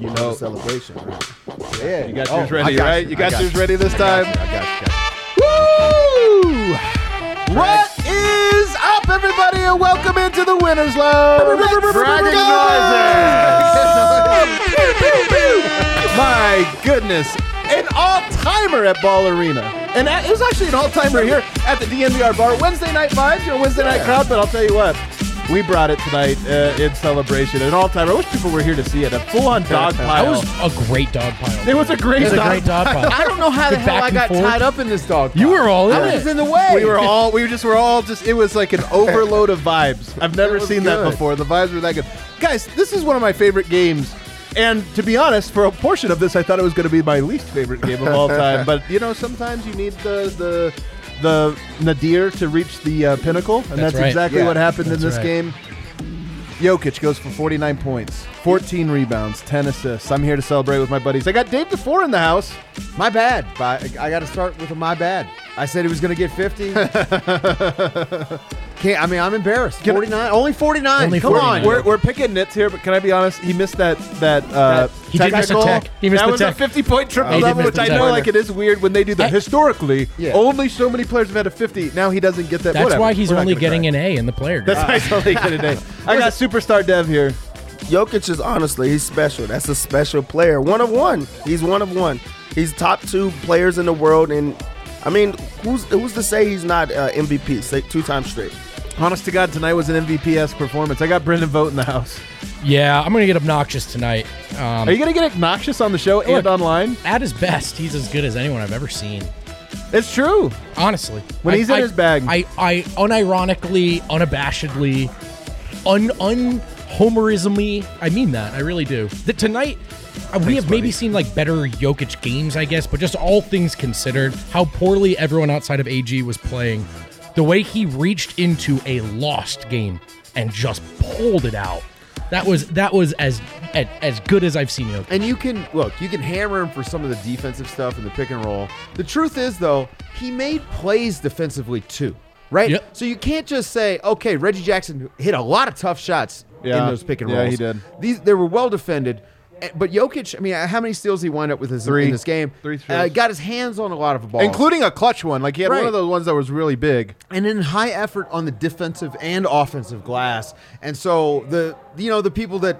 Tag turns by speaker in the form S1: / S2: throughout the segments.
S1: you
S2: It's
S1: know.
S2: a celebration. Right? Yeah,
S1: You got
S2: Oh,
S1: yours ready,
S2: I got
S1: right?
S2: you.
S1: You
S2: I
S1: got, yours ready this time.
S2: I got you.
S1: Woo! What is up, everybody, and welcome into the Winners Lounge.
S2: Bragging
S1: My goodness, an all-timer at Ball Arena, and that- it was actually an all-timer here at the DNVR bar. Wednesday night vibes, you know, Wednesday night crowd. But I'll tell you what. We brought it tonight uh, in celebration. An all-timer. I wish people were here to see it. A full-on dog
S3: That
S1: pile.
S3: was a great dog pile.
S1: it was a great
S3: It was a
S1: dog
S3: great dog pile.
S4: I don't know how the
S3: Back
S4: hell I
S3: and
S4: got
S3: forth.
S4: tied up in this dog.
S3: You were all in
S4: I was
S3: it.
S4: in the way.
S1: We were all we just were all just it was like an overload of vibes. I've never
S2: It was
S1: seen that
S2: good.
S1: before. The vibes were that good. Guys, this is one of my favorite games. And to be honest, for a portion of this I thought it was going to be my least favorite game of all time, but you know, sometimes you need the the the nadir to reach the uh, pinnacle, and that's,
S3: That's right.
S1: exactly
S2: Yeah.
S1: what happened in this
S3: right.
S1: game. Jokic goes for 49 points, 14 rebounds, 10 assists. I'm here to celebrate with my buddies. I got Dave DeFore in the house.
S4: My bad. But I, I got to start with a my bad. I said he was going to get 50. Can't, I mean, I'm embarrassed. 49? Only 49.
S3: Only
S4: Come on.
S3: 49.
S1: We're, we're picking nits here, but can I be honest? He missed that that uh,
S3: He did miss a
S1: technical.
S3: tech. He missed
S1: that
S3: the
S1: was
S3: tech.
S1: a fifty-point triple
S3: He did
S1: double,
S3: miss
S1: which
S3: the
S1: I
S3: tech.
S1: know like it is weird when they do that.
S3: I-
S1: Historically,
S4: Yeah.
S1: only so many players have had a fifty. Now he doesn't get that.
S3: That's
S1: Whatever.
S3: why he's
S1: We're not
S3: only
S1: gonna
S3: getting
S1: cry.
S3: an A in the player.
S1: That's why he's only getting an A. I got superstar Dev here.
S2: Jokic is honestly, he's special. That's a special player. One of one. He's one of one. He's top two players in the world, and I mean, who's who's to say he's not uh, MVP? Say two times straight.
S1: Honest to God, tonight was an MVP esque performance. I got Brendan Vote in the house.
S3: yeah, I'm gonna get obnoxious tonight. Um,
S1: Are you gonna get obnoxious on the show and
S3: Look.
S1: online?
S3: at his best, he's as good as anyone I've ever seen.
S1: It's true.
S3: Honestly,
S1: When
S3: I-
S1: he's in
S3: I-
S1: his bag.
S3: I, I unironically, unabashedly, un un homerismly. I mean that. I really do. That tonight. uh, We have maybe seen like better Jokic games, I guess, but just all things considered, how poorly everyone outside of AG was playing, the way he reached into a lost game and just pulled it out, that was that was as as, as good as I've seen Jokic.
S4: And you can, look, you can hammer him for some of the defensive stuff in the pick and roll. The truth is, though, he made plays defensively, too. Right?
S3: Yep.
S4: So you can't just say, okay, Reggie Jackson hit a lot of tough shots
S1: Yeah.
S4: in those pick and
S1: Yeah,
S4: rolls.
S1: he did.
S4: These they were well defended. eh, But Jokic, I mean, how many steals he wind up with his,
S1: Three.
S4: in this game?
S1: Three
S4: Uh,
S1: steals.
S4: got his hands on a lot of balls,
S1: Including a clutch one. Like he had one
S4: Right.
S1: of those ones that was really big.
S4: and in high effort on the defensive and offensive glass. And so the you know the people that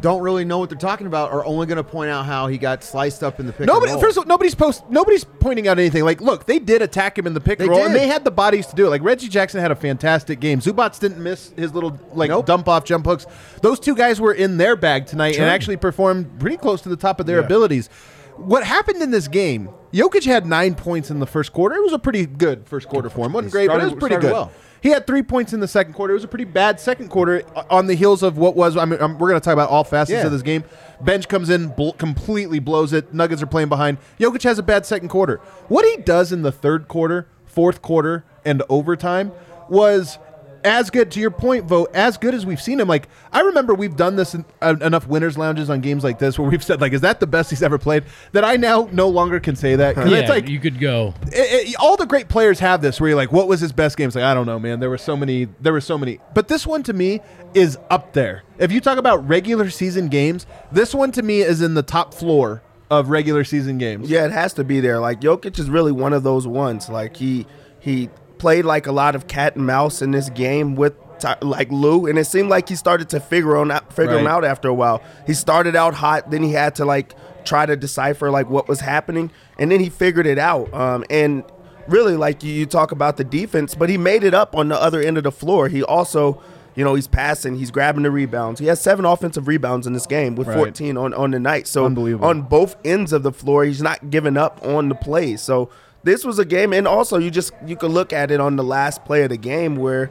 S4: don't really know what they're talking about are only going to point out how he got sliced up in the pick.
S1: Nobody.
S4: and roll.
S1: First of all, nobody's post. Nobody's pointing out anything. Like, look, they did attack him in the pick and
S4: They
S1: roll, and
S4: did.
S1: they had the bodies to do it. Like Reggie Jackson had a fantastic game. Zubats didn't miss his little like
S4: Nope.
S1: dump off jump hooks. Those two guys were in their bag tonight and actually performed pretty close to the top of their abilities. What happened in this game? Jokic had nine points in the first quarter. It was a pretty good first quarter for him. wasn't great, but it
S4: started-
S1: was pretty
S4: started
S1: good.
S4: well.
S1: He had three points in the second quarter. It was a pretty bad second quarter uh, on the heels of what was. I mean, um, we're going to talk about all facets
S4: Yeah.
S1: of this game. Bench comes in, bl- completely blows it. Nuggets are playing behind. Jokic has a bad second quarter. What he does in the third quarter, fourth quarter, and overtime was as good. To your point, vote as good as we've seen him. Like I remember, we've done this in, uh, enough winners lounges on games like this where we've said like, "Is that the best he's ever played?" That I now no longer can say that because
S3: yeah,
S1: it's like
S3: you could go.
S1: it, it- all the great players have this where you're like what was his best game it's like i don't know man there were so many there were so many but this one to me is up there if you talk about regular season games this one to me is in the top floor of regular season games
S2: Yeah, it has to be there. Like Jokic is really one of those ones. Like he he played like a lot of cat and mouse in this game with Ty- like Lou, and it seemed like he started to figure on out, figure him
S1: Right.
S2: out after a while. He started out hot, then he had to like try to decipher like what was happening, and then he figured it out. Um, and really, like you, you talk about the defense, but he made it up on the other end of the floor. He also. You know he's passing, he's grabbing the rebounds. He has seven offensive rebounds in this game with
S1: Right.
S2: 14 on, on the night. So
S1: Unbelievable.
S2: on both ends of the floor. He's not giving up on the plays. So this was a game, and also you just you could look at it on the last play of the game where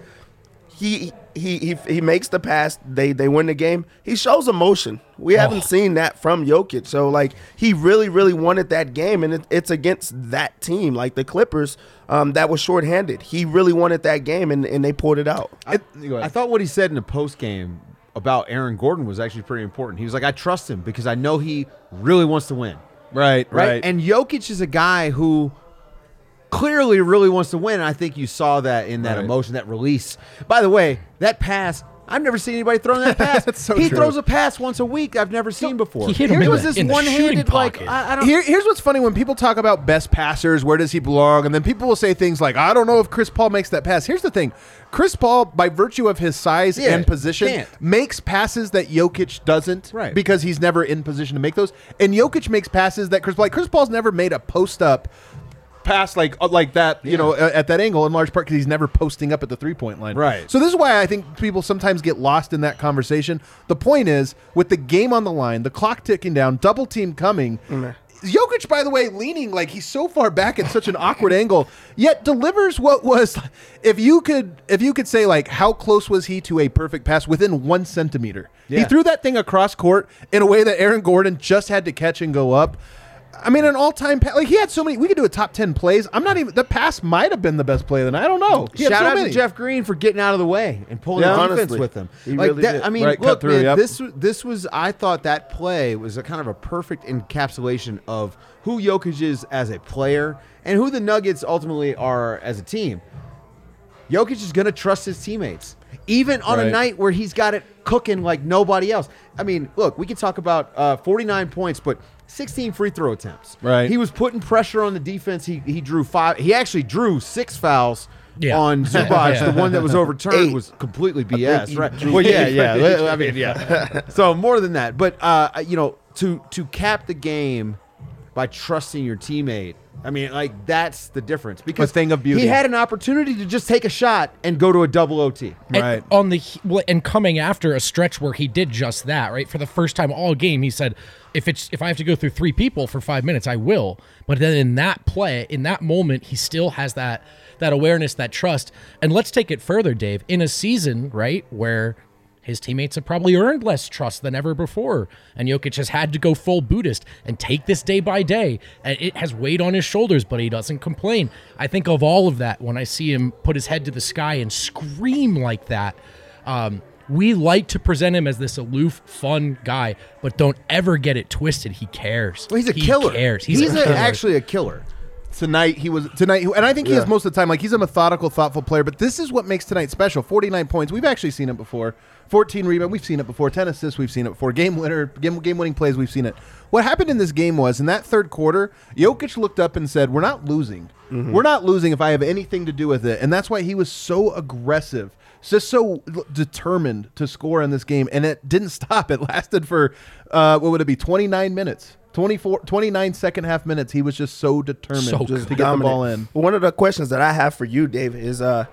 S2: he he he, he makes the pass. They they win the game. He shows emotion. We haven't seen that from Jokic. So like he really really wanted that game, and it, it's against that team, like the Clippers, um, that was shorthanded. He really wanted that game, and, and they pulled it out.
S4: I,
S1: Go ahead.
S4: I thought what he said in the post game about Aaron Gordon was actually pretty important. He was like, "I trust him because I know he really wants to win."
S1: right
S4: right? And Jokic is a guy who clearly really wants to win. And I think you saw that in that
S1: Right.
S4: emotion, that release. By the way, that pass. I I've never seen anybody throw that pass.
S1: That's so
S4: he
S1: true.
S4: throws a pass once a week I've never seen before.
S3: he hit him in
S4: Here was
S3: the-
S4: this
S3: in the shooting
S4: one-handed like
S3: pocket.
S4: I, I don't.
S1: Here, here's what's funny when people talk about best passers, where does he belong? And then people will say things like, I don't know if Chris Paul makes that pass. Here's the thing Chris Paul, by virtue of his size
S4: Yeah,
S1: and position,
S4: can't.
S1: makes passes that Jokic doesn't
S4: Right.
S1: because he's never in position to make those. And Jokic makes passes that Chris Paul, like, Chris Paul's never made a post up pass like uh, like that you know uh, at that angle in large part because he's never posting up at the three point line
S4: Right.
S1: so this is why i think people sometimes get lost in that conversation the point is with the game on the line the clock ticking down double team coming
S4: Mm-hmm.
S1: Jokic, by the way, leaning like he's so far back at such an awkward angle, yet delivers what was. If you could, if you could say like, how close was he to a perfect pass within one centimeter? He
S4: Yeah.
S1: threw that thing across court in a way that Aaron Gordon just had to catch and go up. I mean, an all-time pa- like he had so many. We could do a top ten plays. I'm not even. The pass might have been the best play of the night. I don't know. He had
S4: Shout
S1: so
S4: out
S1: many.
S4: to Jeff Green for getting out of the way and pulling
S2: Yeah,
S4: the defense
S2: honestly.
S4: with him.
S2: He
S4: like
S2: really
S4: that,
S2: did.
S4: I mean,
S1: Right, cut
S4: look,
S1: through,
S4: man,
S1: yep.
S4: this was- this was I thought that play was a kind of a perfect encapsulation of who Jokic is as a player and who the Nuggets ultimately are as a team. Jokic is going to trust his teammates, even on a
S1: Right.
S4: night where he's got it cooking like nobody else. I mean, look, we can talk about uh, 49 points, but 16 free throw attempts.
S1: Right.
S4: He was putting pressure on the defense. He he drew five. He actually drew six fouls
S3: Yeah.
S4: on Zubac.
S3: Yeah.
S4: The one that was overturned
S2: Eight.
S4: was completely BS.
S2: he
S4: Right.
S2: drew
S4: Well, yeah,
S2: eight.
S4: yeah. I mean, yeah. So more than that, but uh, you know, to to cap the game by trusting your teammate. I mean, like that's the difference because
S1: thing of beauty.
S4: He had an opportunity to just take a shot and go to a double OT.
S3: And
S1: Right.
S3: on the he- well, and coming after a stretch where he did just that, right? For the first time all game, he said, "If it's if I have to go through three people for five minutes, I will." But then in that play, in that moment, he still has that that awareness, that trust. And let's take it further, Dave. In a season, right, where his teammates have probably earned less trust than ever before, and Jokic has had to go full Buddhist and take this day by day, and it has weighed on his shoulders, but he doesn't complain. I think of all of that when I see him put his head to the sky and scream like that. Um, we like to present him as this aloof, fun guy, but don't ever get it twisted. He cares.
S4: Well, he's a
S3: He
S4: killer.
S3: Cares.
S4: He's,
S3: a
S4: a-
S3: killer.
S4: actually a killer.
S1: tonight he was tonight he- and i think he is most of the time like he's a methodical thoughtful player but this is what makes tonight special 49 points we've actually seen it before 14 rebound we've seen it before 10 assists we've seen it before game winner game, game winning plays we've seen it what happened in this game was in that third quarter jokic looked up and said we're not losing
S4: Mm-hmm.
S1: we're not losing if i have anything to do with it and that's why he was so aggressive just so l- determined to score in this game and it didn't stop it lasted for uh, what would it be 29 minutes 24 29 second half minutes he was just so determined
S3: So
S1: just to
S3: good.
S1: get the
S2: dominant.
S1: ball in
S2: One of the questions that I have for you, Dave, is uh,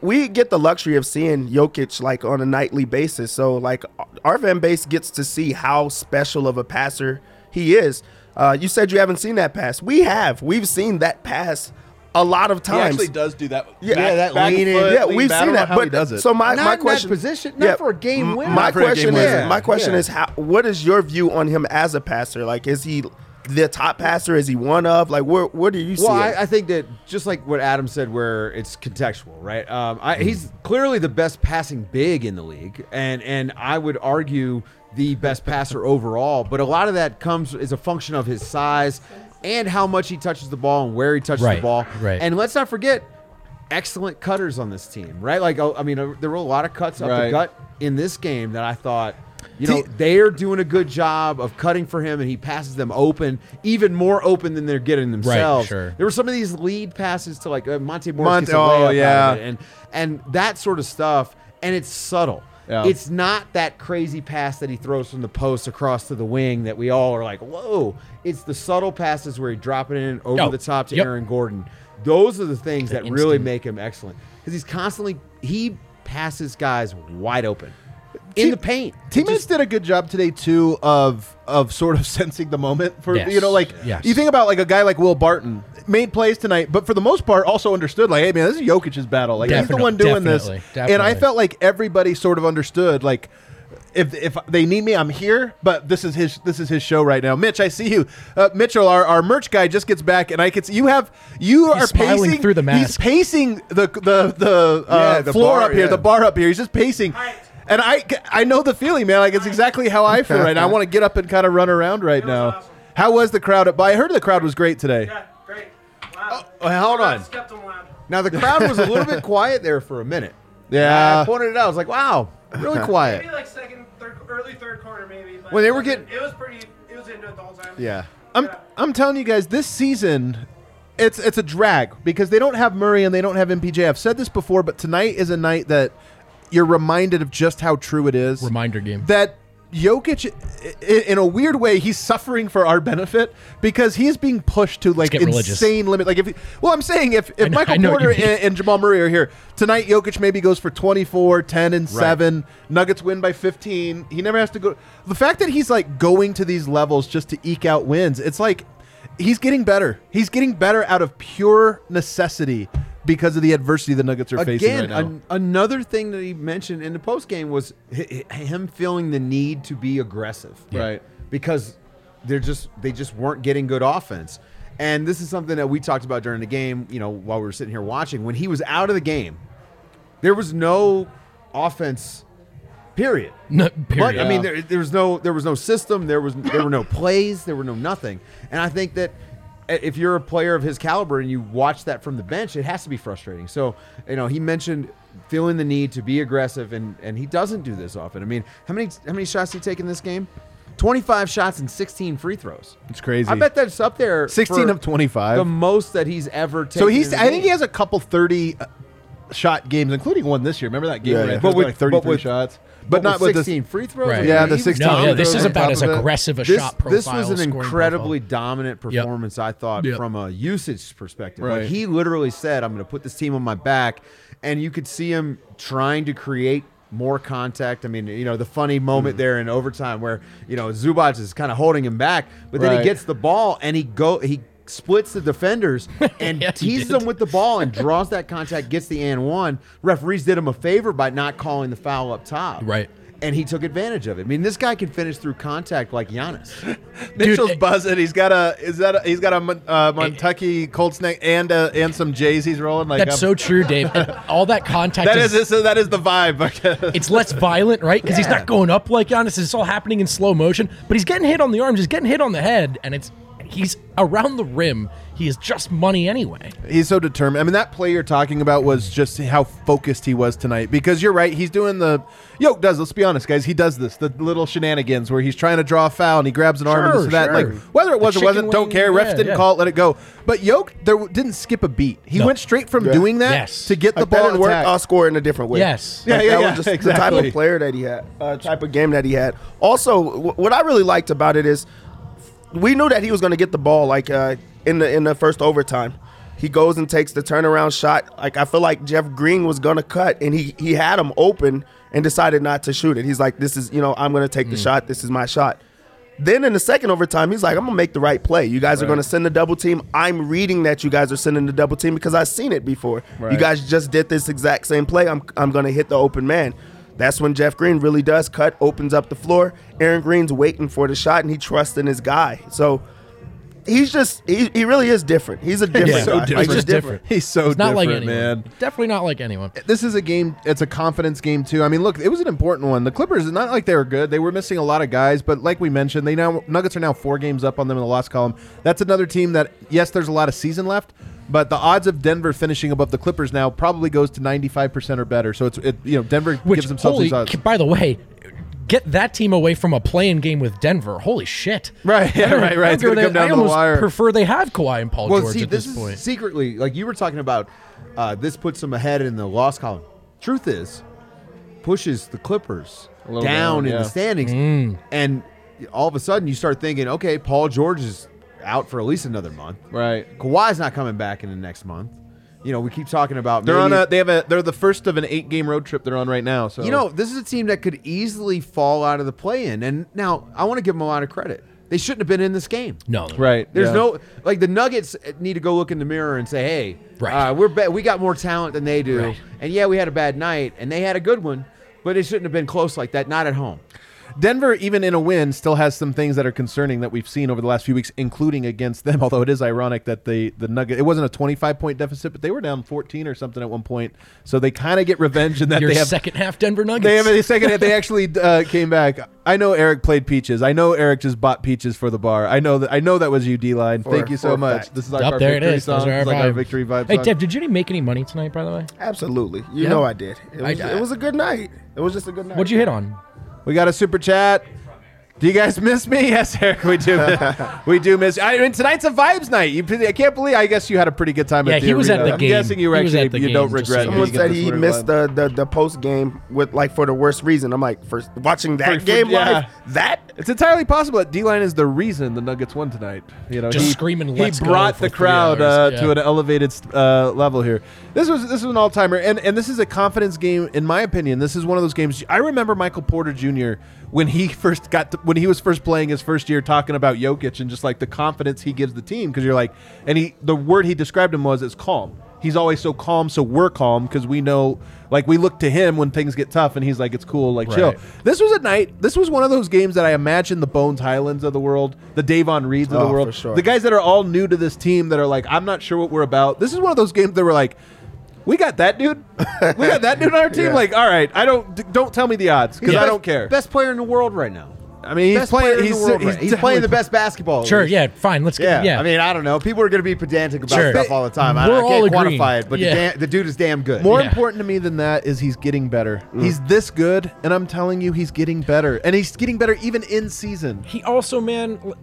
S2: we get the luxury of seeing Jokic like on a nightly basis. So like our fan base gets to see how special of a passer he is. Uh, you said you haven't seen that pass. We have. We've seen that pass a lot of times.
S1: does do that
S2: Yeah,
S4: that lean in,
S2: yeah, we've seen that. But so my,
S4: Not
S2: my
S4: in that
S2: question
S4: position, not for a game
S2: m-
S4: winner.
S2: My
S4: Not for a game
S2: question is
S4: winner.
S2: my question
S4: Yeah.
S2: is how what is your view on him as a passer? Like is he the top passer? Is he one of? Like where where do you see
S4: Well,
S2: it?
S4: I, I think that just like what Adam said, where it's contextual, right? Um, I, he's clearly the best passing big in the league, and and I would argue the best passer overall. But a lot of that comes is a function of his size and how much he touches the ball and where he touches
S3: Right,
S4: the ball.
S3: right.
S4: And let's not forget, excellent cutters on this team, right? Like oh, I mean, uh, there were a lot of cuts up
S1: Right.
S4: the gut in this game that I thought. You know, they're doing a good job of cutting for him, and he passes them open, even more open than they're getting themselves themselves.
S3: sure.
S4: There were some of these lead passes to like uh, Monte Morris
S1: Monte-
S4: gets a
S1: oh,
S4: layup out of
S1: yeah.
S4: it and and that sort of stuff. And it's subtle.
S1: Yeah.
S4: It's not that crazy pass that he throws from the post across to the wing that we all are like, whoa. It's the subtle passes where he drop it in over
S3: Oh,
S4: the top to
S3: yep.
S4: Aaron Gordon. Those are the things that really
S3: instinct.
S4: make him excellent because he's constantly he passes guys wide open in the paint. It
S1: Teammates
S4: just-
S1: did a good job today too of of sort of sensing the moment for
S3: Yes.
S1: you know like
S3: Yes.
S1: you think about like a guy like Will Barton made plays tonight, but for the most part also understood like hey man this is Jokic's battle like he's the
S3: Definite-
S1: one doing this,
S3: definitely,
S1: and I
S3: definitely.
S1: felt like everybody sort of understood like. If, if they need me, I'm here. But this is his this is his show right now. Mitch, I see you. Uh, Mitchell, our, our merch guy, just gets back, and I could see you have you
S3: He's
S1: are
S3: smiling
S1: pacing
S3: through the
S1: He's
S3: mask.
S1: pacing the the the, uh,
S2: Yeah, the
S1: floor
S2: bar,
S1: up here,
S2: yeah.
S1: the bar up here. He's just pacing. And I, I know the feeling, man. Like it's exactly how I feel right now. I want to get up and kind of run around right now.
S5: awesome.
S1: How was the crowd? At, I heard the crowd was great today.
S5: Yeah, great. Wow.
S4: Oh, well, hold on.
S5: Stepped on loud.
S4: Now the crowd was a little bit quiet there for a minute.
S1: Yeah.
S4: And I pointed it out. I was like, wow, really quiet.
S5: Maybe like second, third, early third quarter, maybe. But
S4: When they were
S5: it wasn't-
S4: getting-
S5: it was pretty. It was into it the whole time.
S4: Yeah. Um,
S1: I'm I'm telling you guys, this season, it's it's a drag because they don't have Murray and they don't have MPJ. I've said this before, but tonight is a night that you're reminded of just how true it is.
S3: Reminder game.
S1: that Jokic, i- i- in a weird way, he's suffering for our benefit because he's being pushed to like
S3: get
S1: insane
S3: religious.
S1: limit. Like if, well, I'm saying if, if
S3: know- I
S1: Michael
S3: know what
S1: Porter
S3: you
S1: and,
S3: mean.
S1: and Jamal Murray are here tonight, Jokic maybe goes for 24, 10, and seven. Nuggets win by 15. He never has to go. The fact that he's like going to these levels just to eke out wins, it's like he's getting better. He's getting better out of pure necessity because of the adversity the Nuggets are facing right
S4: Again,
S1: now.
S4: an- another thing that he mentioned in the post game was hi- hi- him feeling the need to be aggressive,
S1: Right.
S4: Because they're just they just weren't getting good offense, and this is something that we talked about during the game. You know, while we were sitting here watching, when he was out of the game, there was no offense. Period.
S3: No,
S4: But
S3: period.
S4: I mean, there, there was no there was no system. There was there were no plays. There were no nothing. And I think that i- if you're a player of his caliber and you watch that from the bench, it has to be frustrating. So you know, he mentioned feeling the need to be aggressive, and and he doesn't do this often. I mean, how many how many shots did he take in this game? 25 shots and 16 free throws.
S1: It's crazy.
S4: I bet that's up there.
S1: 16
S4: for
S1: of 25.
S4: The most that he's ever taken.
S1: So he's.
S4: in a
S1: I think he
S4: game.
S1: has a couple thirty uh, shot games, including one this year. Remember that game?
S2: Yeah,
S1: where
S2: yeah.
S1: I
S4: But
S1: threw
S4: with-
S1: like thirty-three
S4: but with-
S1: shots,
S4: but, not
S1: with
S4: with
S1: this-
S4: 16 free throws.
S3: Right.
S4: I mean,
S1: Yeah, the
S4: even
S1: 16
S3: no, yeah, this
S1: on
S3: is about
S1: top
S3: as
S1: of it.
S3: aggressive a
S4: this,
S3: shot profile.
S4: this was an
S3: scoring
S4: incredibly
S3: profile.
S4: dominant performance, I thought,
S3: Yep.
S4: from a usage perspective.
S1: Right.
S4: Like he literally said, "I'm going to put this team on my back," and you could see him trying to create more contact. I mean, you know, the funny moment
S1: Hmm.
S4: there in overtime where you know Zubac is kind of holding him back, but then
S1: Right.
S4: he gets the ball and he go he splits the defenders and
S3: Yeah, he
S4: teases
S3: did.
S4: them with the ball and draws that contact, gets the and one. Referees did him a favor by not calling the foul up top.
S3: Right.
S4: And he took advantage of it. I mean, this guy can finish through contact like Giannis.
S1: Mitchell's
S3: it-
S1: buzzing. He's got a. Is that? A, he's got a Mon- uh,
S3: eh,
S1: Montucky cold snake and a, and some Jays. He's rolling like.
S3: That's
S1: I'm-
S3: so true, Dave. And all that contact
S1: That
S3: is,
S1: is, this- that is the vibe. I guess.
S3: it's less violent, right? Because he's not going up like Giannis. It's all happening in slow motion, but he's getting hit on the arms. He's getting hit on the head, and it's he's around the rim. He is just money anyway.
S1: he's so determined. I mean, that play you're talking about was just how focused he was tonight. Because you're right, he's doing the Yoke does. Let's be honest, guys. He does this the little shenanigans where he's trying to draw a foul and he grabs an arm and this
S3: Sure,
S1: and that.
S3: sure.
S1: Like whether it
S3: The
S1: was or
S3: chicken
S1: wasn't, don't
S3: wing,
S1: care. Refs
S3: yeah,
S1: didn't
S3: yeah.
S1: call it, let it go. But Yoke there w- didn't skip a beat. He
S3: No.
S1: went straight from
S2: Yeah.
S1: doing that
S3: Yes.
S1: to get the
S2: Like, that
S1: ball
S2: didn't work.
S1: attack.
S2: I'll score in a different way.
S3: Yes.
S1: Yeah,
S2: Like,
S1: yeah,
S2: that
S1: yeah,
S2: was just the type
S1: exactly.
S2: of player that he had, uh, type of game that he had. Also, w- what I really liked about it is we knew that he was going to get the ball like uh, in the in the first overtime. He goes and takes the turnaround shot. Like I feel like Jeff Green was going to cut, and he he had him open and decided not to shoot it. He's like, "This is you know I'm going to take the shot. This is my shot." Then in the second overtime, he's like, "I'm gonna make the right play. You guys are going to send the double team. I'm reading that you guys are sending the double team because I've seen it before. You
S1: Right.
S2: guys just did this exact same play. I'm I'm going to hit the open man." That's when Jeff Green really does cut, opens up the floor. Aaron Green's waiting for the shot, and he trusts in his guy. So he's just he, he really is different. He's a different.
S3: Yeah. So
S2: guy. Like,
S3: different.
S2: he's
S3: Just different.
S1: He's so
S3: It's not like
S1: different,
S3: anyone.
S1: man.
S3: Definitely not like anyone.
S1: this is a game. It's a confidence game too. I mean, look, it was an important one. The Clippers, it's not like they were good. They were missing a lot of guys, but like we mentioned, they now Nuggets are now four games up on them in the loss column. That's another team that yes, there's a lot of season left, but the odds of Denver finishing above the Clippers now probably goes to 95 percent or better. So it's it, you know Denver
S3: Which
S1: gives themselves
S3: holy,
S1: these odds.
S3: by the way, get that team away from a playing game with Denver. Holy shit!
S1: Right, yeah,
S3: I don't-
S1: right, right.
S3: I
S1: It's gonna
S3: don't-
S1: come down
S3: I
S1: to the
S3: almost
S1: wire.
S3: prefer they have Kawhi and Paul
S4: Well,
S3: George
S4: see,
S3: at
S4: this,
S3: this,
S4: is
S3: point.
S4: secretly like you were talking about. Uh, this puts them ahead in the loss column. Truth is, pushes the Clippers down,
S1: little down,
S4: in
S1: yeah.
S4: the standings, and all of a sudden you start thinking, okay, Paul George is out for at least another month.
S1: Right.
S4: Kawhi's not coming back in the next month. You know, we keep talking about
S1: They're on
S4: maybe-
S1: a they have a they're the first of an eight game road trip they're on right now. So
S4: You know, this is a team that could easily fall out of the play in. And now I want to give them a lot of credit. They shouldn't have been in this game.
S3: no,
S1: right?
S4: There's
S1: yeah.
S4: no like the Nuggets need to go look in the mirror and say, "Hey,
S3: Right.
S4: uh, we're be- we got more talent than they do,
S3: Right.
S4: and yeah, we had a bad night, and they had a good one, but it shouldn't have been close like that. Not at home.
S1: Denver, even in a win, still has some things that are concerning that we've seen over the last few weeks, including against them. Although it is ironic that the the Nugget, it wasn't a 25 point deficit, but they were down 14 or something at one point. So they kind of get revenge in that
S3: Your
S1: they have
S3: second half Denver Nuggets.
S1: They have a second. They actually uh, came back. I know Eric played peaches. I know Eric just bought peaches for the bar. I know that. I know that was you, D line.
S2: For-
S1: Thank you so
S2: for a
S1: much.
S2: fact.
S1: This is like
S3: Up
S1: our
S3: there it
S1: victory
S3: is.
S1: song.
S3: Those are
S1: This
S3: our
S1: is like
S3: vibe.
S1: our victory vibe.
S3: Hey,
S1: song.
S3: Dev, did you make any money tonight, by the way?
S2: Absolutely. You
S3: Yeah.
S2: know I did. It was,
S3: I-
S2: it was a good night. It was just a good night.
S3: What'd you hit on?
S1: We got a super chat. Do you guys miss me? Yes, Eric, we do. we do miss. I mean, tonight's a vibes night. You, I can't believe. I guess you had a pretty good time.
S3: Yeah,
S1: at the
S3: he was
S1: arena.
S3: at the
S1: I'm
S3: game.
S1: guessing you were
S3: He was
S1: actually.
S3: at the
S1: you
S3: game,
S1: don't
S3: just so
S1: regret.
S3: you know.
S2: Someone
S1: being at
S2: said
S1: the
S2: he
S1: Twitter
S2: missed
S1: live.
S2: the, the, the post game with like for the worst reason. I'm like, for watching that
S1: For- for-
S2: game
S1: yeah.
S2: live, that
S1: It's entirely possible that D line is the reason the Nuggets won tonight. You know,
S3: Just
S1: he,
S3: screaming,
S1: He
S3: "Let's go,"
S1: brought
S3: for
S1: the
S3: three
S1: crowd
S3: hours,
S1: uh,
S3: yeah.
S1: to an elevated uh, level here. This was this was an all timer, and and this is a confidence game, in my opinion. This is one of those games. I remember Michael Porter Jr. when he first got to, when he was first playing his first year, talking about Jokic and just like the confidence he gives the team because you're like, and he the word he described him was is calm. He's always so calm, so we're calm because we know, like, we look to him when things get tough, and he's like, "It's cool, like, chill."
S3: Right.
S1: This was a night. This was one of those games that I imagine the Bones Highlands of the world, the Davon Reeds of
S2: Oh,
S1: the world,
S2: for sure.
S1: the guys that are all new to this team that are like, I'm not sure what we're about. This is one of those games that were like, we got that dude. we got that dude on our team.
S2: Yeah.
S1: Like, all right, I don't d- don't tell me the odds because
S3: Yeah.
S1: I
S3: Best-
S1: don't care.
S4: Best player in the world right now.
S1: I mean, he's
S4: Best player
S1: playing.
S4: in
S1: He's,
S4: the world
S1: he's,
S4: right- he's playing the best basketball.
S3: Sure, yeah, fine. Let's
S4: Yeah.
S3: get yeah.
S4: I mean, I don't know. People are going to be pedantic about
S3: Sure.
S4: stuff all the time. I, I
S3: We're
S4: can't
S3: all agreeing.
S4: quantify it, but
S3: Yeah.
S4: the, da- the dude is damn good.
S1: More
S3: Yeah.
S1: important to me than that is he's getting better.
S4: Mm.
S1: He's this good, and I'm telling you, he's getting better, and he's getting better even in season.
S3: he also, man, l-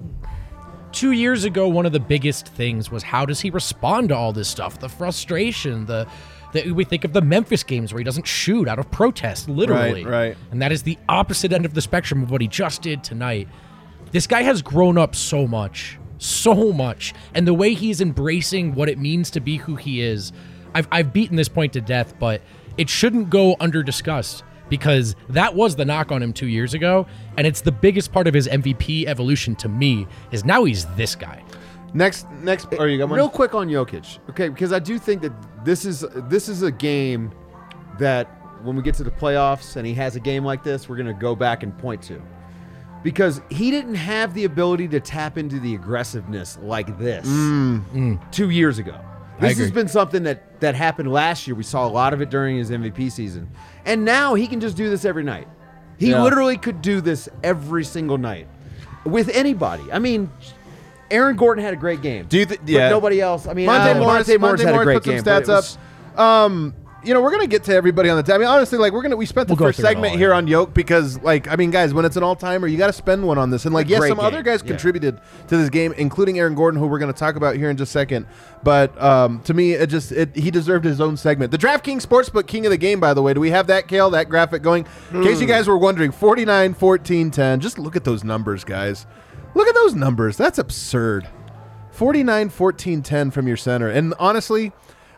S3: two years ago, one of the biggest things was how does he respond to all this stuff? The frustration, the that we think of the Memphis games where he doesn't shoot out of protest, literally.
S1: right.
S3: And that is the opposite end of the spectrum of what he just did tonight. This guy has grown up so much, so much, and the way he's embracing what it means to be who he is. I've I've beaten this point to death, but it shouldn't go under discussed because that was the knock on him 2 years ago, and it's the biggest part of his MVP evolution to me is now he's this guy.
S1: Next, next. Or you got one?
S4: Real quick on Jokic, okay? Because I do think that this is this is a game that when we get to the playoffs and he has a game like this, we're gonna go back and point to because he didn't have the ability to tap into the aggressiveness like this
S1: Mm.
S4: two years ago. This has
S3: agree.
S4: been something that that happened last year. We saw a lot of it during his MVP season, and now he can just do this every night. He
S1: Yeah.
S4: literally could do this every single night with anybody. I mean. Aaron Gordon had a great game.
S1: Do you thi-
S4: But
S1: yeah.
S4: nobody else. I mean,
S1: Monte
S4: uh,
S1: Morris.
S4: Monte Morris
S1: Monte
S4: had a
S1: Morris
S4: great
S1: put some
S4: game. but
S1: stats
S4: it was-
S1: up. Um, you know, we're gonna get to everybody on the. T- I mean, honestly, like we're gonna we spent the
S3: We'll go
S1: first
S3: through it
S1: segment
S3: all,
S1: here
S3: yeah.
S1: on Yoke because, like, I mean, guys, when it's an all timer, you got to spend one on this. And like, yes,
S4: Great
S1: some
S4: game.
S1: other guys
S4: Yeah.
S1: contributed to this game, including Aaron Gordon, who we're gonna talk about here in just a second. But um, to me, it just it, he deserved his own segment. The DraftKings Sportsbook King of the Game, by the way. Do we have that, Kale? That graphic going? In case you
S4: Hmm.
S1: guys were wondering, 49, 14, 10. Just look at those numbers, guys. Look at those numbers. That's absurd. 49 14 10 from your center and honestly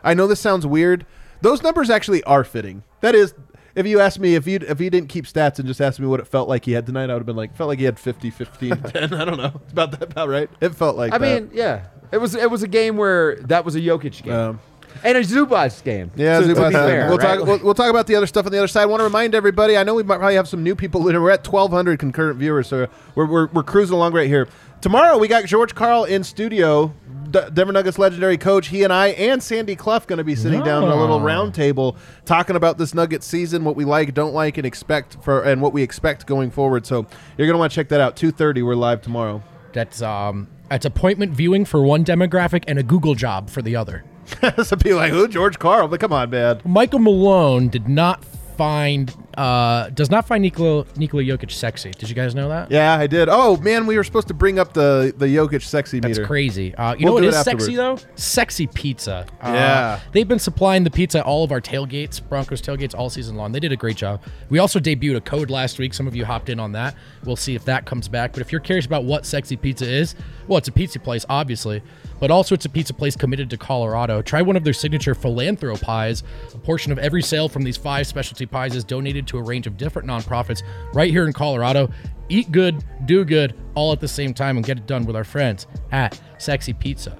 S1: i know this sounds weird those numbers actually are fitting that is if you asked me if you if you didn't keep stats and just asked me what it felt like he had tonight i would have been like felt like he had 50 15 10 i don't know it's about that about right it felt like
S4: I
S1: that.
S4: mean, yeah, it was it was a game where that was a Jokic game
S1: Um,
S4: and a Zubac game.
S1: yeah,
S4: to, to
S1: Zubac's
S4: be
S1: done.
S4: fair,
S1: we'll
S4: right?
S1: talk. We'll, we'll talk about the other stuff on the other side. I want to remind everybody. I know we might probably have some new people. in. We're at 1,200 concurrent viewers, so we're, we're, we're cruising along right here. Tomorrow we got George Carl in studio, D- Denver Nuggets legendary coach. He and I and Sandy Clough going to be sitting down in a little
S3: No.
S1: round table talking about this Nuggets season, what we like, don't like, and expect for, and what we expect going forward. So you're going to want to check that out. 2:30 we're live tomorrow.
S3: That's um that's appointment viewing for one demographic and a Google job for the other.
S1: Some people are like, oh, George Carl, but come on, man.
S3: Michael Malone did not find uh does not find Nikola Nikola Jokic sexy. Did you guys know that?
S1: Yeah, I did. Oh man, we were supposed to bring up the the Jokic sexy
S3: That's
S1: meter.
S3: crazy. Uh, you
S1: We'll
S3: know what
S1: do
S3: is
S1: it
S3: sexy though? Sexy pizza. Uh,
S1: Yeah.
S3: they've been supplying the pizza at all of our tailgates, Broncos tailgates, all season long. They did a great job. We also debuted a code last week. Some of you hopped in on that. We'll see if that comes back. But if you're curious about what sexy pizza is, well, it's a pizza place, obviously, but also it's a pizza place committed to Colorado. Try one of their signature philanthro pies. A portion of every sale from these five specialty pies is donated to a range of different nonprofits right here in Colorado. Eat good, do good, all at the same time, and get it done with our friends at Sexy Pizza.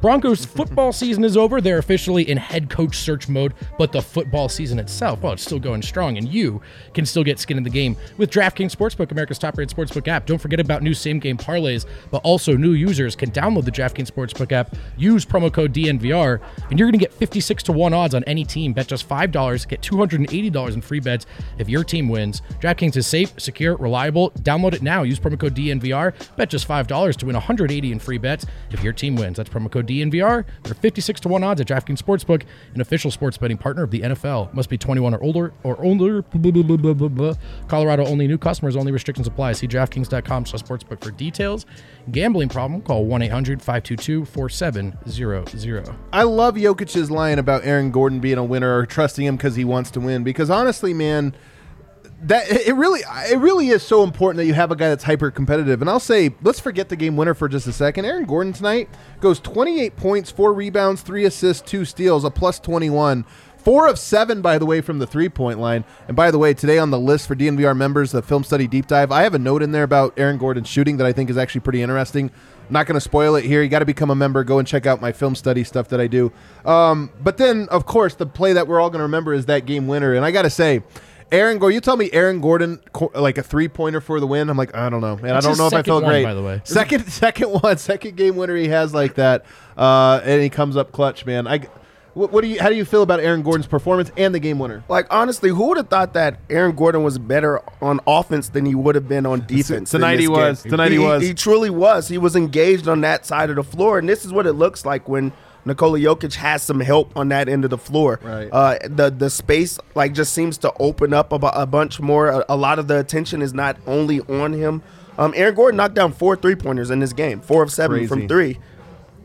S3: Broncos football season is over. They're officially in head coach search mode, but the football season itself, well, it's still going strong, and you can still get skin in the game with DraftKings Sportsbook, America's top-rated sportsbook app. Don't forget about new same-game parlays, but also new users can download the DraftKings Sportsbook app, use promo code DNVR, and you're going to get 56 to 1 odds on any team. Bet just $5, get $280 in free bets if your team wins. DraftKings is safe, secure, reliable. Download it now. Use promo code DNVR. Bet just $5 to win 180 in free bets if your team wins. That's promo code DNVR. There are 56 to 1 odds at DraftKings Sportsbook, an official sports betting partner of the NFL. Must be 21 or older or older. Blah, blah, blah, blah, blah, blah. Colorado only new customers, only restrictions apply. See DraftKings.com slash sportsbook for details. Gambling problem, call 1 800 522 4700.
S1: I love Jokic's line about Aaron Gordon being a winner or trusting him because he wants to win. Because honestly, man, that it really it really is so important that you have a guy that's hyper competitive. And I'll say, let's forget the game winner for just a second. Aaron Gordon tonight goes 28 points, four rebounds, three assists, two steals, a plus 21. Four of seven, by the way, from the three point line. And by the way, today on the list for DNVR members, the film study deep dive, I have a note in there about Aaron Gordon's shooting that I think is actually pretty interesting. I'm not going to spoil it here. You got to become a member. Go and check out my film study stuff that I do. Um, but then, of course, the play that we're all going to remember is that game winner. And I got to say, Aaron Gordon, you tell me Aaron Gordon co- like a three pointer for the win. I'm like, I don't know, man. I
S3: It's
S1: don't
S3: his
S1: know if I
S3: second
S1: feel
S3: one,
S1: great.
S3: by the way.
S1: second, second one, second game winner he has like that, uh, and he comes up clutch, man. I, what, what do you? How do you feel about Aaron Gordon's performance and the game winner?
S2: Like honestly, who would have thought that Aaron Gordon was better on offense than he would have been on defense? in
S1: tonight
S2: this
S1: he
S2: game?
S1: was. Tonight he was.
S2: He truly was. He was engaged on that side of the floor, and this is what it looks like when Nikola Jokic has some help on that end of the floor.
S1: Right.
S2: Uh, the the space like just seems to open up a, bu- a bunch more. A, a lot of the attention is not only on him. Um, Aaron Gordon knocked down four three pointers in this game, four of seven
S1: Crazy.
S2: from three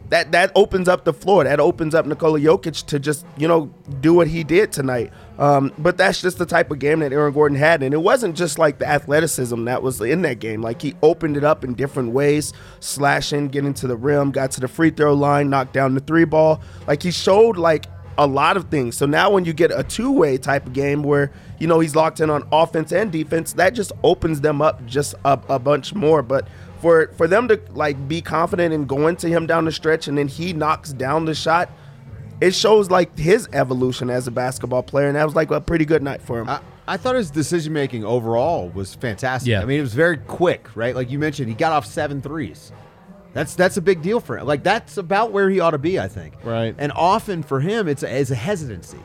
S2: that that opens up the floor. That opens up Nikola Jokic to just you know do what he did tonight. Um, but that's just the type of game that Aaron Gordon had, and it wasn't just like the athleticism that was in that game. Like he opened it up in different ways, slashing, getting to the rim, got to the free throw line, knocked down the three ball. Like he showed like a lot of things. So now when you get a two-way type of game where you know he's locked in on offense and defense, that just opens them up just a, a bunch more. But for for them to like be confident in going to him down the stretch and then he knocks down the shot, it shows like his evolution as a basketball player, and that was like a pretty good night for him.
S4: I, I thought his decision making overall was fantastic.
S3: Yeah.
S4: I mean, it was very quick, right? Like you mentioned, he got off seven threes. That's that's a big deal for him. Like that's about where he ought to be, I think.
S1: Right.
S4: And often for him, it's a, it's a hesitancy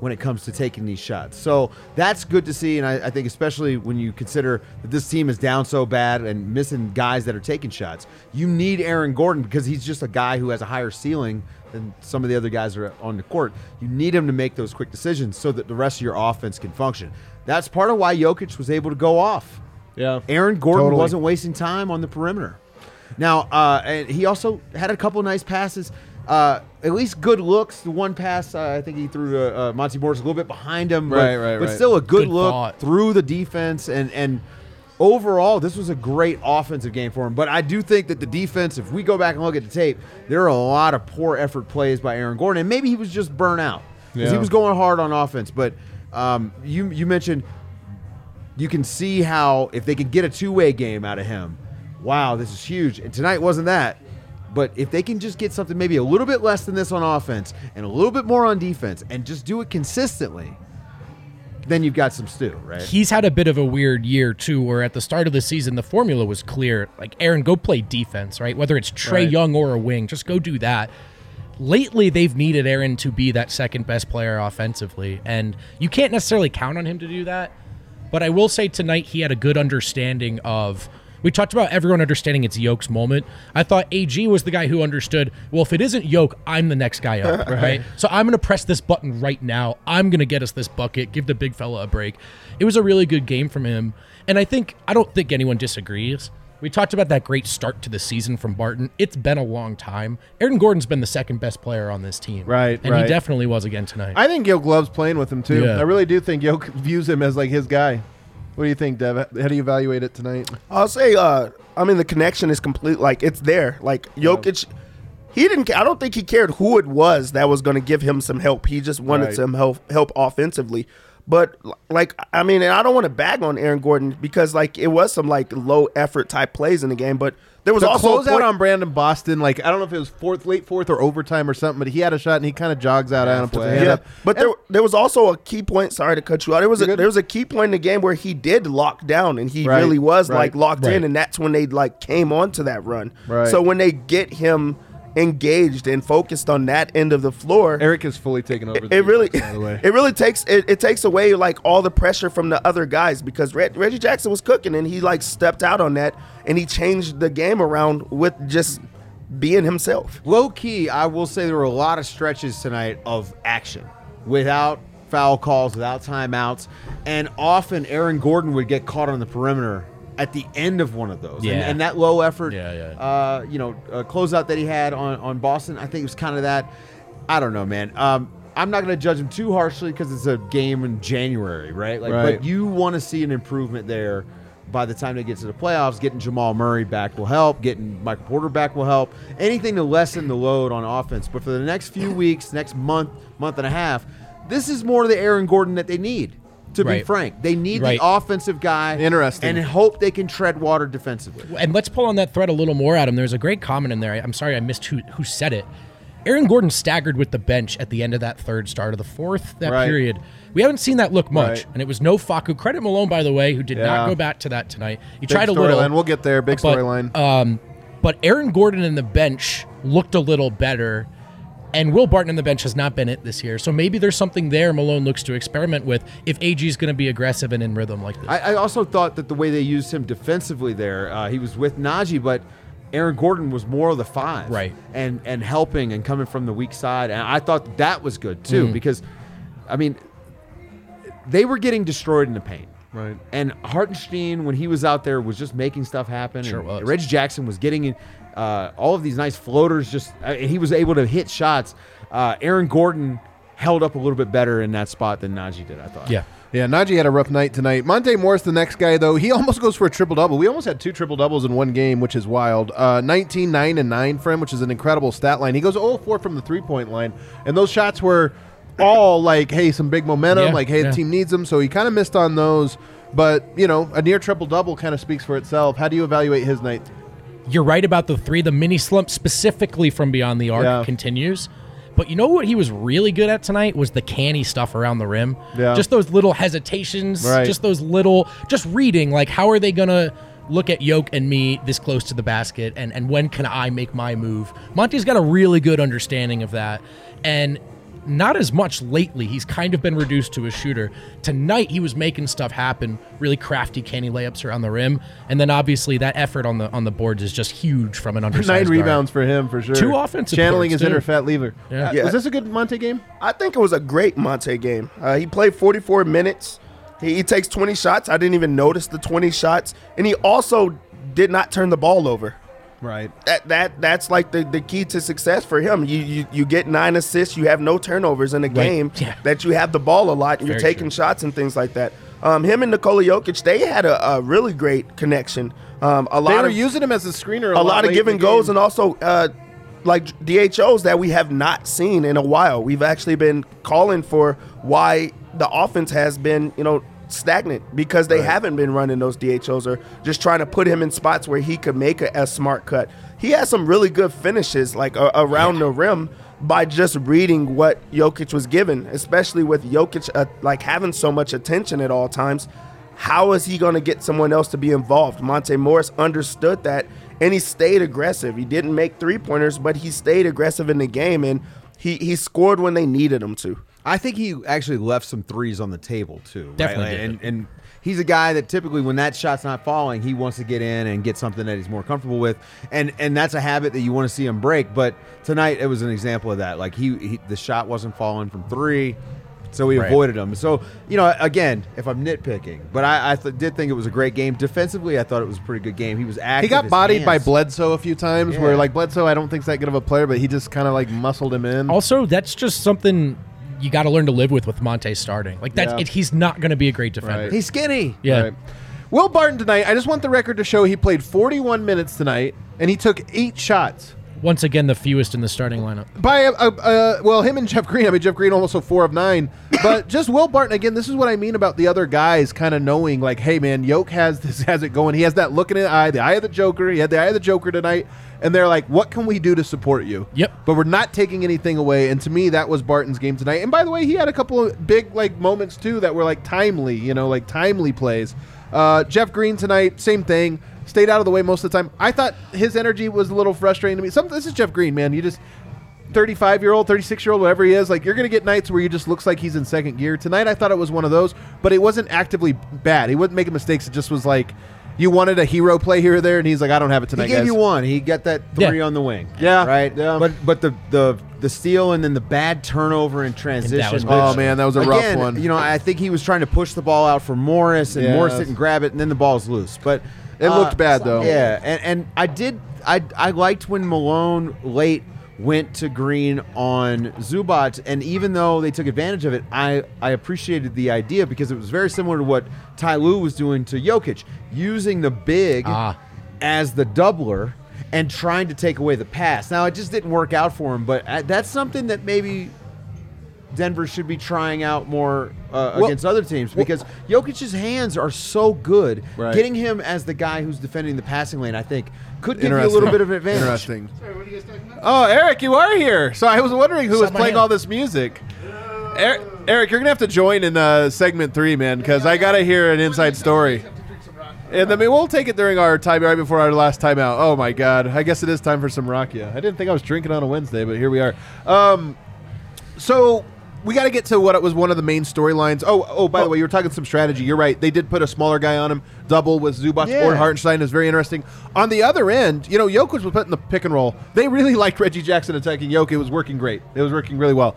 S4: when it comes to taking these shots. So that's good to see, and I, I think especially when you consider that this team is down so bad and missing guys that are taking shots, you need Aaron Gordon because he's just a guy who has a higher ceiling than some of the other guys that are on the court. You need him to make those quick decisions so that the rest of your offense can function. That's part of why Jokic was able to go off.
S1: Yeah.
S4: Aaron Gordon
S1: Totally.
S4: wasn't wasting time on the perimeter. Now, uh, and he also had a couple nice passes, uh, at least good looks. The one pass uh, I think he threw to uh, Monty Morris a little bit behind him, but,
S1: Right, right,
S4: but
S1: right.
S4: still a good,
S3: Good
S4: look
S3: thought.
S4: through the defense and and. Overall, this was a great offensive game for him, but I do think that the defense, if we go back and look at the tape, there are a lot of poor effort plays by Aaron Gordon, and maybe he was just burnt out because he
S1: Yeah.
S4: was going hard on offense. But um, you you mentioned you can see how if they can get a two-way game out of him, wow, this is huge. And tonight wasn't that. But if they can just get something maybe a little bit less than this on offense and a little bit more on defense and just do it consistently, then you've got some stew, right?
S3: he's had a bit of a weird year too, where at the start of the season the formula was clear. Like Aaron, go play defense, right? Whether it's Trey
S1: Right.
S3: Young or a wing, just go do that. Lately, they've needed Aaron to be that second best player offensively, and you can't necessarily count on him to do that. But I will say tonight he had a good understanding of. We talked about everyone understanding it's Yoke's moment. I thought AG was the guy who understood. Well, if it isn't Yoke, I'm the next guy up, right. So I'm going to press this button right now. I'm going to get us this bucket. Give the big fella a break. It was a really good game from him, and I think I don't think anyone disagrees. We talked about that great start to the season from Barton. It's been a long time. Aaron Gordon's been the second best player on this team,
S1: Right,
S3: And
S1: right.
S3: he definitely was again tonight.
S1: I think Yoke loves playing with him too.
S3: Yeah.
S1: I really do think Yoke views him as like his guy. What do you think, Dev? How do you evaluate it tonight?
S2: I'll say, uh, I mean, the connection is complete. Like it's there. Like Jokic, he didn't. ca- I don't think he cared who it was that was going to give him some help. He just wanted
S1: Right.
S2: some help help offensively. But l- like I mean, and I don't want to bag on Aaron Gordon because like it was some like low effort type plays in the game, but there was
S1: The
S2: also a
S1: close out
S2: point-
S1: on Brandon Boston, like I don't know if it was fourth, late fourth, or overtime or something, but he had a shot and he kind of jogs out and puts his
S4: Halfway.
S1: hand
S2: Yeah,
S1: up.
S2: but there there was also a key point. Sorry to cut you out. There was
S1: You're
S2: a,
S1: good.
S2: there was a key point in the game where he did lock down, and he
S1: Right,
S2: really was
S1: right,
S2: like locked
S3: right.
S2: in, and that's when they like came onto that run.
S1: Right.
S2: So when they get him engaged and focused on that end of the floor,
S1: Eric is fully taken over.
S2: it really it really takes it, it takes away like all the pressure from the other guys because Reg, Reggie Jackson was cooking and he like stepped out on that and he changed the game around with just being himself.
S4: Low key, I will say there were a lot of stretches tonight of action without foul calls, without timeouts, and often Aaron Gordon would get caught on the perimeter at the end of one of those. And,
S3: Yeah.
S4: and that low effort,
S3: Yeah, yeah.
S4: Uh, you know, uh, closeout that he had on, on Boston, I think it was kind of that. I don't know, man. Um, I'm not going to judge him too harshly because it's a game in January, right? Like,
S1: Right.
S4: But you want to see an improvement there by the time they get to the playoffs. Getting Jamal Murray back will help. Getting Michael Porter back will help. Anything to lessen the load on offense. But for the next few weeks, next month, month and a half, this is more the Aaron Gordon that they need. To be
S3: Right.
S4: frank, they need
S3: Right.
S4: the offensive guy.
S1: Interesting.
S4: And hope they can tread water defensively.
S3: and let's pull on that thread a little more, Adam. There's a great comment in there. I- I'm sorry I missed who who said it. Aaron Gordon staggered with the bench at the end of that third start of the fourth that
S1: Right.
S3: period. We haven't seen that look much,
S1: Right.
S3: and it was no Faku. Credit Malone, by the way, who did
S1: Yeah.
S3: not go back to that tonight. He
S1: Big
S3: tried a little.
S1: storyline. We'll get there. Big
S3: but,
S1: storyline.
S3: Um, but Aaron Gordon in the bench looked a little better, and Will Barton in the bench has not been it this year. So maybe there's something there Malone looks to experiment with if AG is going to be aggressive and in rhythm like this.
S4: I, I also thought that the way they used him defensively there, uh, he was with Najee, but Aaron Gordon was more of the five,
S3: Right.
S4: And and helping and coming from the weak side, and I thought that was good too
S3: Mm.
S4: because, I mean, they were getting destroyed in the paint.
S1: Right.
S4: And Hartenstein, when he was out there, was just making stuff happen.
S3: Sure
S4: and
S3: was.
S4: Reggie Jackson was getting in, uh, all of these nice floaters. Just uh, he was able to hit shots. Uh, Aaron Gordon held up a little bit better in that spot than Najee did. I thought.
S3: yeah.
S1: Yeah, Najee had a rough night tonight. Monte Morris, the next guy, though, he almost goes for a triple double. We almost had two triple doubles in one game, which is wild. Uh, 19, 9, and 9 for him, which is an incredible stat line. He goes 0 4 from the three point line, and those shots were all like, hey, some big momentum,
S3: Yeah,
S1: like, hey,
S3: yeah.
S1: the team needs them. So he kind of missed on those, but, you know, a near triple double kind of speaks for itself. How do you evaluate his night?
S3: You're right about the three. The mini slump, specifically from beyond the arc,
S1: Yeah.
S3: continues. But you know what he was really good at tonight was the canny stuff around the rim.
S1: Yeah.
S3: Just those little hesitations.
S1: Right.
S3: Just those little, just reading like how are they gonna look at Yoke and me this close to the basket, and and when can I make my move? Monty's got a really good understanding of that, and. Not as much lately. He's kind of been reduced to a shooter. Tonight, he was making stuff happen. Really crafty, canny layups around the rim, and then obviously that effort on the on the boards is just huge from an undersized
S1: Nine
S3: guard.
S1: rebounds for him, for sure.
S3: Two offensive
S1: Channeling
S3: boards,
S1: his inner
S3: too.
S1: fat lever.
S3: Yeah.
S1: Uh,
S2: Yeah.
S1: Was this a good Monte game?
S2: I think it was a great Monte game. Uh, he played 44 minutes. He, he takes 20 shots. I didn't even notice the 20 shots, and he also did not turn the ball over.
S1: Right.
S2: That that that's like the, the key to success for him. You, you you get nine assists. You have no turnovers in a game
S3: Yeah.
S2: that you have the ball a lot. And you're
S3: Very
S2: taking shots and things like that. Um, him and Nikola Jokic, they had a, a really great connection. Um, a lot
S1: They were
S2: of
S1: using him as a screener. A,
S2: a lot of
S1: late
S2: give
S1: in
S2: and
S1: the
S2: goes,
S1: game.
S2: and also uh, like DHOs that we have not seen in a while. We've actually been calling for why the offense has been, you know, stagnant because they haven't been running those DHOs or just trying to put him in spots where he could make a, a smart cut. He has some really good finishes, like a around the rim. By just reading what Jokic was given, especially with Jokic uh, like having so much attention at all times, how is he going to get someone else to be involved? Monte Morris understood that and he stayed aggressive. He didn't make three pointers, but he stayed aggressive in the game and he, he scored when they needed him to.
S4: I think he actually left some threes on the table too. right?
S3: Definitely
S4: Like,
S3: did.
S4: and, and he's a guy that typically, when that shot's not falling, he wants to get in and get something that he's more comfortable with, and and that's a habit that you want to see him break. But tonight, it was an example of that. Like he, he the shot wasn't falling from three. So he avoided him. So you know, again, if I'm nitpicking, but I, I th- did think it was a great game defensively. I thought it was a pretty good game. He was active.
S1: He got
S4: his
S1: bodied by
S4: hands-
S1: Bledsoe a few times. Where
S4: Yeah.
S1: like Bledsoe, I don't think's that good of a player, but he just kind of like muscled him in.
S3: Also, that's just something you got to learn to live with with Monte starting. Like that's
S1: Yeah.
S3: it, he's not going to be a great defender.
S1: Right.
S4: He's skinny.
S3: Yeah.
S1: Right. Will Barton tonight. I just want the record to show he played 41 minutes tonight, and he took eight shots.
S3: Once again, the fewest in the starting lineup.
S1: by uh, uh, well, him and Jeff Green. I mean, Jeff Green also four of nine, but just Will Barton again. This is what I mean about the other guys, kind of knowing like, hey man, Yoke has this has it going. He has that look in the eye, the eye of the Joker. He had the eye of the Joker tonight, and they're like, what can we do to support you?
S3: Yep.
S1: But we're not taking anything away. And to me, that was Barton's game tonight. And by the way, he had a couple of big like moments too that were like timely, you know, like timely plays. Uh, Jeff Green tonight, same thing stayed out of the way most of the time. I thought his energy was a little frustrating to me. Some this is Jeff Green, man. You just 35 year old, 36 year old, whatever he is, like you're gonna get nights where he just looks like he's in second gear. Tonight I thought it was one of those, but it wasn't actively bad. He wasn't making mistakes. It just was like you wanted a hero play here or there, and he's like, I don't have it tonight.
S4: He gave
S1: guys.
S4: you one. He got that
S3: Yeah.
S4: three on the wing.
S1: Yeah.
S4: Right.
S1: Yeah.
S4: But but the the the steal and then the bad turnover and transition.
S3: was big.
S1: oh man, that was a rough
S4: Again,
S1: one.
S4: You know, I think he was trying to push the ball out for Morris, and
S1: Yes.
S4: Morris didn't grab it, and then the ball's loose. But uh,
S1: It looked bad, though.
S4: Yeah, and, and I did. I I liked when Malone late went to Green on Zubac, and even though they took advantage of it, I I appreciated the idea because it was very similar to what Ty Lue was doing to Jokic, using the big
S3: Ah.
S4: as the doubler. And trying to take away the pass. Now it just didn't work out for him, but uh, that's something that maybe Denver should be trying out more uh,
S1: Well-
S4: against other teams because Jokic's hands are so good.
S1: Right.
S4: Getting him as the guy who's defending the passing lane, I think, could give you a
S1: Interesting.
S4: little bit of an advantage.
S1: Interesting.
S5: Sorry, what are you guys talking about?
S1: Oh, Eric, you are here. So I was wondering who was
S3: on my
S1: playing
S3: hand.
S1: all this music. Eric, Eric, you're gonna have to join in uh, segment three, man, because I gotta hear an inside story.
S5: Have to drink some rock.
S1: And then we will take it during our time right before our last timeout. Oh my god! I guess it is time for some rakia. I didn't think I was drinking on a Wednesday, but here we are. Um, so we got to get to what was one of the main storylines. Oh, oh, by the way, you were talking some strategy. You're right. They did put a smaller guy on him, double with Zubac
S4: Yeah.
S1: or Hartenstein. Is very interesting. On the other end, you know, Jokic was putting the pick and roll. They really liked Reggie Jackson attacking Jokic. It was working great. It was working really well.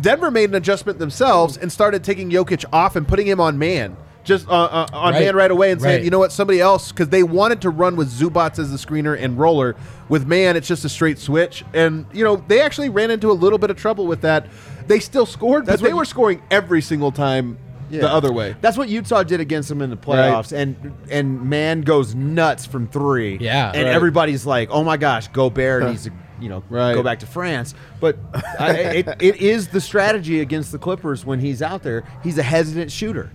S1: Denver made an adjustment themselves and started taking Jokic off and putting him on man, just uh, uh, on
S3: Right.
S1: man right away, and saying,
S3: Right.
S1: you know what, somebody else, because they wanted to run with Zubats as the screener and roller. With man, it's just a straight switch, and you know they actually ran into a little bit of trouble with that. They still scored,
S4: That's
S1: but they
S4: what
S1: were
S4: you-
S1: scoring every single time
S4: Yeah.
S1: the other way.
S4: That's what Utah did against them in the playoffs, and and man goes nuts from three.
S3: Yeah.
S4: and
S3: Right.
S4: everybody's like, "Oh my gosh, Gobert needs to, you know,
S1: Right.
S4: go back to France." But I, it, it is the strategy against the Clippers when he's out there. He's a hesitant shooter,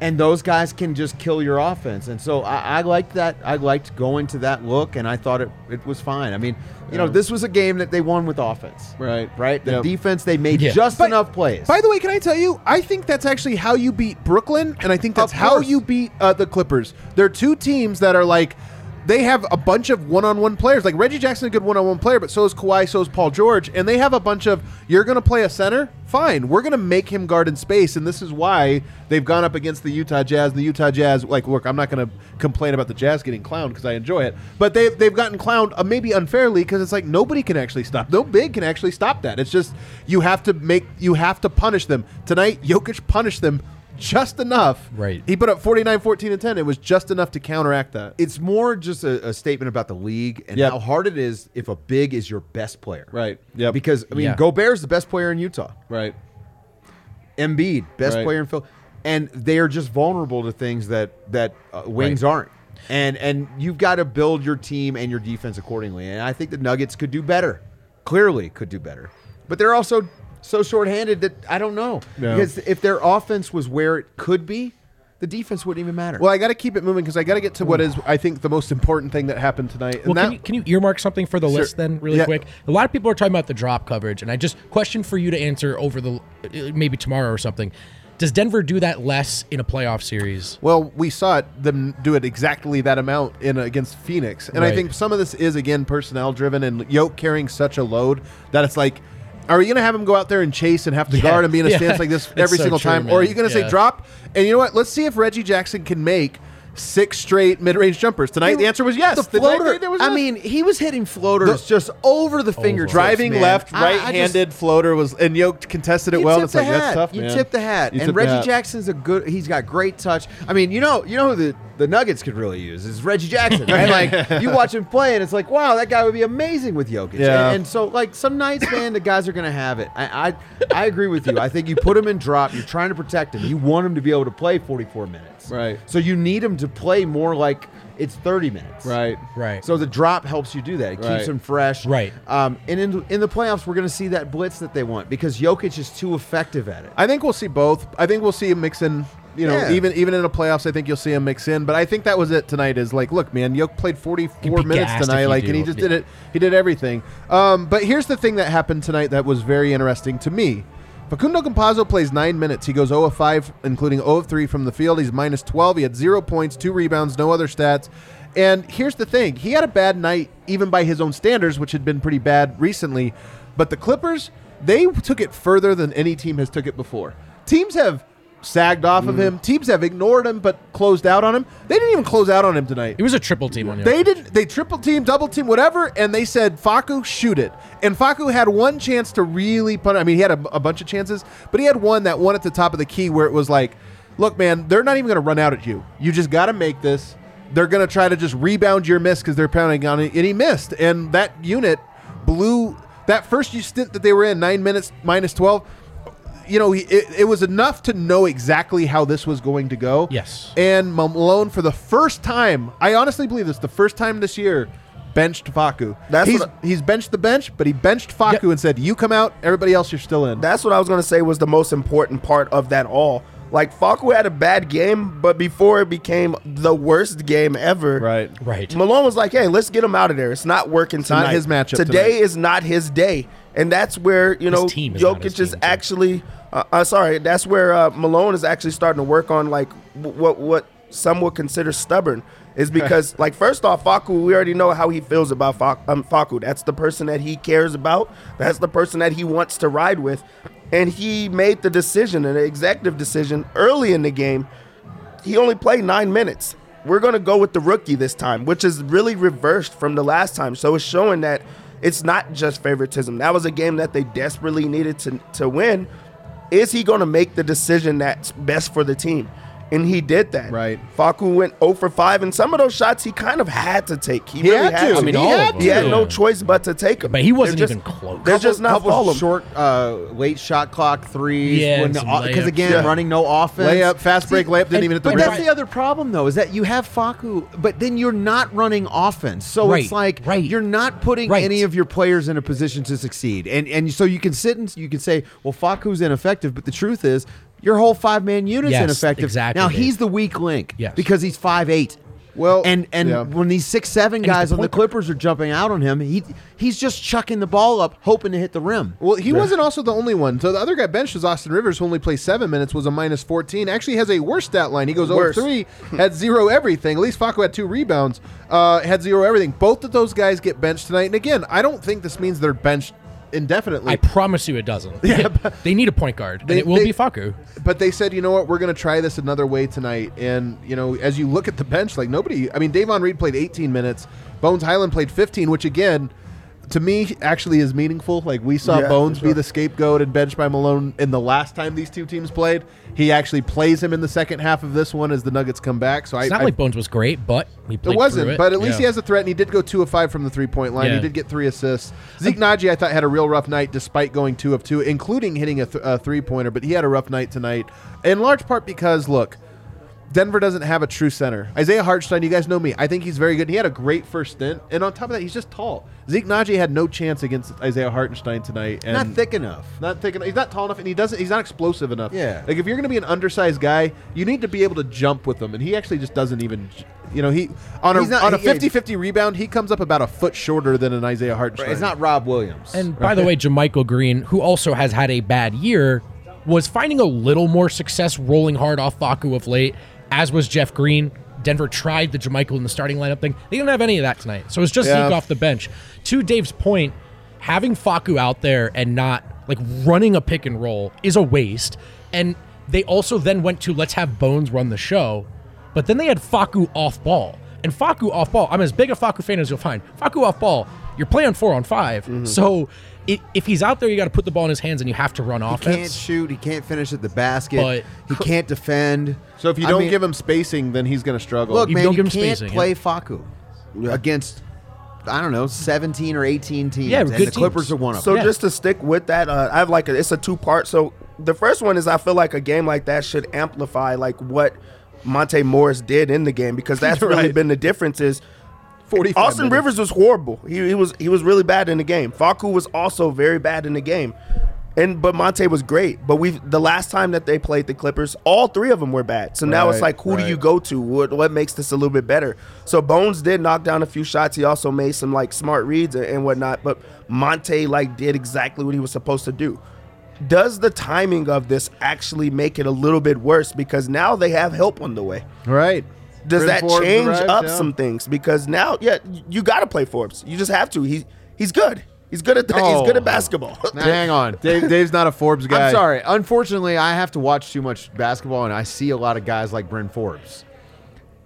S4: and those guys can just kill your offense. And so I, I liked that. I liked going to that look, and I thought it it was fine. I mean, you know, this was a game that they won with offense.
S1: Right.
S4: right. The
S1: Yep.
S4: defense they made
S3: Yeah.
S4: just
S1: But-
S4: enough plays.
S1: By the way, can I tell you? I think that's actually how you beat Brooklyn, and I think that's
S4: Of
S1: how
S4: course.
S1: you beat uh, the Clippers. They're two teams that are like. They have a bunch of one-on-one players. Like Reggie Jackson's a good one-on-one player, but so is Kawhi, so is Paul George, and they have a bunch of you're going to play a center? Fine. We're going to make him guard in space, and this is why they've gone up against the Utah Jazz. The Utah Jazz, like look, I'm not going to complain about the Jazz getting clowned because I enjoy it, but they they've gotten clowned uh, maybe unfairly because it's like nobody can actually stop. No big can actually stop that. It's just you have to make you have to punish them. Tonight Jokic punished them just enough.
S3: Right.
S1: He put up 49 14 and 10. It was just enough to counteract that.
S4: it's more just a, a statement about the league and
S1: Yep.
S4: how hard it is if a big is your best player.
S1: Right. Yep.
S4: Because I mean,
S3: Yeah.
S4: Gobert's the best player in Utah.
S1: right.
S4: Embiid, best
S1: Right.
S4: player in Phil, and they are just vulnerable to things that that uh, wings
S3: Right.
S4: aren't. And and you've got to build your team and your defense accordingly. And I think the Nuggets could do better. Clearly, could do better. But they're also so shorthanded that I don't know
S1: Yeah.
S4: because if their offense was where it could be, the defense wouldn't even matter.
S1: Well, I got to keep it moving because I got to get to what is, I think, the most important thing that happened tonight. And
S3: Well,
S1: that,
S3: can, you, can you earmark something for the list then, really
S1: Yeah.
S3: quick? A lot of people are talking about the drop coverage, and I just question for you to answer over the uh, maybe tomorrow or something. Does Denver do that less in a playoff series?
S1: Well, we saw it, them do it exactly that amount in against Phoenix, and I
S3: Right.
S1: think some of this is again personnel driven and Yoke carrying such a load that it's like, are you going to have him go out there and chase and have to
S3: Yeah.
S1: guard and be in a
S3: Yeah.
S1: stance like this
S3: That's
S1: every
S3: so
S1: single
S3: true,
S1: time, or are
S3: man.
S1: you going to say
S3: Yeah.
S1: drop? And you know what? Let's see if Reggie Jackson can make six straight mid range jumpers tonight. the answer was yes.
S4: The
S1: night
S4: floater.
S1: there was
S4: I
S1: yes.
S4: mean, he was hitting floaters just over the fingertips.
S1: Driving
S4: man.
S1: left,
S4: I- I just-
S1: right-handed floater was and Yoke contested it
S4: you
S1: well.
S4: tip
S1: It's
S4: the
S1: like
S4: hat.
S1: that's tough,
S4: You
S1: man.
S4: tip the hat,
S1: You tip
S4: and
S1: the
S4: Reggie
S1: hat.
S4: Jackson's a good. He's got great touch. I mean, you know, you know who the the Nuggets could really use is Reggie Jackson. And like you watch him play, and it's like, wow, that guy would be amazing with Jokic.
S1: Yeah.
S4: And, and so like some nights, man, the guys are gonna have it. I, I I agree with you. I think you put him in drop. You're trying to protect him. You want him to be able to play 44 minutes.
S1: Right.
S4: So you need him to play more like it's 30 minutes.
S1: Right.
S3: Right.
S4: So the drop helps you do that. It
S1: Right.
S4: keeps him fresh.
S3: Right.
S4: Um, and in, in the playoffs, we're going to see that blitz that they want because Jokic is too effective at it.
S1: I think we'll see both. I think we'll see him mix in. You know,
S4: Yeah.
S1: even even in the playoffs, I think you'll see him mix in. But I think that was it tonight. Is like, look, man, Yoke played forty four
S3: be
S1: minutes
S3: gassed if
S1: tonight,
S3: you
S1: like, and he
S3: do.
S1: just did it. He did everything. Um, but here's the thing that happened tonight that was very interesting to me. Facundo Campazzo plays nine minutes. He goes 0 of 5, including 0 of 3 from the field. He's minus 12. He had zero points, two rebounds, no other stats. And here's the thing he had a bad night, even by his own standards, which had been pretty bad recently. But the Clippers, they took it further than any team has took it before. Teams have sagged off
S3: Mm.
S1: of him. Teams have ignored him, but closed out on him. They didn't even close out on him tonight.
S3: it was a triple team on you.
S1: They didn't. They triple team, double team, whatever, and they said Faku shoot it. And Faku had one chance to really put. I mean, he had a, a bunch of chances, but he had one that one at the top of the key where it was like, "Look, man, they're not even going to run out at you. You just got to make this. They're going to try to just rebound your miss because they're pounding on it." And he missed, and that unit blew that first stint that they were in nine minutes minus twelve. You know, he, it, it was enough to know exactly how this was going to go
S3: Yes.
S1: and Malone for the first time. I honestly believe this. The first time this year, benched Faku.
S2: That's
S1: he's
S2: what
S1: he's benched the bench, but he benched Faku
S3: Yep.
S1: and said, "You come out. Everybody else, you're still in."
S2: That's what I was gonna say was the most important part of that all. Like Faku had a bad game, but before it became the worst game ever,
S1: right.
S3: right.
S2: Malone was like, "Hey, let's get him out of there. It's not working tonight.
S1: not his matchup
S2: Today
S1: tonight."
S2: is not his day." And that's where you know
S3: team is not his
S2: Jokic is
S3: team, too.
S2: actually. Uh, uh, sorry, that's where uh, Malone is actually starting to work on like w- what what some would consider stubborn is because like first off, Faku, we already know how he feels about Fa- um, Faku. That's the person that he cares about. That's the person that he wants to ride with, and he made the decision, an executive decision, early in the game he only played nine minutes. We're going to go with the rookie this time, which is really reversed from the last time. So it's showing that it's not just favoritism. That was a game that they desperately needed to, to win. Is he going to make the decision that's best for the team? And he did that.
S1: Right.
S2: Faku went 0 for 5, and some of those shots he kind of had to take. He,
S1: He
S2: really
S1: had
S2: had
S1: to.
S2: to.
S1: I mean,
S2: he
S1: all
S2: had,
S1: of them.
S2: he had no
S3: Yeah.
S2: choice but to take them.
S3: But he wasn't even close.
S2: They're just not
S4: couple
S2: following.
S4: short uh, late shot clock threes.
S3: Yeah, and some
S4: because
S3: layups.
S4: again,
S3: Yeah.
S4: running no offense.
S1: Layup, fast break, layup. Didn't
S4: And-
S1: even hit the
S4: but
S1: rim.
S4: that's the other problem though, is that you have Faku, but then you're not running offense. So it's
S3: Right,
S4: like
S3: right.
S4: you're not putting
S3: Right.
S4: any of your players in a position to succeed. And and so you can sit and you can say, well, Faku's ineffective, but the truth is your whole five man unit's
S3: Yes,
S4: ineffective.
S3: exactly,
S4: Now
S3: Dave.
S4: he's the weak link
S3: Yes.
S4: because he's five eight.
S1: Well,
S4: and and
S1: yeah.
S4: when these six seven
S3: he's
S4: guys
S3: the
S4: on the
S3: point guard.
S4: Clippers are jumping out on him, he he's just chucking the ball up, hoping to hit the rim.
S1: Well, he wasn't also the only one. So the other guy benched is Austin Rivers, who only plays seven minutes, was a minus fourteen. Actually, has a worse stat line. He goes over
S2: Worse.
S1: three, had zero everything. At least Faku had two rebounds, uh, had zero everything. Both of those guys get benched tonight. And again, I don't think this means they're benched indefinitely.
S3: I promise you it doesn't. Yeah, they need a point guard.
S1: They-
S3: and it will
S1: they-
S3: be Faku.
S1: But they said, you know what, we're going to try this another way tonight. And, you know, as you look at the bench, like nobody, I mean, Davon Reed played 18 minutes, Bones Highland played 15, which again, to me, actually is meaningful. Like we saw
S2: Yeah,
S1: Bones
S2: for sure.
S1: be the scapegoat and benched by Malone in the last time these two teams played. He actually plays him in the second half of this one as the Nuggets come back. So I,
S3: It's not
S1: I-
S3: like Bones was great, but he
S1: it
S3: played through
S1: wasn't, but at least
S3: Yeah.
S1: he has a threat, and he did go two of five from the three point line. He
S3: Yeah.
S1: did get three assists. Zeke Naji, I thought, had a real rough night despite going two of two, including hitting a, th- a three pointer, but he had a rough night tonight, in large part because, look, Denver doesn't have a true center. Isaiah Hartstein, you guys know me. I think he's very good. He had a great first stint, and on top of that, he's just tall. Zeke Naji had no chance against Isaiah Hartenstein tonight. And
S4: Not thick enough.
S1: not thick enough. He's not tall enough, and he doesn't. He's not explosive enough.
S4: Yeah.
S1: Like if you're going to be an undersized guy, you need to be able to jump with them, and he actually just doesn't even. j- You know, he on a
S4: He's not-
S1: on a
S4: he- yeah.
S1: 50-50 rebound, he comes up about a foot shorter than an Isaiah Hartenstein.
S4: It's not Rob Williams.
S3: And by the way, Jamichael Green, who also has had a bad year, was finding a little more success rolling hard off Faku of late, as was Jeff Green. Denver tried the Jamichael in the starting lineup thing. They didn't have any of that tonight. So it was just
S1: Yeah.
S3: Zeke off the bench. To Dave's point, having Faku out there and not like running a pick and roll is a waste. And they also then went to let's have Bones run the show. But then they had Faku off ball. And Faku off ball, I'm as big a Faku fan as you'll find. Faku off ball You're playing four on 5
S1: Mm-hmm.
S3: so i if he's out there, you got to put the ball in his hands and you have to run
S4: He can't
S3: offense.
S4: shoot. He can't finish at the basket.
S3: But-
S4: he can't defend.
S1: So if you
S4: I
S1: don't
S4: mean,
S1: give him spacing, then he's going to struggle.
S4: look,
S3: You
S4: man,
S3: don't
S4: you
S3: give him
S4: can't
S3: spacing,
S4: play
S3: yeah.
S4: Faku
S2: Yeah.
S4: against I don't know seventeen or eighteen teams.
S3: Yeah,
S4: and
S3: good
S4: the Clippers
S3: teams.
S4: are one of
S2: So
S4: them.
S3: Yeah.
S2: just to stick with that, uh, I have like a, it's a two part. So the first one is I feel like a game like that should amplify like what Monte Morris did in the game because that's really
S1: Right.
S2: been the difference. Is
S1: 45
S2: Austin
S1: minutes.
S2: Rivers was horrible. He, he was he was really bad in the game. Faku was also very bad in the game. And but Monte was great. But we the last time that they played the Clippers, all three of them were bad. So now it's
S1: Right,
S2: like who do
S1: right.
S2: you go to? What what makes this a little bit better? So Bones did knock down a few shots. He also made some like smart reads and- and whatnot. But Monte like did exactly what he was supposed to do. Does the timing of this actually make it a little bit worse? Because now they have help on the way
S1: Right.
S2: does
S1: Bryn
S2: that
S1: Forbes
S2: change
S1: arrived,
S2: up
S1: yeah.
S2: some things? Because now, yeah, y- you got to play Forbes. You just have to. He he's good. He's good at he's good
S4: Oh.
S2: at basketball.
S4: Hang on.
S1: Dave, Dave's not a Forbes guy.
S4: I'm sorry. Unfortunately, I have to watch too much basketball, and I see a lot of guys like Bryn Forbes.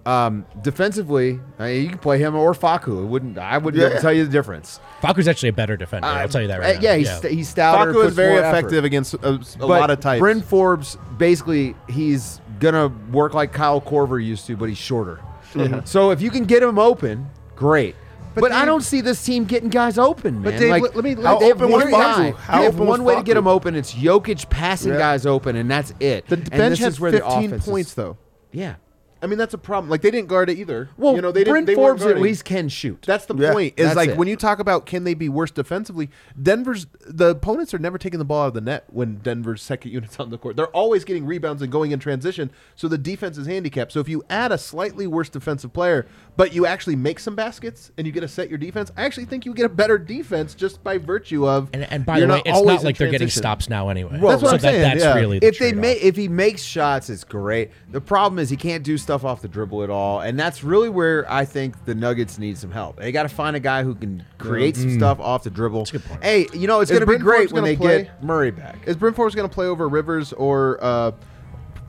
S4: Um, defensively, I mean, you can play him or Faku. It wouldn't. I wouldn't be able
S2: Yeah.
S4: to tell you the difference.
S3: Faku's actually a better defender. I'll tell you that right
S4: Uh,
S3: now.
S4: yeah, he's st- he's stouter.
S1: Faku is
S4: puts
S1: very
S4: more effort.
S1: effective against a, a
S4: But
S1: lot of types.
S4: Bryn Forbes basically he's gonna work like Kyle Corver used to, but he's shorter. Mm-hmm. So if you can get him open, great. But, I
S1: Dave-
S4: don't see this team getting guys open, man.
S1: But Dave,
S4: like,
S1: let- let me-
S4: they
S1: How
S4: have
S2: open was
S4: one
S2: Faku?
S4: guy.
S2: How
S4: they have
S2: open was
S4: one way to get
S2: Faku?
S4: them open. It's Jokic passing
S2: Yeah.
S4: guys open, and that's it.
S1: the
S4: And
S1: bench
S4: this
S1: had
S4: is where
S1: 15
S4: the offense
S1: points
S4: is,
S1: though.
S4: Yeah.
S1: I mean, that's a problem. Like they didn't guard it either.
S4: Well,
S1: you know, they
S4: Bryn
S1: didn't. They weren't
S4: Forbes at
S1: guarding.
S4: least can shoot.
S1: That's the
S2: Yeah.
S1: point. Is
S4: That's
S1: like
S4: it.
S1: when you talk about can they be worse defensively? Denver's the opponents are never taking the ball out of the net when Denver's second unit's on the court. They're always getting rebounds and going in transition, so the defense is handicapped. So if you add a slightly worse defensive player, but you actually make some baskets and you get to set your defense, I actually think you get a better defense just by virtue of
S3: And, and by
S1: you're
S3: the way, it's
S1: always
S3: not
S1: in
S3: like they're getting
S1: transition.
S3: stops now anyway.
S1: Well, that's what
S3: so
S1: I'm
S3: that,
S1: saying,
S3: that's
S1: yeah.
S3: really the
S4: if they
S3: trade-off.
S4: make if he makes shots, it's great. The problem is he can't do stuff off the dribble at all, and that's really where I think the Nuggets need some help. They got to find a guy who can create
S3: Mm.
S4: some stuff off the dribble. Hey, you know it's
S1: Is
S4: going to be
S1: Bryn
S4: great
S1: Forbes
S4: when
S1: gonna
S4: they
S1: play?
S4: get Murray back.
S1: Is Bryn Forbes going to play over Rivers or uh,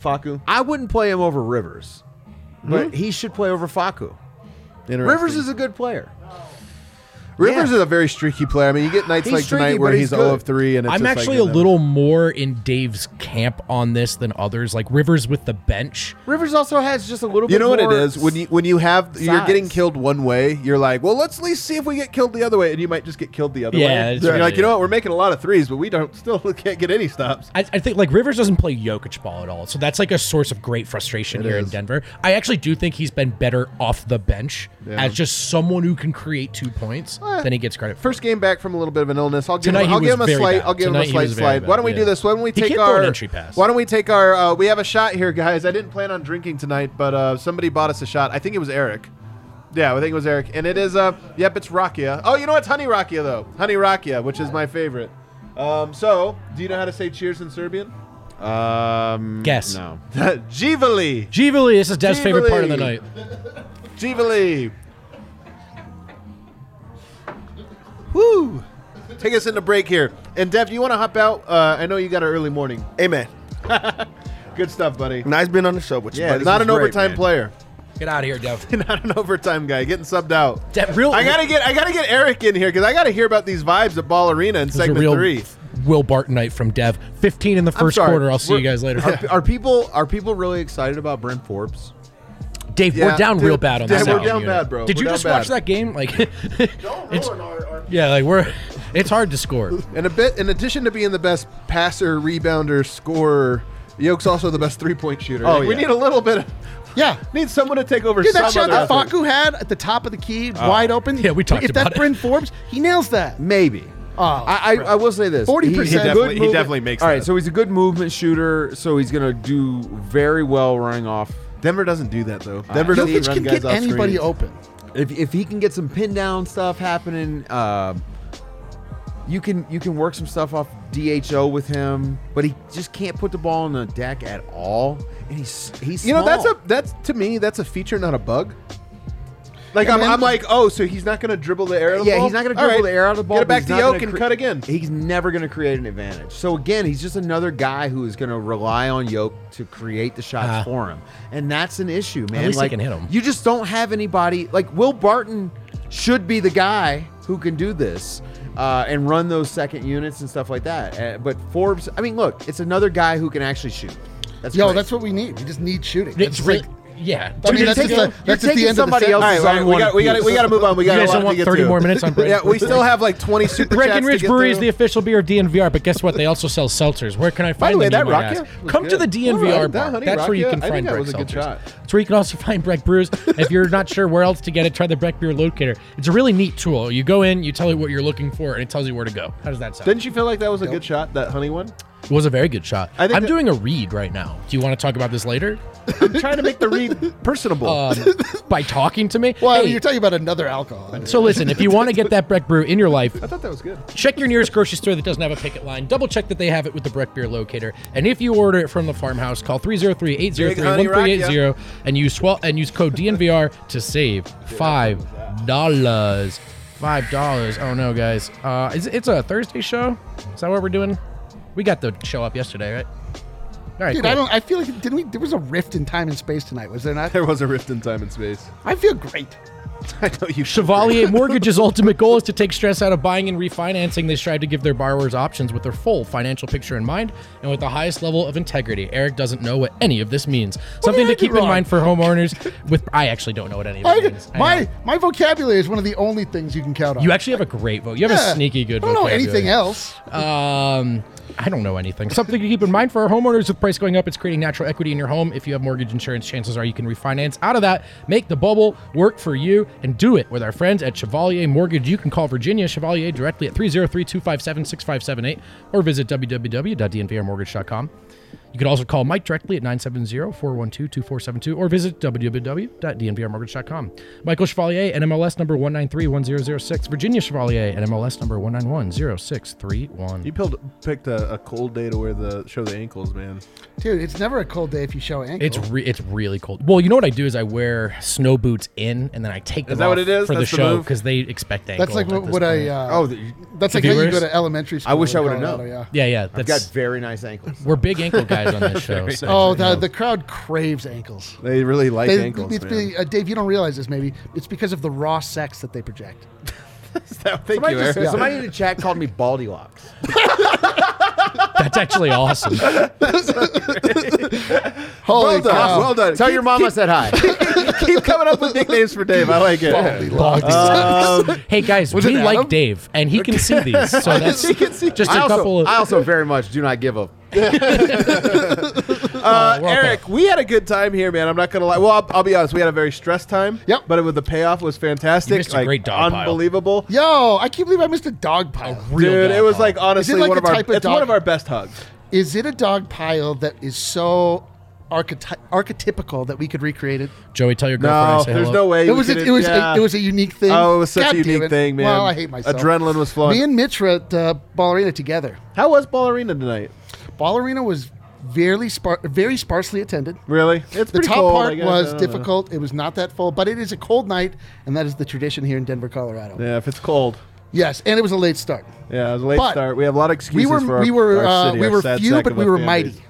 S1: Faku?
S4: I wouldn't play him over Rivers, but
S1: Hmm?
S4: he should play over Faku. Rivers
S1: Interesting.
S4: is a good player.
S1: Rivers
S4: Yeah.
S1: is a very streaky player. I mean, you get nights
S4: He's
S1: like
S4: streaky,
S1: tonight where
S4: but
S1: he's
S4: he's
S1: 0 of
S4: good.
S1: 3 and it's
S3: I'm
S1: just like,
S3: actually
S1: you
S3: a
S1: know.
S3: little more in Dave's camp on this than others. Like Rivers with the bench.
S4: Rivers also has just a little.
S1: You
S4: bit
S1: know what it
S4: more
S1: is when you when you have you're
S4: size.
S1: getting killed one way, you're like, well, let's at least see if we get killed the other way, and you might just get killed the other
S3: Yeah,
S1: way.
S3: it's
S1: you're like,
S3: really-
S1: you know what, we're making a lot of threes, but we don't still can't get any stops.
S3: I, I think like Rivers doesn't play Jokic ball at all, so that's like a source of great frustration here in Denver. I actually do think he's been better off the bench as just someone who can create two points
S1: Eh.
S3: than he gets credit for.
S1: First game back from a little bit of an illness. I'll give
S3: Tonight
S1: him,
S3: he
S1: I'll give
S3: was
S1: him a
S3: very
S1: slight.
S3: bad.
S1: I'll give
S3: Tonight
S1: him a
S3: he
S1: slight
S3: was very
S1: slide. Why don't we
S3: bad,
S1: do
S3: yeah.
S1: this? Why don't we
S3: He
S1: take
S3: can't throw
S1: our
S3: an entry pass.
S1: Why don't we take our? Uh, we have a shot here, guys. I didn't plan on drinking tonight, but uh, somebody bought us a shot. I think it was Eric. Yeah, I think it was Eric, and it is. Uh, yep, it's Rakia. Oh, you know what's Honey Rakia though? Honey Rakia, which is my favorite. Um, so, do you know how to say cheers in Serbian?
S4: Um,
S3: Guess.
S4: no.
S1: Jivali.
S3: Givali, this is Dev's favorite part of the
S1: Givali.
S3: night.
S1: Jivali. Woo! Take us into break here. And Dev, you want to hop out? Uh, I know you got an early morning.
S2: Amen.
S1: Good stuff, buddy.
S2: Nice being on the show with you.
S1: Yeah,
S2: buddy.
S1: not
S2: This
S1: an
S2: was great,
S1: overtime
S2: man.
S1: player.
S3: Get out of here, Dev.
S1: not an overtime guy. Getting subbed out.
S3: Dev, oh, real.
S1: I gotta get I gotta get Eric in here because I gotta hear about these vibes at Ball Arena in
S3: this is a
S1: segment
S3: real
S1: three.
S3: Will Barton night from Dev. 15 in the 1st
S1: sorry.
S3: quarter. I'll see you
S1: We're-
S3: guys later.
S4: Are, are people are people really excited about Bryn Forbes?
S3: Dave,
S1: Yeah,
S3: we're down
S1: dude,
S3: real bad on
S1: yeah,
S3: this.
S1: we're
S3: second
S1: down
S3: unit.
S1: bad, bro.
S3: Did
S1: We're
S3: you
S1: down
S3: just watch
S1: bad.
S3: that game? Like, it's, yeah, like we're. It's hard to score.
S1: And a bit in addition to being the best passer, rebounder, scorer, Yoke's also the best three point shooter.
S4: Oh,
S1: we
S4: yeah.
S1: need a little bit of
S6: Yeah.
S1: need someone to take over
S6: Dude, that
S1: some
S6: shot
S1: other
S6: that
S1: effort.
S6: Faku had at the top of the key,
S3: Oh,
S6: wide open.
S3: Yeah, we talked
S6: If
S3: about
S6: that's
S3: it.
S6: Bryn Forbes, he nails that.
S4: Maybe.
S6: Oh,
S4: I, I, I will say this.
S6: 40%
S4: He's a
S6: He
S4: good
S1: definitely- he
S4: movement-
S1: definitely makes
S4: All
S1: that.
S4: right, so he's a good movement shooter, so he's going to do very well running off.
S1: Denver doesn't do that though. Denver doesn't
S6: Jokic
S1: run
S6: can
S1: guys
S6: get
S1: off
S6: anybody
S1: screens.
S6: open.
S4: If, if he can get some pin down stuff happening, uh, you can you can work some stuff off DHO with him, but he just can't put the ball on the deck at all. And he's he's
S1: You know, that's
S4: small.
S1: a that's to me that's a feature, not a bug. Like
S4: Yeah,
S1: I'm,
S4: man.
S1: I'm like, oh, so he's not going to dribble the air. Out of the
S4: yeah,
S1: ball?
S4: he's not going to
S1: All
S4: dribble
S1: right,
S4: the air out of the ball.
S1: Get it
S4: but
S1: back
S4: he's
S1: to
S4: not gonna
S1: Yoke and
S4: cre-
S1: cut again.
S4: He's never going to create an advantage. So again, he's just another guy who is going to rely on Yoke to create the shots
S3: Ah.
S4: for him, and that's an issue, man.
S3: least he
S4: like
S3: can hit 'em.
S4: you just don't have anybody like Will Barton should be the guy who who can do this uh, and run those second units and stuff like that. Uh, but Forbes, I mean, look, it's another guy who can actually shoot. That's
S6: Yo,
S4: great.
S6: that's what we need. We just need shooting.
S3: It's
S6: That's rigged.
S3: Yeah.
S6: I mean,
S4: You're
S6: that's just
S4: taking-
S6: the,
S4: you're
S6: that's just the
S4: taking
S6: end of the
S4: somebody
S6: sentence.
S4: else's
S1: All right, all right, we got we got we got to move on. We got
S3: guys
S1: a lot
S3: don't
S1: to
S3: want
S1: get
S3: 30
S1: to.
S3: more minutes on Brady.
S1: yeah, we still have like 20 super chats. to
S3: Breckenridge
S1: get
S3: Brewery is
S1: through.
S3: the official beer of DNVR, but guess what? They also sell seltzers. Where can I find
S1: the way, that
S3: them? you might
S1: rock
S3: ask?
S1: ya was
S3: Come to the
S1: good.
S3: DNVR
S1: Alright, that
S3: bar.
S1: honey
S3: That's
S1: rock
S3: where you
S1: ya.
S3: can
S1: I think
S3: find
S1: that
S3: Breck
S1: was a good
S3: seltzers.
S1: shot.
S3: That's where you can also find Breck brews. And if you're not sure where else to get it, try the Breck beer locator. It's a really neat tool. You go in, you tell it what you're looking for, and it tells you where to go. How does that sound?
S1: Didn't you feel like that was a good shot? That honey one.
S3: it was a very good shot.
S1: I think
S3: I'm
S1: that-
S3: doing a read right now. Do you want to talk about this later?
S1: I'm trying to make the read personable.
S3: Um, by talking to me.
S6: Well,
S3: Hey,
S6: you're talking about another alcohol.
S3: so listen, if you want to get that Breck brew in your life,
S1: I thought that was good.
S3: Check your nearest grocery store that doesn't have a picket line. Double check that they have it with the Breck Beer Locator. And if you order it from the farmhouse, call 303-803-1380 and use swell and use code DNVR to save five dollars. Five dollars. Oh no, guys. Uh, is, it's a Thursday show. Is that what we're doing? We got the show up yesterday, right? All right.
S6: Dude,
S3: cool.
S6: I don't. I feel like didn't we? There was a rift in time and space tonight, was there not?
S1: There was a rift in time and space.
S6: I feel great.
S1: I know you.
S3: Chevalier Mortgage's ultimate goal is to take stress out of buying and refinancing. They strive to give their borrowers options with their full financial picture in mind and with the highest level of integrity. Eric doesn't know what any of this means. Something
S6: did
S3: to
S6: I do
S3: keep in
S6: wrong?
S3: mind for homeowners with I actually don't know what any of
S6: I-
S3: this means. I
S6: my
S3: know.
S6: my vocabulary is one of the only things you can count on.
S3: you actually have a great vote. You have
S6: Yeah.
S3: a sneaky good
S6: I don't know
S3: vocabulary.
S6: anything else.
S3: Um, I don't know anything. Something to keep in mind for our homeowners with price going up, it's creating natural equity in your home. If you have mortgage insurance, chances are you can refinance out of that, make the bubble work for you, and do it with our friends at Chevalier Mortgage. You can call Virginia Chevalier directly at 303 257 6578 or visit www.dnvrmortgage.com. You can also call Mike directly at 970-412-2472 or visit www.dnvrmortgage.com. Michael Chevalier, NMLS number 1931006. Virginia Chevalier, NMLS number 1910631.
S1: You pilled, picked a, a cold day to wear the show the ankles, man.
S6: Dude, it's never a cold day if you show ankle.
S1: Oh.
S3: It's re- it's really cold. Well, you know what I do is I wear snow boots in and then I take them
S1: that
S3: off
S1: what it is?
S3: for the
S1: That's the
S3: show
S1: move?
S3: because they expect ankle.
S6: that's like
S3: at
S6: what,
S3: this
S6: what I.
S3: point.
S6: Uh,
S4: Oh, the,
S6: that's
S3: the
S6: like how you
S3: viewers?
S6: go to elementary school.
S4: I wish
S6: in
S4: I would've
S6: Colorado,
S4: known.
S6: Yeah.
S3: yeah, yeah.
S4: I've
S3: That's
S4: got very nice ankles.
S3: we're big ankle guys on this show. so,
S6: Oh,
S3: you know.
S6: the, the crowd craves ankles.
S1: They really like
S6: They-
S1: ankles,
S6: it's
S1: man.
S6: be- uh, Dave, you don't realize this. Maybe it's because of the raw sex that they project.
S1: Thank
S4: Somebody,
S1: you,
S4: just-
S1: Eric.
S4: somebody in the chat called me baldy locks.
S3: that's actually awesome.
S6: Holy
S1: Well done.
S6: cow!
S1: Well done.
S4: Tell your mom I said hi.
S1: Keep coming up with nicknames for Dave. I like it.
S3: Bog disease.
S1: Um,
S3: hey guys, we
S6: it
S3: like
S6: Adam?
S3: Dave, and he can see these. So that's
S1: He can see-
S3: just a
S4: I also,
S3: couple of.
S4: I also very much do not give a.
S1: Uh,
S3: we're Oh, okay.
S1: Eric, we had a good time here, man. I'm not gonna lie. Well, I'll, I'll be honest. We had a very stressed time.
S6: Yep.
S1: But it, was- the payoff was fantastic.
S3: You missed a
S1: like,
S3: great dog pile.
S1: Unbelievable.
S6: Yo, I can't believe I missed a dog pile.
S1: Dude,
S3: dog
S1: it was
S3: pile.
S1: like honestly
S6: like
S1: one
S6: a
S1: of our.
S6: type of
S1: it's one
S6: dog-
S1: of our best hugs.
S6: Is it a dog pile that is so archety- archetypical that we could recreate it?
S3: Joey, tell your girlfriend I
S1: No,
S3: say
S1: there's
S3: hello.
S1: no way.
S6: It
S1: we
S6: was
S1: could-
S6: a, it was
S1: yeah.
S6: a, it was a unique thing.
S1: Oh, it was such
S6: God
S1: a
S6: damn
S1: unique
S6: it.
S1: thing, man.
S6: Well, I hate myself.
S1: Adrenaline was flowing.
S6: Me and Mitra at uh, Ballerina together.
S1: How was Ballerina tonight?
S6: Ballerina was very spar- very sparsely attended.
S1: Really? It's
S6: The
S1: pretty
S6: top
S1: cold, I
S6: part
S1: guess. I
S6: was
S1: don't know.
S6: difficult. It was not that full, but it is a cold night, and that is the tradition here in Denver, Colorado.
S1: Yeah, if it's cold.
S6: Yes, and it was a late start.
S1: Yeah, it was a late
S6: But
S1: start. We have a lot of excuses
S6: we were
S1: for our,
S6: we were
S1: our
S6: uh,
S1: city,
S6: we
S1: our
S6: were
S1: sad
S6: few,
S1: sack
S6: but
S1: of
S6: we
S1: a
S6: were
S1: fan
S6: mighty.
S1: base.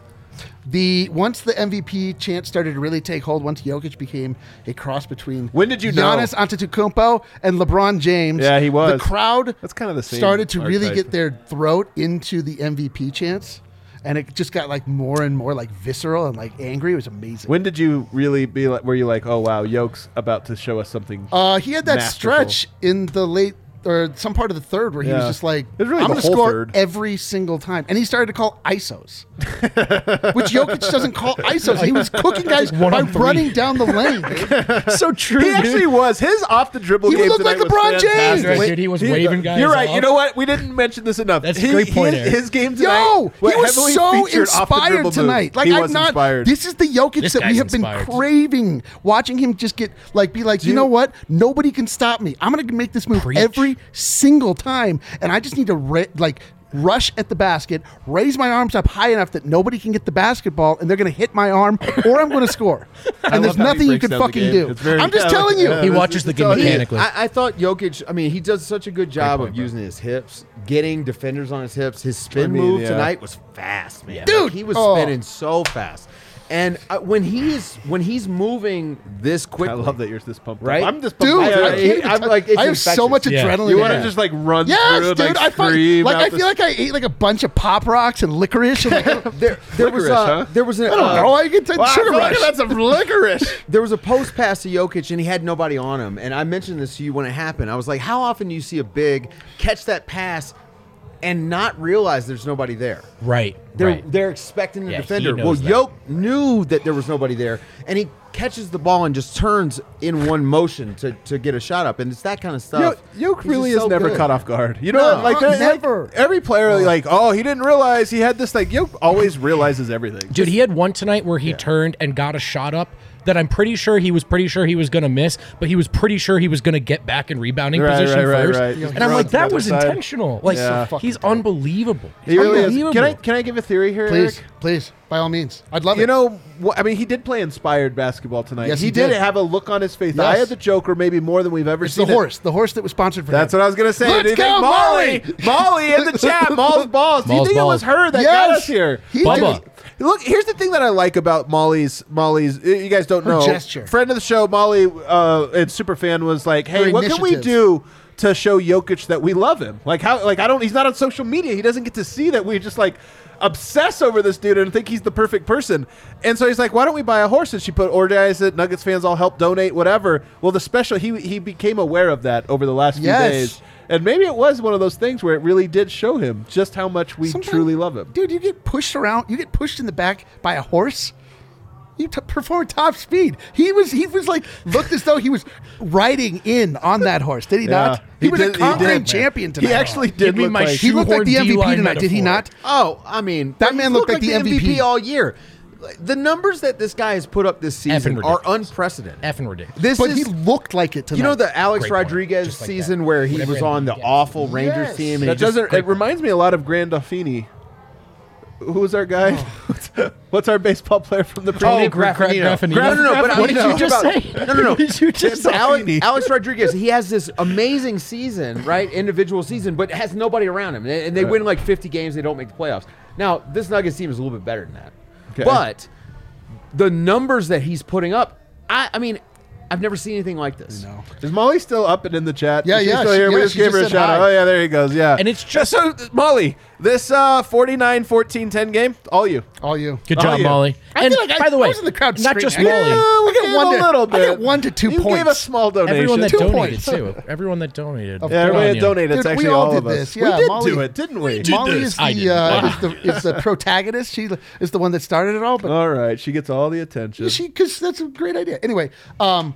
S6: The once the MVP chant started to really take hold, once Jokic became a cross between
S1: When did you know?
S6: Giannis Antetokounmpo and LeBron James.
S1: Yeah, he was.
S6: The crowd
S1: That's kind of the same
S6: started to really
S1: archetype.
S6: get their throat into the MVP chants, and it just got like more and more like visceral and like angry. It was amazing.
S1: When did you really be like? Were you like, oh wow, Yoke's about to show us something?
S6: Uh, he had that
S1: masterful.
S6: stretch in the late or some part of the third where he was
S1: Yeah.
S6: just like,
S1: It was really
S6: "I'm
S1: the
S6: going to
S1: whole
S6: score
S1: third.
S6: every single time," and he started to call ISOs, which Jokic doesn't call ISOs. He was cooking guys
S3: One
S6: by
S3: on three.
S6: running down the lane.
S3: so true.
S1: he
S3: dude.
S1: actually was. His off the dribble
S6: He
S1: game
S6: looked like
S1: tonight was
S6: LeBron James.
S1: fantastic.
S3: That's right, dude. He was waving guys
S1: You're right. You
S3: off.
S1: know what? We didn't mention this enough.
S3: That's a
S1: He-
S3: great point,
S1: His,
S3: Eric.
S1: his game tonight.
S6: Yo, he
S1: went
S6: was
S1: heavily
S6: so
S1: featured off the dribble
S6: inspired
S1: move.
S6: tonight. Like
S1: he
S6: I'm
S1: was
S6: not.
S1: Inspired.
S6: This is the Jokic
S3: This
S6: that we
S3: guy's
S6: have
S3: inspired.
S6: been craving. Watching him just get like be like, you know what? Nobody can stop me. I'm going to make this move
S3: Preach.
S6: every single time, and I just need to ra- like rush at the basket, raise my arms up high enough that nobody can get the basketball, and they're going to hit my arm, or I'm going to score. And there's
S1: love how he
S6: nothing you
S1: breaks
S6: can
S1: down the
S6: fucking
S1: game.
S6: do.
S1: It's very-
S6: I'm just
S1: yeah,
S6: telling
S1: like-
S6: you.
S1: yeah.
S3: he
S1: this
S3: watches
S1: is-
S3: the
S1: it's all
S3: game
S1: he is.
S3: mechanically.
S4: I, I thought Jokic. I mean, he does such a good job of using his hips, getting defenders on his hips. His spin
S1: I mean,
S4: move
S1: yeah.
S4: tonight was fast, man.
S3: Dude!
S4: Like, he was
S6: Oh.
S4: spinning so fast. And uh, when he is when he's moving this quickly,
S1: I love that you're this pumped. up.
S4: Right?
S1: I'm this pumped.
S6: Dude,
S1: up.
S4: I-
S6: I,
S4: I-
S6: can't even
S4: I'm
S6: touch-
S4: like, it's
S6: I have so
S4: infectious.
S6: much
S3: Yeah.
S6: adrenaline.
S1: You
S6: in
S1: want to
S6: it.
S1: just like run
S6: Yes,
S1: through,
S6: dude.
S1: like
S6: I find,
S1: scream
S6: like
S1: out
S6: I
S1: the-
S6: feel like I ate like a bunch of pop rocks and licorice. And, like, I don't
S4: there, there was a
S1: Licorice, huh?
S4: there was an uh,
S6: know. I get to
S1: Wow, I
S6: sugar
S1: feel like
S6: rush.
S1: that's a licorice.
S4: there was a post pass to Jokic and he had nobody on him. And I mentioned this to you when it happened. I was like, how often do you see a big catch that pass and not realize there's nobody there?
S3: Right.
S4: They're
S3: right.
S4: they're expecting the
S3: Yeah, he
S4: defender. Well,
S3: knows that.
S4: Yoke knew that there was nobody there, and he catches the ball and just turns in one motion to, to get a shot up, and it's that kind of stuff.
S1: Yoke
S4: He's
S1: really
S4: just
S1: is
S4: so
S1: never
S4: good.
S1: caught off guard. You
S4: No,
S1: know, like,
S6: uh,
S1: they're- like,
S6: never.
S1: every player, like, oh, he didn't realize he had this. Like Yoke always realizes everything.
S3: Dude, he had one tonight where he turned and got a shot up that I'm pretty sure he was pretty sure he was going to miss, but he was pretty sure he was going to get back in rebounding
S1: Right,
S3: position
S1: right, right,
S3: first.
S1: right. He was
S3: And I'm like,
S1: drunk on
S3: that
S1: the
S3: was
S1: side.
S3: intentional. Like,
S1: Yeah.
S3: he's unbelievable.
S1: He really is.
S3: unbelievable.
S1: Can I can I give a theory here?
S6: please,
S1: Eric?
S6: please, by all means, I'd love it.
S1: You know, wh- I mean, he did play inspired basketball tonight.
S6: Yes,
S1: he,
S6: he
S1: did.
S6: did.
S1: have a look on his face. I
S6: Yes.
S1: had the Joker maybe more than we've ever
S6: it's the
S1: seen. it.
S6: horse. The horse that was sponsored for
S1: That's
S6: him.
S1: what I was gonna say.
S6: Let's
S1: Do you think
S6: go,
S1: Molly, Molly in the chat, Molly's balls. Do you
S3: Molly's
S1: think it was
S3: balls.
S1: her that
S6: Yes.
S1: got us here?
S6: He
S3: Bubba.
S1: Dude, Look, here's the thing that I like about Molly's. Molly's, uh, you guys don't
S6: Her
S1: know.
S6: gesture.
S1: Friend of the show, Molly, uh, and superfan was like, "Hey,
S6: Her
S1: what can we
S6: initiative.
S1: do to show Jokic that we love him? Like how? Like I don't. He's not on social media. He doesn't get to see that we just like." Obsess over this dude and think he's the perfect person, and so he's like, "Why don't we buy a horse?" And she put organize it. Nuggets fans all help donate, whatever. Well, the special he he became aware of that over the last few
S6: Yes.
S1: days, and maybe it was one of those things where it really did show him just how much we
S6: Sometimes-
S1: truly love him.
S6: dude. You get pushed around. You get pushed in the back by a horse. You t- perform top speed. He was he was like looked as though he was riding in on that horse. Did he
S1: Yeah.
S6: not? He,
S1: He
S6: was
S1: did-
S6: a
S1: he
S6: conquering
S1: did.
S6: champion tonight.
S1: He actually
S3: Give
S1: did
S3: me
S1: look
S3: my
S1: like
S6: he looked like the
S3: shoehorn
S6: MVP
S3: DUI
S6: tonight. Did he
S3: metaphor.
S6: not?
S4: Oh, I mean,
S6: That
S4: he's
S6: man looked like the MVP.
S4: all year. Like, The numbers that this guy has put up this season are
S3: ridiculous.
S4: unprecedented.
S3: Effing ridiculous.
S4: This
S6: But
S4: is
S6: he looked like it tonight.
S4: you know the Alex
S3: Great point.
S4: Rodriguez
S3: Just like that.
S4: season where he
S3: Whatever
S4: was
S3: it
S4: on the
S3: is.
S4: awful Rangers
S6: Yes.
S4: team. And
S1: That
S4: he just-
S1: doesn't. It reminds me a lot of Gandolfini. Who was our guy? What's our baseball player from the
S3: Oh,
S1: previous?
S3: Graf- Graffinino.
S4: No, no, no. But I
S3: What did
S4: mean,
S3: you
S4: no.
S3: just
S4: about-
S3: say?
S6: Oh,
S4: No, no, no.
S3: What did you just say?
S4: Alex, Alex Rodriguez, he has this amazing season, right? Individual season, but has nobody around him. And and they win like 50 games, they don't make the playoffs. Now, this Nuggets team is a little bit better than that.
S1: Okay.
S4: But the numbers that he's putting up, I, I mean, I've never seen anything like this.
S6: No.
S1: Is Molly still up and in the chat?
S6: Yeah,
S1: Is she
S6: yeah,
S1: Still
S6: she-
S1: here. we
S6: yeah,
S1: just
S6: she
S1: gave
S6: just
S1: her a
S6: said
S1: shout out.
S6: hi.
S1: Oh yeah, there he goes. Yeah.
S3: And it's just-
S1: so uh, Molly. This uh, 49-14-10 game, all you.
S6: all you.
S3: Good
S1: Oh,
S3: job,
S1: yeah.
S3: Molly.
S6: I
S3: and
S6: feel like I-
S3: by the
S6: I
S3: way,
S6: was in the crowd
S3: not just Molly.
S6: screaming.
S1: Yeah, we
S6: I get
S1: gave
S6: one
S1: a
S6: to-
S1: little
S6: I
S1: bit.
S6: get one to two
S1: you gave
S6: points.
S1: a small donation.
S3: Everyone that
S6: Two
S3: donated
S6: points.
S3: too. Everyone that donated.
S1: yeah, everyone that
S3: Good on you.
S1: donated. It's
S6: Dude, we
S1: actually
S6: all
S1: all,
S6: did
S1: of us.
S6: this. Yeah,
S1: we did
S6: Molly-
S1: do it, didn't we?
S6: Molly
S3: this.
S6: is
S3: I
S6: the,
S3: didn't.
S6: uh, is the is the protagonist. She is the one that started it all. But
S1: all right, she gets all the attention.
S6: she because that's a great idea. Anyway, um,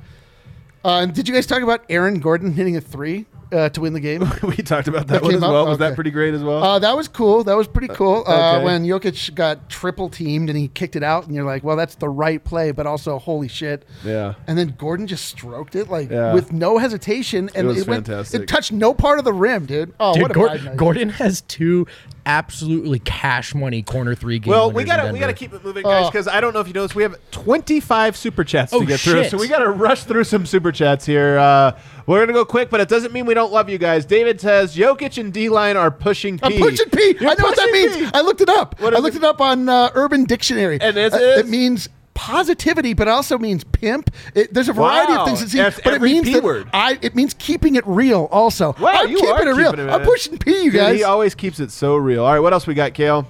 S6: uh, did you guys talk about Aaron Gordon hitting a three uh, to win the game?
S1: we talked about that,
S6: That
S1: one as
S6: came up?
S1: well. Was that
S6: Okay.
S1: pretty great as well?
S6: Uh, that was cool. That was pretty cool. Uh,
S1: okay.
S6: when Jokic got triple teamed and he kicked it out, and you're like, well, that's the right play, but also, holy shit.
S1: Yeah.
S6: And then Gordon just stroked it like
S1: Yeah.
S6: with no hesitation, and
S1: It was
S6: went.
S1: fantastic.
S6: It touched no part of the rim, dude. Oh,
S3: Dude,
S6: what a
S3: Gor-
S6: vibe night.
S3: Gordon has two absolutely cash money corner three games.
S1: Well, we gotta we gotta keep it
S6: Oh.
S1: moving, guys, because I don't know if you noticed, we have 25 super chats to
S3: Oh,
S1: get through,
S3: shit.
S1: so we gotta rush through some super chats here. Uh, we're gonna go quick, but it doesn't mean we don't love you guys. David says Jokic and D line are pushing P.
S6: I'm pushing P. I
S1: You're
S6: know what that
S1: pushing
S6: means.
S1: P.
S6: I looked it up.
S1: What
S6: I
S1: is
S6: looked
S1: it?
S6: it? up on uh, Urban Dictionary.
S1: And it
S6: Uh,
S1: is?
S6: it means positivity, but it also means pimp. It, there's a variety
S1: Wow.
S6: of things. It's,
S1: That's
S6: but it
S1: every
S6: means
S1: P
S6: that
S1: word.
S6: I. It means keeping it real. Also,
S1: Wow,
S6: I'm
S1: you
S6: keeping
S1: are
S6: it real.
S1: keeping it,
S6: I'm
S1: man.
S6: pushing P, you
S1: Dude,
S6: guys.
S1: he always keeps it so real. All right, what else we got, Kale?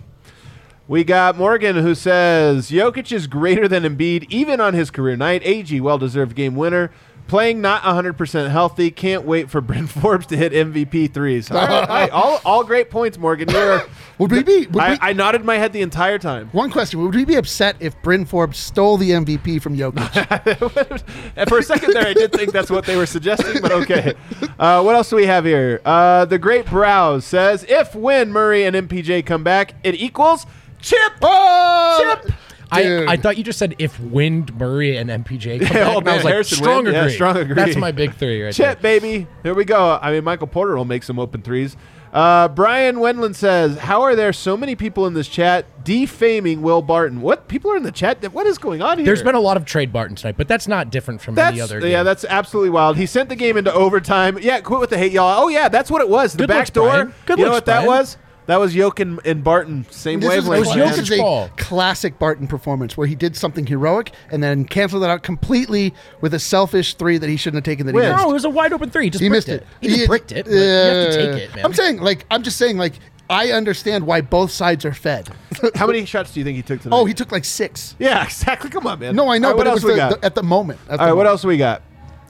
S1: We got Morgan who says Jokic is greater than Embiid even on his career night. AG well deserved game winner. Playing not 100% healthy. Can't wait for Brent Forbes to hit MVP threes. All, right, all, right. all, all great points, Morgan. You're,
S6: Would we be- would
S1: I,
S6: we-
S1: I nodded my head the entire time.
S6: One question: Would we be upset if Bryn Forbes stole the MVP from Jokic?
S1: And for a second there, I did think that's what they were suggesting, but okay. Uh, what else do we have here? Uh, the Great Browse says if when Murray and MPJ come back, it equals chip.
S6: oh,
S1: Chip!
S3: I,
S6: Dude.
S3: I thought you just said if Wind, Murray, and MPJ come
S1: Yeah, old
S3: back, and I
S1: Oh, man
S3: was like,
S1: Harrison
S3: strong
S1: Wind. Yeah,
S3: agree.
S1: strong agree.
S3: That's my big three right
S1: Chip,
S3: there.
S1: baby. Here we go. I mean, Michael Porter will make some open threes. Uh, Brian Wendland says, "How are there so many people in this chat defaming Will Barton? What people are in the chat? that- What is going on here?"
S3: There's been a lot of trade Barton tonight, but that's not different from
S1: That's,
S3: any other
S1: yeah,
S3: game.
S1: that's absolutely wild. He sent the game into overtime. Yeah, quit with the hate, y'all. Oh yeah, that's what it was. The
S3: Good
S1: back
S3: looks,
S1: door.
S3: Brian. Good
S1: you know
S3: looks,
S1: what that
S3: Brian.
S1: was? That was Yoke and, and Barton, same
S6: This is,
S1: wavelength.
S3: it was
S1: man.
S6: this is
S3: Jokic ball.
S6: a classic Barton performance where he did something heroic and then canceled that out completely with a selfish three that he shouldn't have taken. That he
S1: Whiz.
S6: missed.
S3: No, it was a wide open three. He just
S6: he
S3: bricked
S6: missed it.
S3: He, just bricked it. but you have to
S6: Yeah.
S3: take it, man.
S6: I'm saying, like, I'm just saying, like, I understand why both sides are fed.
S1: How many shots do you think he took tonight?
S6: oh, he took like six.
S1: yeah, exactly. Come on, man.
S6: No, I know,
S1: All right,
S6: but
S1: what
S6: it
S1: else
S6: was
S1: we
S6: the-
S1: got?
S6: the- at the moment. at the
S1: All right, what
S6: moment.
S1: else we got?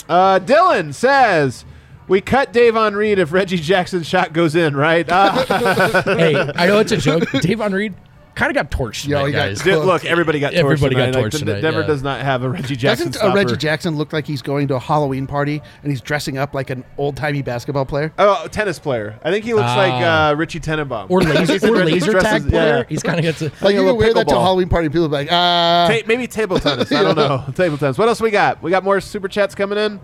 S1: Uh, Dylan says we cut Davon Reed if Reggie Jackson's shot goes in, right? Uh,
S3: hey, I know it's a joke. Davon Reed kind of got torched.
S6: Yo,
S3: tonight,
S6: he got
S3: guys.
S1: d- look, everybody got torched
S3: Everybody got
S1: tonight. Like,
S3: torched
S1: D-
S3: tonight,
S1: Denver
S3: yeah.
S1: doesn't have a Reggie Jackson.
S6: Doesn't uh, Reggie
S1: stopper.
S6: Jackson look like he's going to a Halloween party and he's dressing up like an old timey basketball player?
S1: Oh, tennis player. I think he looks like
S3: Ah.
S1: uh, Richie Tenenbaum
S3: or laser, or
S1: Reggie
S3: laser
S1: dresses-
S3: tag
S1: yeah.
S3: player. He's kind of gets a.
S1: a
S6: Like you
S1: little
S6: can wear that to a
S1: pickleball.
S6: Halloween party, and people be like, ah.
S1: Ta- maybe table tennis. I don't know. table tennis. What else we got? We got more super chats coming in.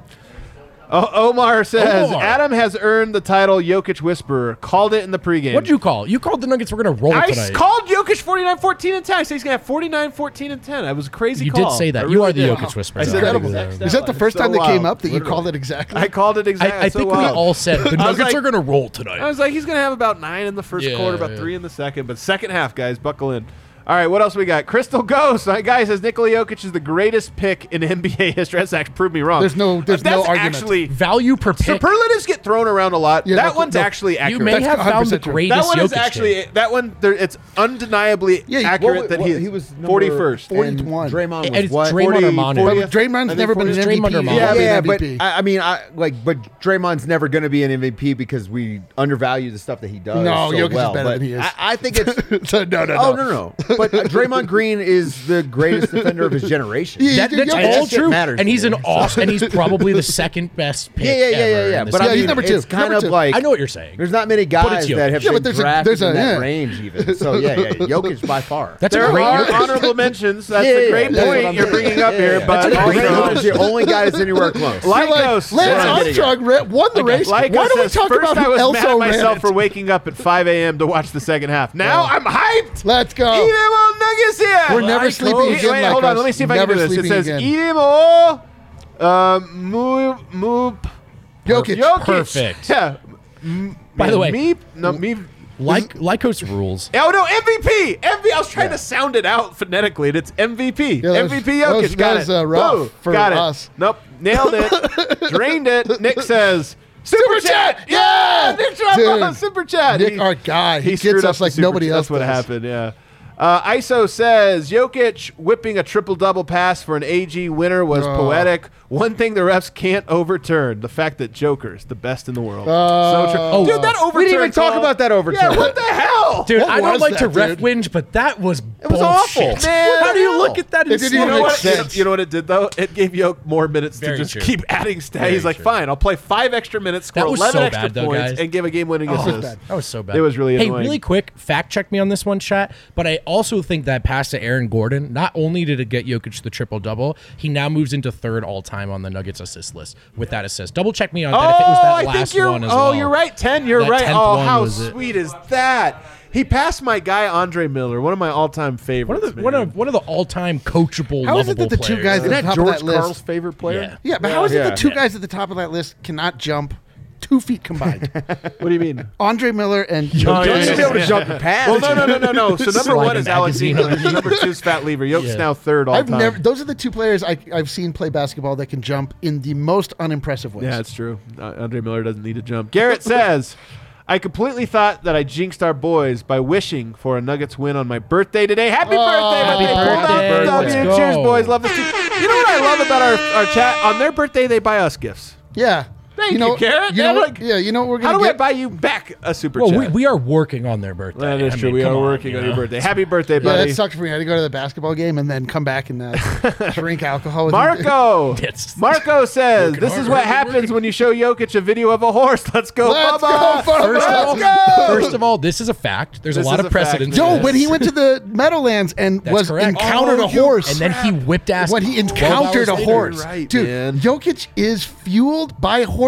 S1: O- Omar says
S3: Omar.
S1: Adam has earned the title Jokic Whisperer. Called it in the pregame.
S3: What'd you call? You called the Nuggets were going to roll
S1: I s-
S3: tonight.
S1: called Jokic 49 14 and 10. I said he's going to have 49 14 and 10. I was a crazy
S3: you
S1: call.
S3: did say
S1: I
S3: that.
S1: really
S3: you are the
S1: did.
S3: Jokic Whisperer.
S1: I said
S3: Sorry.
S1: that
S6: Incredible.
S1: was-
S6: Is that the first
S1: So
S6: time that came
S1: wild,
S6: up that you called it exactly?
S1: I called it exactly.
S3: I, I
S1: so
S3: think we
S1: wild.
S3: all said the
S1: I was
S3: Nuggets
S1: like-
S3: are going to roll tonight.
S1: I was like, he's going to have about nine in the first
S3: Yeah,
S1: quarter, about
S3: yeah.
S1: three in the second, but second half, guys, buckle in. All right, what else we got? Crystal Ghost. My guy says Nikola Jokic is the greatest pick in NBA history. That's actually proved me wrong. Uh,
S6: There's no- there's
S1: That's
S6: no argument.
S1: actually
S3: Value per pick.
S1: superlatives get thrown around a lot.
S6: Yeah,
S1: that
S6: no,
S1: one's
S6: no.
S1: actually
S3: you
S1: accurate.
S3: may
S6: That's
S3: have found the
S6: 100% true.
S3: greatest
S1: that one
S3: Jokic
S1: is actually
S3: pick.
S1: that one. There, it's undeniably
S6: Yeah, what
S1: accurate
S4: What-
S1: that
S4: what-
S1: he is
S4: was number-
S1: forty first.
S6: four- 41.
S4: Draymond was
S3: And it's
S4: what?
S3: Draymond Armani. But
S6: But Draymond's never been an
S3: Draymond
S6: MVP.
S3: Armani.
S6: He's
S4: Yeah,
S6: never been
S4: yeah,
S6: an
S4: but
S6: MVP.
S4: I, I mean, I like, but Draymond's never going to be an MVP because we undervalue the stuff that he does.
S6: No,
S4: so
S6: Jokic is
S4: well.
S6: better
S4: But
S6: than he is.
S4: I, I think it's.
S6: So, no, no, no.
S4: oh no, no, no. But uh, Draymond Green is the greatest defender of his generation.
S6: Yeah,
S3: That-
S6: Jokic-
S3: that's
S6: Jokic-
S3: all
S4: That shit
S3: true.
S4: matters
S3: And
S4: to
S3: he's an
S4: me,
S3: off, and he's probably the second best pick.
S4: Yeah, yeah, yeah, yeah,
S3: ever
S4: yeah.
S3: in this
S4: But I
S6: Yeah,
S4: mean,
S6: he's
S3: league.
S6: number two.
S4: It's kind
S6: Number
S4: of
S6: two.
S4: like
S3: I know what you're saying.
S4: There's not many
S3: But
S4: guys
S3: it's Jokic.
S4: that have
S6: Yeah, but
S4: been
S6: there's a-
S4: drafted
S6: there's a-
S4: in that
S6: yeah.
S4: range, even. So yeah, yeah, Jokic by far.
S3: That's
S1: There
S3: a great.
S1: are
S3: Jokic.
S1: honorable mentions. That's
S4: Yeah,
S1: a
S4: yeah,
S1: great
S4: yeah, that's what
S1: point
S4: I'm
S1: you're
S4: saying.
S1: bringing up
S4: Yeah,
S1: here,
S4: yeah,
S1: but
S4: yeah.
S1: also-
S4: Draymond is the only guy that's anywhere close.
S1: Like
S6: You're like,
S1: Ghost.
S6: Lance
S4: That's what I'm getting
S6: Armstrong re- won the race.
S1: Like
S6: Why
S1: I
S6: do we
S1: says,
S6: talk
S1: first
S6: about
S1: I
S6: who
S1: was mad at
S6: Elso
S1: myself
S6: ran
S1: for
S6: it?
S1: waking up at 5 a.m. to watch the second half. Now I'm hyped.
S6: Let's go.
S1: Eat 'em all Nuggets here.
S6: Oh. We're never
S1: Like
S6: sleeping
S1: Ghost.
S6: again,
S1: Wait,
S6: like
S1: hold on.
S6: Ghost.
S1: Let me see if I
S6: Never
S1: can do this. It
S6: sleeping
S1: says,
S6: again.
S1: eat 'em all. Um, move, move.
S6: Jokic.
S1: Jokic.
S3: Perfect.
S1: Yeah.
S3: By the way,
S1: Meep. No, Meep.
S3: Like Lycos rules.
S1: Oh no! MVP, MVP. I was trying to sound it out phonetically, and it's MVP.
S6: Yeah, that was-
S1: MVP
S6: that
S1: Jokic
S6: was-
S1: got
S6: that was,
S1: it.
S6: uh, rough
S1: Whoa,
S6: for
S1: got
S6: us.
S1: it. Nope, nailed it. Drained it. Nick says super, chat. Yeah, Nick Trump
S6: Dude.
S1: super chat.
S6: Nick, our guy, he
S1: screwed
S6: gets
S1: up
S6: us
S1: the
S6: like
S1: super
S6: nobody
S1: chat.
S6: else
S1: That's what
S6: does.
S1: happened. Yeah. Uh, ISO says Jokic whipping a triple double pass for an AG winner was
S6: Oh.
S1: poetic. One thing the refs can't overturn the fact that Joker is the best in the world. so true.
S6: Oh.
S1: Dude, that overturn.
S4: We didn't even talk
S1: call-
S4: about that overturn.
S1: Yeah, what the hell?
S3: Dude,
S6: What
S3: I don't
S6: was
S3: like to
S6: that,
S3: ref
S6: dude?
S3: whinge, but that was it
S1: was awful. Man,
S3: How do you
S1: hell.
S3: look at that?
S6: It
S3: And
S6: didn't
S3: see
S6: even
S1: You know,
S6: make
S1: what,
S6: sense.
S1: you know- you know what it did though? It gave Yoke more minutes
S3: Very
S1: to just
S3: true.
S1: keep adding stat.
S3: Very
S1: He's like,
S3: true.
S1: fine, I'll play five extra minutes, score
S3: That was
S1: eleven
S3: so
S1: extra
S3: bad, though,
S1: points,
S3: guys. Oh.
S1: and give a game-winning assist.
S3: That was so bad.
S1: It was really
S3: hey,
S1: annoying.
S3: really quick fact check me on this one, chat. But I also think that pass to Aaron Gordon. Not only did it get Jokic the triple double, he now moves into third all time on the Nuggets assist list with that assist. Double check me on that. if it was
S1: Oh,
S3: that
S1: I
S3: last
S1: think you're.
S3: one as
S1: oh,
S3: well.
S1: you're right. Ten. You're
S3: That
S1: right.
S3: 10th
S1: Oh,
S3: one
S1: how
S3: was it.
S1: sweet is that? He passed my guy Andre Miller, one of my all-time
S3: One
S1: favorites.
S3: of the one
S1: man.
S3: of one of the all time coachable.
S6: How is it that the
S3: lovable
S6: two
S3: players.
S6: guys at the top of that list?
S4: favorite
S3: Yeah.
S6: Yeah, but how is it
S4: Yeah.
S6: the two
S3: Yeah.
S6: guys at the top of that list cannot jump two feet combined?
S1: what do you mean?
S6: Andre Miller and
S3: Oh, yeah,
S4: You
S3: yeah,
S4: should
S3: yeah.
S4: be able to jump the pass.
S1: Well, no, no, no, no, no. So number
S3: Slide
S1: one
S3: a
S1: is Alex
S3: magazine
S1: English. Number two is Fat Lever. Yoke's
S3: Yeah.
S1: now third all
S6: I've
S1: time.
S6: never. Those are the two players I, I've seen play basketball that can jump in the most unimpressive ways.
S1: Yeah, it's true. Uh, Andre Miller doesn't need to jump. Garrett says, I completely thought that I jinxed our boys by wishing for a Nuggets win on my birthday today. Happy birthday, but
S3: Oh, happy
S1: they pulled out the
S3: birthday.
S1: W.
S3: Let's
S1: Cheers,
S3: go.
S1: boys. Love the team. You know what I love about our, our chat? On their birthday, they buy us gifts.
S6: Yeah.
S1: Thank
S6: you, know,
S1: you, Garrett.
S6: You
S1: Yeah,
S6: know what,
S1: look-
S6: yeah, you know what we're
S1: How
S6: gonna
S1: do I
S6: get.
S1: buy you back a super
S3: Well,
S1: chat?
S3: we, we are working on their birthday.
S1: that is
S3: I
S1: true.
S3: mean,
S1: we
S3: come
S1: are
S3: on,
S1: working
S3: you
S1: on
S3: know?
S1: your birthday. Happy birthday,
S6: yeah,
S1: buddy.
S6: that sucked for me. I had to go to the basketball game and then come back and uh, drink alcohol. With
S1: Marco.
S3: It's-
S1: Marco says, "This is what
S3: hard.
S1: happens when you show Jokic a video of a horse. Let's go,
S6: Let's
S1: Bubba.
S6: go, Bubba.
S1: Let's
S3: First of,
S1: go.
S3: all, first of all, this is a fact. There's
S1: This
S3: a lot
S1: is
S3: of
S1: a fact, man.
S3: precedent.
S6: Yo,
S3: No,
S1: Yes.
S6: when he went to the Meadowlands and
S3: That's
S6: was
S3: correct.
S6: encountered
S1: Oh,
S6: a
S1: you
S6: horse,
S3: and then he whipped ass
S6: when he
S3: 12 hours
S6: encountered a
S3: later.
S6: horse,
S1: Right,
S6: dude,
S1: man.
S6: Jokic is fueled by horses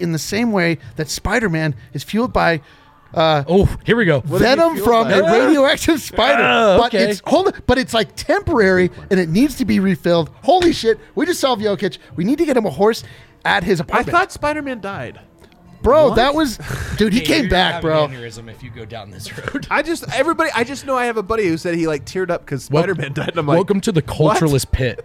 S6: in the same way that Spider-Man is fueled by
S3: Oh, here we go.
S1: did he
S6: venom
S1: fuel
S6: from
S1: by?
S6: a radioactive spider.
S3: Ah,
S6: But
S3: okay.
S6: it's hold on, but it's like temporary and it needs to be refilled. Holy shit, we just solved Jokic. We need to get him a horse at his
S1: I
S6: apartment.
S1: thought Spider-Man died.
S6: bro. That was, dude. He
S3: Hey,
S6: came
S3: you're
S6: back,
S3: having
S6: bro.
S3: an aneurysm if you go down this road.
S1: I just everybody. I just know I have a buddy who said he like teared up because
S3: Wel-
S1: Spider Man died. And I'm like,
S3: welcome to the culturalist pit.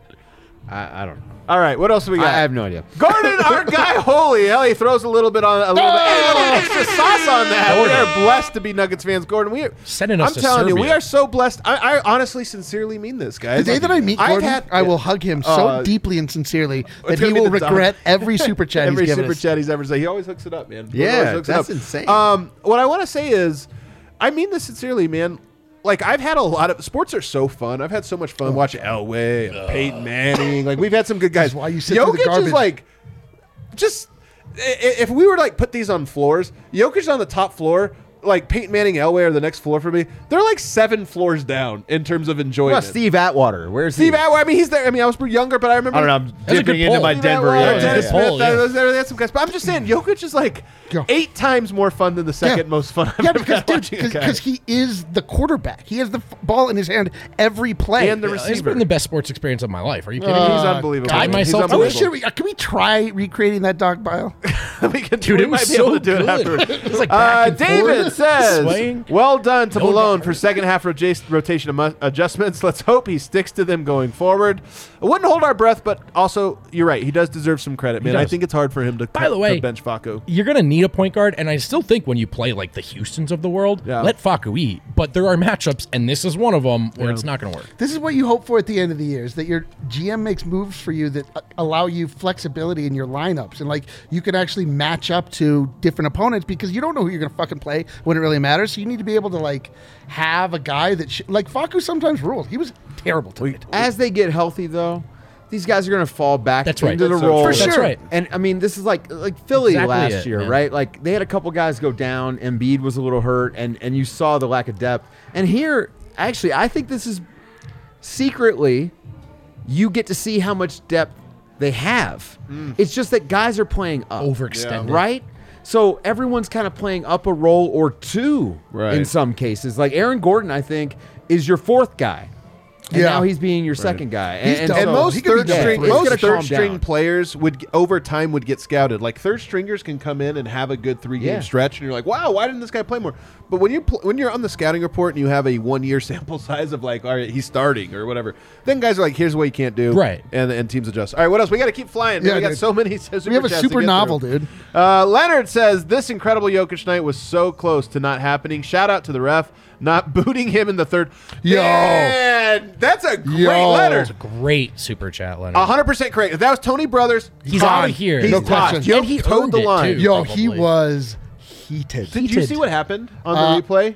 S4: I, I don't know.
S1: All right, what else do we
S4: I,
S1: got?
S4: I have no idea.
S1: Garden, our guy, holy hell, he throws a little bit on a little bit, hey, a little extra sauce on that. We are blessed to be Nuggets fans, Gordon. We are
S3: Sending us
S1: I'm
S3: to
S1: telling you, we
S3: Serbia.
S1: are so blessed. I, I honestly, sincerely mean this, guys.
S6: The day that I meet
S1: I've
S6: Gordon,
S1: had-
S6: I will hug him so
S1: Uh,
S6: deeply and sincerely that
S1: gonna
S6: he
S1: be
S6: will
S1: the dom-
S6: regret every super chat
S1: every
S6: he's given
S1: super
S6: us.
S1: chat he's ever said. He always hooks it up, man. He
S4: Yeah,
S1: always hooks it
S4: that's
S1: up.
S4: insane.
S1: Um, what I want to say is, I mean this sincerely, man. Like I've had a lot of sports are so fun. I've had so much fun watching Elway, and Peyton Manning. Like we've had some good guys.
S6: That's why you sit through the
S1: Jokic is
S6: garbage.
S1: like just i- i- if we were to, like put these on floors, Jokic's on the top floor. Like Peyton Manning, Elway are the next floor for me. They're like seven floors down in terms of
S4: What about
S1: enjoyment.
S4: Steve Atwater? Where's
S1: Steve
S4: he?
S1: Atway. I mean, he's there. I mean, I was younger, but I
S7: I
S1: remember.
S7: don't know. I'm
S3: a good
S7: dipping into
S3: poll.
S7: my
S1: Yeah,
S7: Denver.
S1: well,
S7: Yeah,
S1: Dennis
S7: yeah, yeah.
S1: Smith,
S3: Poll,
S1: that-
S3: yeah. Mm.
S1: those- they had some guys. But I'm just saying, Jokic is like
S6: Yeah.
S1: eight times more fun than the second most fun. I've
S6: Yeah,
S1: ever
S6: because
S1: had
S6: dude,
S1: watching a guy.
S6: because he is the quarterback. He has the f- ball in his hand every play.
S1: and the
S3: It's
S1: receiver.
S3: been the best sports experience of my life. Are you kidding
S6: Uh.
S3: me?
S1: he's unbelievable.
S3: God,
S1: He's
S3: uh, myself-
S6: Are we
S1: unbelievable.
S6: sure we, uh, can we try recreating that dog pile?
S1: we can,
S3: Dude,
S1: we
S3: it was
S1: might be able to
S3: so
S1: do
S3: good.
S1: it afterwards.
S3: It was like back
S1: Uh,
S3: and
S1: David
S3: forth,
S1: says,
S3: swaying.
S1: "Well done to
S3: No
S1: Malone
S3: doubt.
S1: for second half roja- rotation amu- adjustments. Let's hope he sticks to them going forward. I wouldn't hold our breath, but also you're right. He does deserve some credit, man. I
S3: does.
S1: think it's hard for him to,
S3: By the
S1: to
S3: way,
S1: bench Faco.
S3: You're gonna need a point guard, and I still think when you play like the Houston's of the world,
S1: Yeah.
S3: let Faku eat. But there are matchups, and this is one of them where it's not gonna work.
S6: This is what you hope for at the end of the year: is that your GM makes moves for you that uh, allow you flexibility in your lineups, and like you can actually match up to different opponents because you don't know who you're going to fucking play when it really matters. So you need to be able to like have a guy that sh- like Faku sometimes rules. He was terrible tonight.
S4: As they get healthy, though, these guys are going to fall back
S3: That's right.
S4: into the
S3: That's so
S4: role.
S3: true. For That's sure. right.
S4: And I mean, this is like like Philly
S3: Exactly
S4: last
S3: it,
S4: year,
S3: man.
S4: right? Like they had a couple guys go down. Embiid was a little hurt, and and you saw the lack of depth. And here, actually, I think this is secretly you get to see how much depth they have.
S7: Mm.
S4: It's just that guys are playing up,
S3: Overextended.
S4: right? So everyone's kind of playing up a role or two
S1: Right.
S4: in some cases. Like Aaron Gordon, I think, is your fourth guy. And
S6: Yeah.
S4: now he's being your second guy. And,
S6: He's
S4: and
S6: done.
S4: so-
S1: and most
S6: he could be
S1: third
S6: double
S1: string,
S6: three.
S4: It's
S1: most
S4: gonna
S1: third
S4: calm
S1: string
S4: down.
S1: players would over time would get scouted. Like third stringers can come in and have a good three game
S4: Yeah.
S1: stretch, and you're like, wow, why didn't this guy play more? But when you pl- when you're on the scouting report and you have a one year sample size of like, all right, he's starting or whatever, then guys are like, here's what you can't do,
S3: Right.
S1: And and teams adjust. All right, what else? We got to keep flying. man.
S6: Yeah,
S1: we got
S6: dude.
S1: so many.
S6: We have a super novel, dude.
S1: Uh, Leonard says this incredible Jokic night was so close to not happening. Shout out to the ref not booting him in the third.
S6: Yo.
S1: Man, that's a great
S6: Yo.
S1: Leonard.
S3: It's a great super chat, Leonard.
S1: A
S6: Uh-huh.
S1: hundred percent correct. If that was Tony Brothers,
S3: He's
S1: gone.
S3: outta here.
S1: He's
S6: No
S1: gone.
S6: question.
S1: Yo
S3: And he
S1: towed
S3: earned
S1: the
S3: it,
S1: line.
S3: too.
S1: Yo,
S6: Yo, he
S3: probably.
S6: was heated.
S1: did you see what happened on the replay?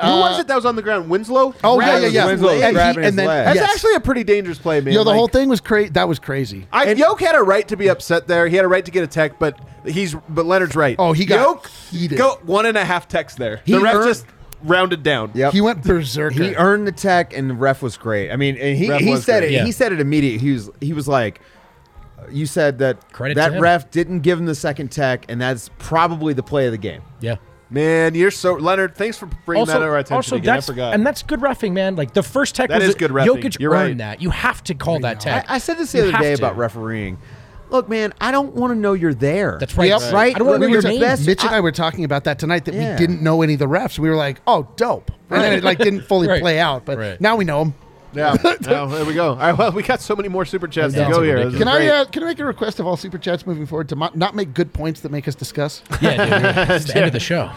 S1: Who was it that was on the ground? Winslow.
S6: Oh yeah,
S1: Grabbed
S6: yeah,
S1: his
S6: yeah.
S1: leg.
S4: Winslow was
S6: And he-
S4: grabbing his
S6: and then-
S4: leg.
S1: That's
S6: yes.
S1: actually a pretty dangerous play, man.
S6: Yo, the
S1: Like,
S6: whole thing was crazy. That was crazy.
S1: I, Yoke had a right to be upset there. He had a right to get a tech, but he's but Leonard's right.
S6: Oh, he got
S1: Yoke
S6: heated.
S1: Go one and a half techs there. the
S4: He
S1: ref
S4: earned-
S1: just rounded down.
S4: Yep.
S6: He went berserk.
S7: He earned the tech, and the ref was great. I mean, and he,
S1: Ref
S7: he
S1: was
S7: said
S1: great.
S7: it.
S3: Yeah.
S7: He said it immediately. He was he was like, "You said that
S3: Credit to
S7: that
S3: him.
S7: ref didn't give him the second tech, and that's probably the play of the game."
S3: yeah.
S1: Man, you're so Leonard. Thanks for bringing that to our attention
S3: also
S1: again. I
S3: that's
S1: forgot.
S3: and that's good refing, man. Like the first tech
S1: That
S3: was
S1: is good refing.
S3: Jokic
S1: You're
S3: earned
S1: right.
S3: that. You have to call that tech.
S4: I, I said this
S3: You
S4: the other
S3: have
S4: day
S3: to.
S4: about refereeing. Look, man, I don't want to know you're there.
S3: That's right.
S6: Yep.
S3: Right.
S4: Right?
S3: I don't want
S4: We
S3: to know your
S4: were the
S3: name.
S4: best-
S6: Mitch and I were talking about that tonight that
S4: Yeah.
S6: we didn't know any of the refs. We were like, "Oh, dope," and then it like didn't fully
S3: Right.
S6: play out. But
S3: Right.
S6: now we know him.
S1: yeah, no, there we go. All right, well, we got so many more super chats to
S3: Yeah.
S1: go here. This is
S6: Can I
S1: great.
S6: uh, can I make a request of all super chats moving forward to mo- not make good points that make us discuss?
S3: Yeah, dude. It's the end of the show.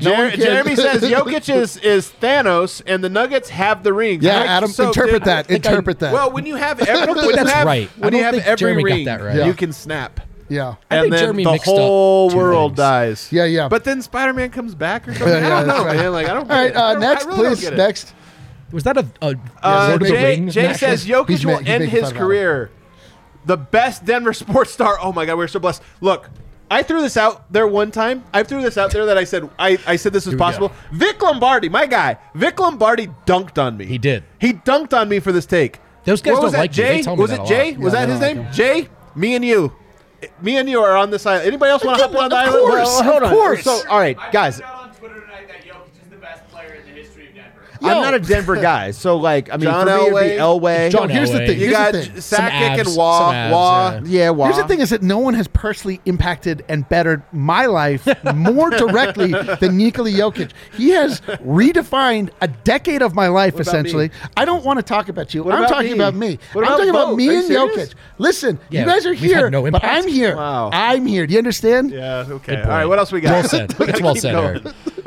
S6: No
S1: Jer-
S6: one can.
S1: Jeremy says Jokic is, is Thanos and the Nuggets have the rings.
S6: Yeah,
S1: Correct.
S6: Adam,
S1: So,
S6: interpret
S1: dude,
S6: that.
S3: think I-
S6: Interpret that.
S1: Well, when you have every,
S3: think
S1: when you
S3: that's
S1: have,
S3: right. I
S1: When you
S3: don't
S1: have
S3: think
S1: every
S3: Jeremy got
S1: ring,
S3: that right.
S6: Yeah.
S1: you can snap.
S6: yeah.
S3: I
S1: and
S3: think
S1: then
S3: Jeremy
S1: the
S3: mixed up
S1: whole
S3: two
S1: world
S3: things.
S1: dies.
S6: Yeah, yeah.
S1: But then Spider-Man comes back or something.
S6: Yeah,
S1: I
S6: yeah,
S1: don't know,
S6: that's right.
S1: man. Like I don't.
S6: All right,
S1: get it. I
S6: uh,
S1: don't- I
S6: next,
S1: really don't
S6: please.
S1: get it.
S6: Next.
S3: Was that a,
S1: Uh,
S3: a Lord of the
S1: Jay,
S3: Rings
S1: Jay
S3: match?
S1: says Jokic
S6: He's
S1: will
S6: ma- he's
S1: end
S6: making
S1: his
S6: fun of Adam.
S1: career. The best Denver sports star. Oh my God, we're so blessed. Look, I threw this out there one time. I threw this out there that I said I, I said this was
S3: Here we go.
S1: possible. Vic Lombardi, my guy, Vic Lombardi dunked on me.
S3: He did.
S1: He dunked on me for this take.
S3: Those guys
S1: What was
S3: don't
S1: that,
S3: like you. They
S1: Jay?
S3: tell me
S1: was
S3: that
S1: it
S3: a lot.
S1: Jay? was
S6: Yeah,
S1: that
S6: they
S1: his
S6: don't
S1: name? Jay, me and you. Me and you are on this island. Anybody else want to hop on the
S4: Of
S1: island?
S4: course,
S1: Well, hold
S4: of
S1: on.
S4: course. So, all right,
S5: I
S4: guys.
S5: found out on Twitter tonight that Jokic is the best player in the history of Denver.
S4: I'm
S6: Yo.
S4: not a Denver guy, so like I mean,
S1: John
S4: for me, it'd be
S1: Elway.
S4: Elway.
S3: John
S6: here's the
S3: Elway.
S6: thing.
S1: you
S6: Here's
S1: got
S6: the thing.
S3: Some
S1: Sakic and
S3: abs,
S1: Wah
S3: some abs,
S1: Wah.
S3: yeah.
S4: yeah, wow.
S6: Here's the thing: is that no one has personally impacted and bettered my life more directly than Nikola Jokic. He has redefined a decade of my life. essentially, I don't want to talk about you. I'm
S4: about
S6: talking
S4: me?
S6: about me.
S4: What
S6: I'm
S4: about
S6: talking about
S4: both?
S6: me
S4: Are you
S6: and
S4: serious?
S6: Jokic. Listen,
S3: Yeah,
S6: you guys are
S3: we've had
S6: here,
S3: no
S6: but
S3: impact.
S6: I'm here.
S4: Wow.
S6: I'm here. Do you understand?
S1: Yeah. Okay.
S3: Good
S1: All right.
S3: point.
S1: What else we got?
S3: Well said.
S1: We gotta
S3: It's well
S1: keep
S3: said,
S1: going.
S3: Eric.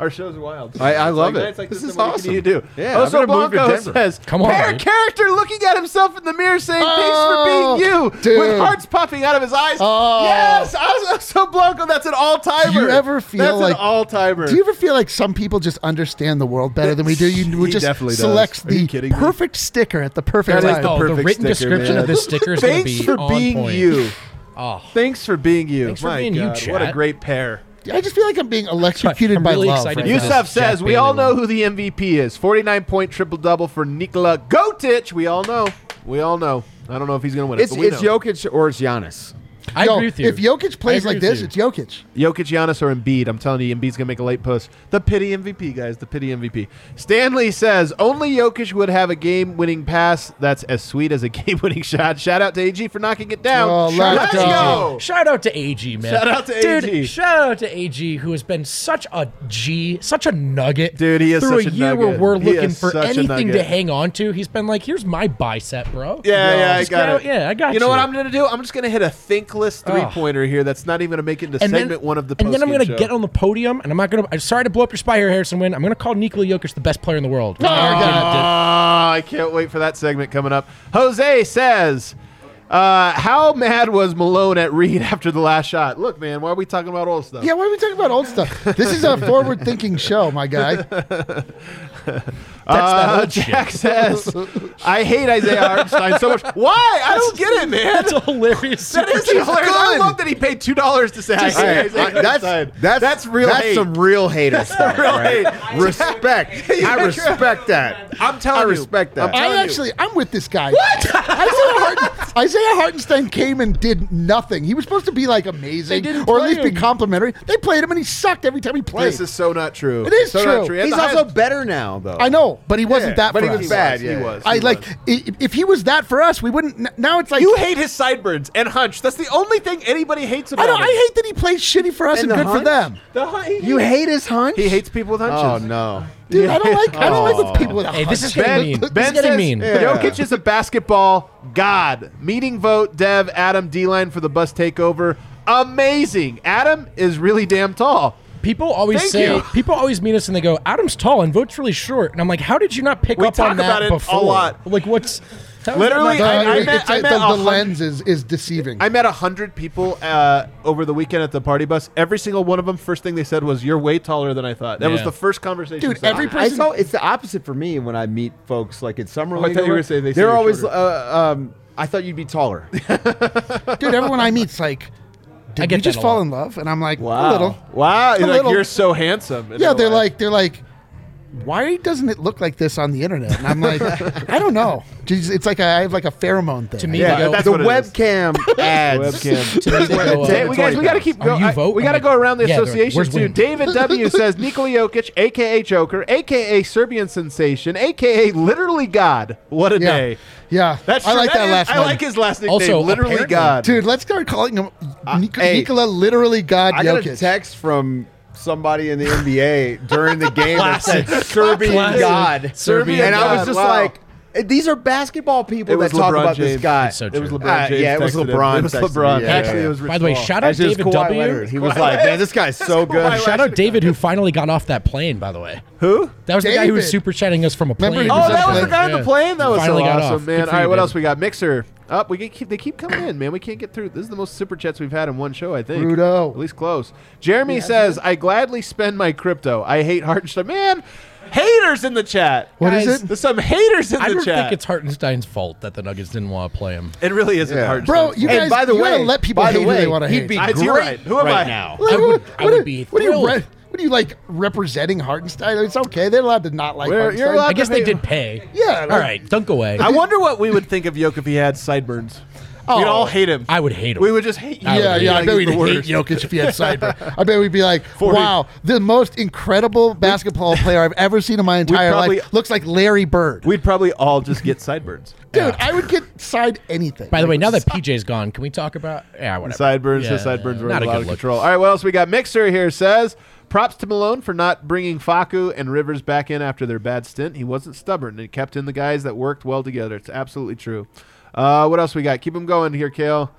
S1: Our show's wild.
S4: I- I love
S1: like
S4: it.
S1: nights like
S4: This
S1: this,
S4: is
S1: what
S4: awesome.
S1: Can you do?
S4: Yeah, I'm
S1: Oso
S4: gonna move to
S1: Blanco
S4: Denver.
S1: says,
S3: Come on,
S1: Pair
S3: dude."
S1: character looking at himself in the mirror saying,
S6: Oh,
S1: "Thanks for being you," with
S6: dude.
S1: hearts popping out of his eyes.
S6: Oh.
S1: Yes, Oso Blanco. That's an all timer.
S6: Do you ever feel
S1: that's
S6: like-
S1: an all timer?
S6: Do you ever feel like some people just understand the world better than we do? You we
S1: He
S6: just
S1: definitely does.
S6: selects
S1: Are you
S6: the
S1: kidding me?
S6: perfect sticker at the perfect
S1: That is
S6: time.
S1: the
S3: Oh, the
S1: perfect
S3: written
S1: sticker,
S3: description
S1: man.
S3: of this sticker is going to
S1: Thanks
S3: be
S1: for
S3: on
S1: being
S3: point.
S1: you.
S3: Oh,
S1: Thanks for being you.
S3: Thanks for
S1: My
S3: being you,
S1: God, What a
S3: Chad.
S1: great pair.
S6: I just feel like I'm being electrocuted
S3: I'm
S6: by
S3: really
S6: love.
S3: excited
S6: right
S3: for
S6: now.
S3: this.
S1: Yusuf
S3: Jack
S1: says, we
S3: Bailey
S1: all know
S3: one.
S1: who the MVP is. 49 point triple double for Nikola Gotic. We all know. We all know. I don't know if he's going to win it.
S4: It's
S1: but we
S4: it's
S1: know.
S4: Jokic or it's Giannis.
S3: I
S6: Yo,
S3: agree with you.
S6: If Jokic plays
S3: I agree
S6: like
S3: with
S6: this,
S3: you.
S6: it's Jokic.
S1: Jokic, Giannis, or Embiid. I'm telling you, Embiid's going to make a late post. The pity MVP, guys. The pity MVP. Stanley says, only Jokic would have a game winning pass that's as sweet as a game winning shot. Shout out to AG for knocking it down.
S6: Oh,
S1: Shout
S6: let's
S1: out to
S6: go.
S1: AG.
S3: Shout out to AG, man.
S1: Shout out to AG.
S3: Dude, shout out to AG, who has been such a G, such a nugget.
S1: Dude, he is
S3: Through
S1: such a
S3: a year
S1: nugget.
S3: where we're
S1: He
S3: looking
S1: is
S3: for
S1: such a
S3: anything
S1: nugget.
S3: to hang on to, he's been like, here's my bicep, bro.
S1: Yeah, yeah, I
S3: Just
S1: got
S3: get
S1: it.
S3: out- yeah, I got
S1: You Oh. know
S3: you.
S1: what I'm going to do? I'm just going to hit a thinkless
S3: Ugh.
S1: three pointer here that's not even going to make it into segment one of the
S3: and then I'm
S1: postgame
S3: gonna
S1: show.
S3: get on the podium, and I'm not gonna. I'm sorry to blow up your spot here, Harrison. Win. I'm gonna call Nikola Jokic the best player in the world. Eric Gordon did.
S1: Ah, I can't wait for that segment coming up. Jose says, uh, "How mad was Malone at Reed after the last shot?" Look, man, why are we talking about old stuff?
S6: Yeah, why are we talking about old stuff? This is a forward-thinking show, my guy.
S3: That's that
S1: Uh,
S3: old
S1: Jack
S3: shit.
S1: says, "I hate Isaiah Hartenstein so much. Why? I don't get it, man.
S3: That's a hilarious.
S1: That is hilarious. I
S4: good.
S1: love that he paid two dollars to say I hate
S4: Hey,
S1: Isaiah
S4: I- that's,
S1: Hartenstein.
S4: that's
S1: that's real
S4: That's
S1: hate.
S4: some real haters. stuff,
S1: real
S4: right?
S1: hate.
S4: Respect. I respect that.
S1: I'm telling
S4: I
S1: you.
S4: respect that.
S1: I'm telling
S6: I
S1: you.
S6: actually, I'm with this guy. What? Isaiah, Harten, Isaiah Hartenstein came and did nothing. He was supposed to be like amazing,
S3: They didn't
S6: or at
S3: play
S6: least be
S3: him.
S6: complimentary. They played him, and he sucked every time he played.
S1: This is so not true.
S6: It is
S1: so
S6: true.
S1: Not true. He had
S4: He's
S1: the
S4: also
S1: highest-
S4: better now, though.
S6: I know, but he wasn't that.
S4: but
S6: for
S4: he was
S6: us.
S4: bad,
S1: He
S4: yeah.
S1: was.
S6: I
S1: He
S6: like
S1: was.
S6: i- i- if he was that for us, we wouldn't. n- Now it's like
S1: You hate his sideburns and hunch. That's the only thing anybody hates about
S6: I don't.
S1: him.
S6: I hate that he plays shitty for us and,
S4: the
S6: good for
S4: hunch?
S6: them,
S1: The hun-
S4: You hate his hunch?
S1: He hates people with
S4: Oh
S1: hunches.
S4: no.
S6: dude. I don't like. I don't like when people. With a
S3: Hey, this is
S6: hunch.
S3: getting mean. this is getting
S1: says,
S3: mean.
S1: Jokic is a basketball god. Meeting vote, Dev, Adam, D line for the bus takeover. Amazing. Adam is really damn tall.
S3: People always
S1: Thank
S3: say
S1: you.
S3: people always meet us and they go, "Adam's tall and vote's really short." And I'm like, "How did you not pick
S1: We
S3: up
S1: talk
S3: on that
S1: about it a
S3: before?"
S1: lot.
S3: Like, what's how is that
S1: Literally,
S3: not-
S1: I- I
S6: it's-
S1: met-
S6: it's-
S1: I met
S6: the,
S1: a
S6: the
S1: hun-
S6: lens is is deceiving.
S1: I met a hundred people uh, over the weekend at the party bus. Every single one of them, first thing they said was, "You're way taller than I thought." That was
S3: Yeah.
S1: the first conversation.
S6: Dude,
S1: said.
S6: every
S4: I
S6: person.
S4: saw it's the opposite for me when I meet folks like in summer.
S1: Oh, I thought you were gonna say they say
S4: are
S1: you're
S4: always.
S1: shorter.
S4: Uh, um, I thought you'd be taller.
S6: dude, everyone I meet's like, did
S3: I get
S6: we just
S3: that a
S6: fall
S3: lot.
S6: in love? And I'm like, a little.
S1: Wow, you're like
S6: little.
S1: you're so handsome. And
S6: Yeah, they're like, they're like, why doesn't it look like this on the internet? And I'm like, I don't know. Jeez, It's like I have like a pheromone thing.
S3: To me,
S1: Yeah,
S3: they go,
S1: that's
S4: the
S1: what it is.
S4: webcam ads.
S1: Webcam.
S3: to me, they go,
S1: Hey,
S3: uh,
S1: we guys, we got to keep
S3: Oh, you
S1: going. I-
S3: vote?
S1: we got to
S3: I'm
S1: go
S3: like,
S1: around the
S3: yeah, they're like,
S1: association
S3: where's
S1: too.
S3: Wayne?
S1: David W says Nikola Jokic, aka Joker, aka Serbian sensation, aka literally God. What a
S6: yeah,
S1: day!
S6: yeah.
S1: That's
S6: I
S1: true.
S6: like that,
S1: That is-
S6: last
S1: I
S6: one.
S1: like his last nickname.
S3: Also,
S1: literally
S3: apparently-
S1: God.
S6: Dude, let's start calling him
S1: Uh,
S6: Nic-
S4: hey.
S6: Nikola, literally God
S4: I got a
S6: Jokic.
S4: text from somebody in the NBA during the game that said Serbian
S3: Classic.
S4: God.
S3: Serbian
S4: and I was
S1: God,
S4: just
S1: wow.
S4: like, "Eh, these are basketball people
S1: It
S4: that
S1: was
S4: talk
S1: LeBron
S4: about this
S1: James.
S4: guy.
S3: It's so
S1: Uh, it was
S3: true.
S1: LeBron.
S4: Ah,
S1: James
S4: yeah, it was
S1: texted him.
S4: LeBron
S1: It was
S4: texted
S1: LeBron.
S4: him. Yeah,
S1: Actually,
S4: yeah,
S1: it was. Rich
S3: By the way,
S1: Paul.
S3: shout out
S4: Actually, it was
S3: David
S4: Kawhi
S3: W.
S4: Leonard. He was like, man, this guy's so
S1: Kawhi
S4: good.
S1: Leonard.
S3: Shout out David, who finally got off that plane. By the way, who? That was the guy who was
S6: David.
S3: super chatting us from a plane.
S6: Remember
S1: Oh,
S6: he was
S1: that
S6: on
S1: was the
S6: plane.
S1: guy on the
S3: Yeah.
S1: plane. That was
S3: Finally
S1: so
S3: got
S1: awesome,
S3: off.
S1: man.
S3: Good for
S1: All right,
S3: you,
S1: what
S3: David.
S1: else we got? Mixer up. We get keep, they keep coming in, man. We can't get through. This is the most super chats we've had in one show, I think.
S6: Rudo.
S1: At least close. Jeremy says, "I gladly spend my crypto. I hate Hartenstein." Man, haters in the chat.
S6: What
S1: What
S6: is
S1: is
S6: Guys, it?
S1: There's some haters in
S3: I
S1: the
S3: don't
S1: chat.
S3: think it's Hartenstein's fault that the Nuggets didn't want to play him.
S1: it really isn't
S4: Yeah.
S1: Hartenstein.
S6: Bro, you
S4: And
S6: guys,
S4: by the
S6: you gotta
S4: way-
S6: let people
S4: by
S6: hate
S4: the way,
S6: who they want to
S4: he'd
S6: hate.
S4: be
S1: I-
S4: great
S1: you're right. Who am
S4: right
S1: I?
S4: now.
S6: Like,
S3: I would-
S6: what-
S3: I
S6: what
S3: would
S6: are-
S3: be
S6: What are you?
S3: thrilled.
S6: Re- what are you like representing Hartenstein? It's okay. They're allowed to not like
S1: We're- you're
S6: Hartenstein.
S1: allowed
S3: I guess
S1: They-
S3: they did pay.
S6: Yeah,
S3: All
S6: no.
S3: right, dunk away.
S1: I wonder what we would think of Yoke if he had sideburns. We'd all hate him.
S3: Oh, I would hate him.
S1: We would just hate.
S3: I would
S1: you.
S6: yeah,
S3: hate
S6: yeah.
S3: him.
S6: I bet
S1: He's
S6: we'd
S1: the
S6: hate
S1: worst.
S6: Jokic if he had cyber. I bet we'd be like, "Wow, the most incredible basketball player I've ever seen in my entire
S1: probably-
S6: life looks like Larry Bird."
S1: We'd probably all just get sideburns.
S6: Dude, I would get side anything.
S3: By the way,
S6: Like,
S3: now that PJ's gone, can we talk about yeah, whatever.
S1: Sideburns,
S3: Yeah,
S1: his sideburns were
S3: not
S1: out
S3: a good
S1: of
S3: look.
S1: control. All right, what else we got? Mixer here says, props to Malone for not bringing Faku and Rivers back in after their bad stint. He wasn't stubborn and kept in the guys that worked well together. It's absolutely true. Uh, what else we got? Keep them going here, Kale.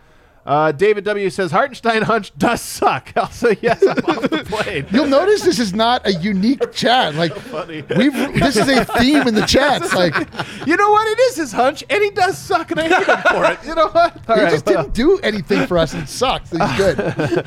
S1: Uh, David W says, Hartenstein hunch does suck. Also, yes, I'm off the plane.
S6: You'll notice this is not a unique chat. Like, we've this is a theme in the chats. Like,
S1: You know what? It is his hunch, and he does suck, and I hate him for it. You know what? All
S6: they
S1: right,
S6: just
S1: well,
S6: didn't do anything for us. It sucks. It's good.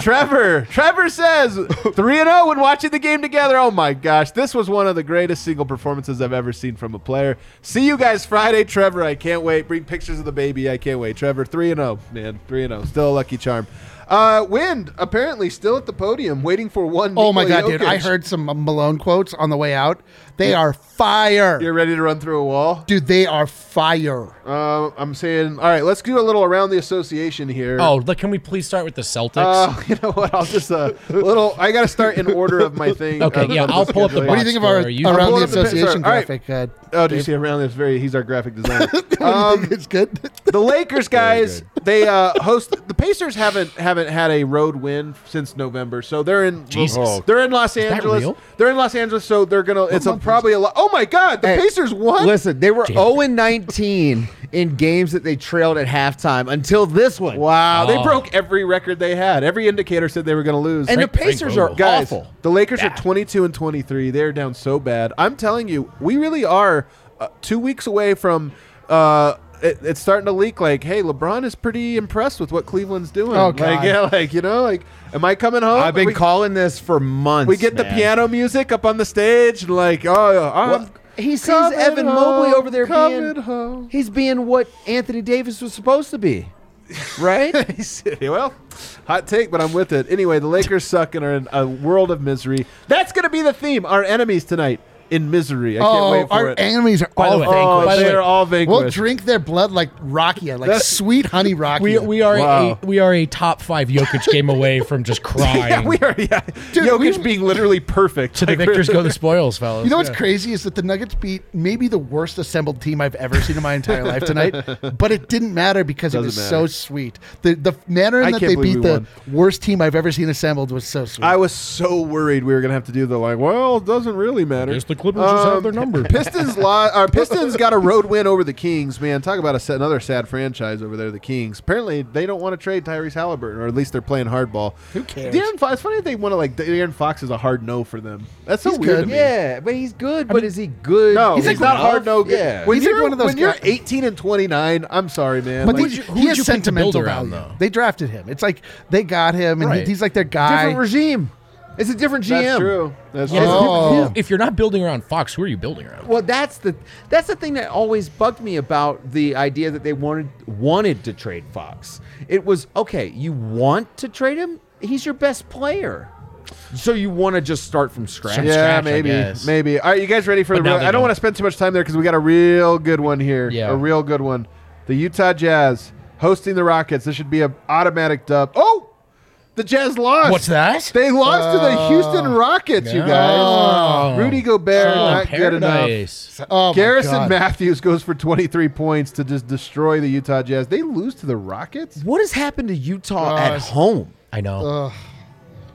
S1: Trevor. Trevor says 3 and 0 when watching the game together. Oh my gosh, this was one of the greatest single performances I've ever seen from a player. See you guys Friday, Trevor. I can't wait. Bring pictures of the baby. I can't wait. Trevor 3 and 0, man. 3 and 0. Still a lucky charm. Uh, Wind apparently still at the podium waiting for one.
S6: Oh my
S1: Nikola
S6: god, dude!
S1: Jokic.
S6: I heard some Malone quotes on the way out. They are fire,
S1: you're ready to run through a wall.
S6: dude. They are fire.
S1: Uh, I'm saying, all right, let's do a little around the association here.
S3: Oh, look, can we please start with the Celtics?
S1: Uh, you know what? I'll just uh, little. I got to start in order of my thing.
S3: Okay,
S1: of-
S3: yeah,
S1: of
S3: I'll pull up the
S1: scheduling.
S6: What do you think of
S3: Box
S6: our
S3: score, you-
S1: I'm
S6: around
S1: pulling
S6: the
S1: up the picture.
S6: association
S1: All right.
S6: graphic? Uh,
S1: Oh, do you see around this? Very, he's our graphic designer. Um,
S6: you think it's good.
S1: the Lakers guys, they uh, host the Pacers haven't haven't had a road win since November, so they're in
S3: Jesus.
S1: they're in Los
S3: that
S1: Angeles.
S3: real?
S1: They're in Los Angeles, so they're gonna. It's a,
S6: month is
S1: probably a lot. Oh my God, the
S4: Hey,
S1: Pacers won.
S4: Listen, they were 0 and 19 in games that they trailed at halftime until this one.
S1: Wow, they
S3: Oh.
S1: broke every record they had. Every indicator said they were gonna lose.
S4: And the
S3: Frank
S4: Pacers
S3: Vogel.
S4: are
S1: guys,
S4: awful.
S1: the Lakers are 22 and 23. They're down so bad. I'm telling you, we really are uh, two weeks away from. Uh, it, it's starting to leak. Like, hey, LeBron is pretty impressed with what Cleveland's doing.
S6: Oh,
S1: Like,
S6: God.
S1: yeah, like you know, like, am I coming home?
S4: I've been
S1: we,
S4: calling this for months.
S1: We get the
S4: man.
S1: piano music up on the stage, and like, oh, yeah, I'm
S4: Well, he sees
S1: coming
S4: Evan
S1: home,
S4: Mobley over there
S1: coming
S4: being
S1: home.
S4: he's being what Anthony Davis was supposed to be. Right?
S1: He said, well, hot take, but I'm with it. Anyway, the Lakers suck and are in a world of misery. That's going to be the theme. Our enemies tonight in misery. I can't
S6: Oh,
S1: wait for
S6: our
S1: it.
S6: enemies are
S3: By the
S6: all
S3: way-
S1: oh,
S3: vanquished. By the
S1: they're
S3: way,
S1: all
S6: We'll
S1: vanquished.
S6: drink their blood like Rakia, like
S1: That's-
S6: sweet honey Rakia.
S3: we, we are
S1: Wow.
S3: a, we are a top five Jokic game away from just crying.
S1: yeah, we are. Yeah,
S6: Dude,
S1: Jokic
S6: we-
S1: being literally perfect.
S3: to the
S1: Like,
S3: victors go the spoils, fellas.
S6: you know what's
S3: Yeah.
S6: crazy is that the Nuggets beat maybe the worst assembled team I've ever seen in my entire life tonight, but it didn't matter because it was
S1: Doesn't
S6: so
S1: matter.
S6: sweet. The the manner in
S1: I
S6: that
S1: can't
S6: they
S1: believe
S6: beat
S1: we
S6: the
S1: won.
S6: worst team I've ever seen assembled was so sweet.
S1: I was so worried we were gonna have to do the like. Well, it doesn't really matter.
S3: Guess the Clippers just have their
S1: Um,
S3: number.
S1: Pistons lo- our Pistons got a road win over the Kings. Man, talk about a, sa- another sad franchise over there. The Kings. Apparently, they don't want to trade Tyrese Halliburton, or at least they're playing hardball. Who
S6: cares?
S1: De'Aaron Fox. It's funny they want to like De'aaron Fox is a hard no for them. That's so
S6: He's
S1: weird.
S6: good.
S1: to me.
S4: Yeah, but he's good, but is he good?
S1: No, he's,
S6: He's like
S1: not
S6: one of-
S1: hard no. good.
S4: Yeah.
S1: When
S6: He's like
S1: you're
S6: one of those
S1: when you're
S6: guys-
S1: 18 and 29, I'm sorry, man.
S6: but
S1: Like,
S6: they-
S3: would you- who
S6: he
S3: would
S6: has
S3: you pick to build
S6: sentimental
S3: around,
S6: value.
S3: though?
S6: They drafted him. It's like they got him, and he-
S3: Right.
S6: he's like their guy.
S4: different regime. It's a different GM.
S1: that's true. That's
S3: Yeah,
S1: true.
S6: Oh.
S3: who- who- if you're not building around Fox, who are you building around?
S4: Well, that's the that's the thing that always bugged me about the idea that they wanted wanted to trade Fox. It was okay, you want to trade him? He's your best player. So you want to just start from scratch?
S3: Yeah.
S1: Yeah,
S3: scratch, I
S1: maybe,
S3: guess.
S1: maybe. All right, you guys ready for the?
S3: But now
S1: Real,
S3: they
S1: I don't
S3: don't.
S1: want to spend too much time there because we got a real good one here.
S3: Yeah.
S1: a real good one. The Utah Jazz hosting the Rockets. This should be an automatic dub. Oh, the Jazz lost.
S3: What's that?
S1: They lost to
S6: Oh,
S1: the Houston Rockets. You guys.
S3: Oh.
S1: Rudy Gobert not good enough.
S3: paradise.
S6: Oh my
S1: Garrison
S6: God.
S1: Matthews goes for 23 points to just destroy the Utah Jazz. They lose to the Rockets?
S4: What has happened to Utah at home?
S3: I
S1: Uh,
S3: know.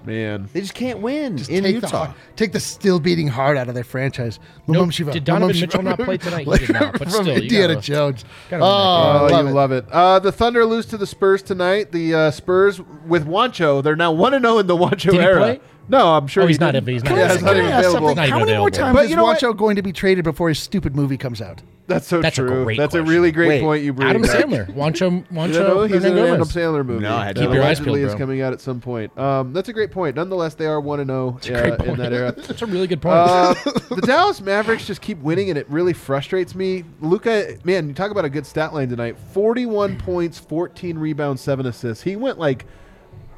S1: Man.
S4: They just can't win
S6: Just
S4: in
S6: take The,
S4: Utah.
S6: heart- take the still beating heart out of their franchise.
S3: Nope.
S6: Mamam Shiva.
S3: Did Donovan
S6: Mamam Shiva.
S3: Mitchell not play tonight? He did not, but
S6: From
S3: still, you
S6: Indiana
S3: gotta-
S6: Jones.
S3: gotta win
S1: Oh,
S6: Oh,
S1: you
S6: love it.
S1: love it. Uh, the Thunder lose to the Spurs tonight. The uh, Spurs with Wancho, they're now one and zero in the Wancho
S3: Did he
S1: era.
S3: play?
S1: No, I'm sure
S3: Oh,
S1: he
S3: he's not
S1: didn't.
S3: av- he's not
S1: yeah, he's not
S3: available.
S6: Can I
S1: even available.
S6: ask something?
S3: Not even
S6: How many more
S3: available.
S6: times
S1: But
S6: is
S1: you know what?
S6: Wancho going to be traded before his stupid movie comes out?
S1: That's so
S3: That's a
S1: true.
S3: great
S1: That's a
S3: question.
S1: really great
S4: Wait,
S1: point you bring.
S3: Adam
S1: up.
S3: Sandler, Wancho, Wancho,
S1: You know, he's
S3: Hernan
S1: in an Adam
S3: Gomez.
S1: Sandler movie.
S4: No, I had
S1: that
S3: to- Keep your eyes
S1: allegedly
S3: peeled,
S1: is
S3: bro.
S1: coming out at some point. Um, that's a great point. Nonetheless, they are one and zero
S3: Great
S1: uh, in
S3: point.
S1: that era.
S3: That's a really good point.
S1: Uh, the Dallas Mavericks just keep winning, and it really frustrates me. Luca, man, you talk about a good stat line tonight: forty-one points, fourteen rebounds, seven assists. He went like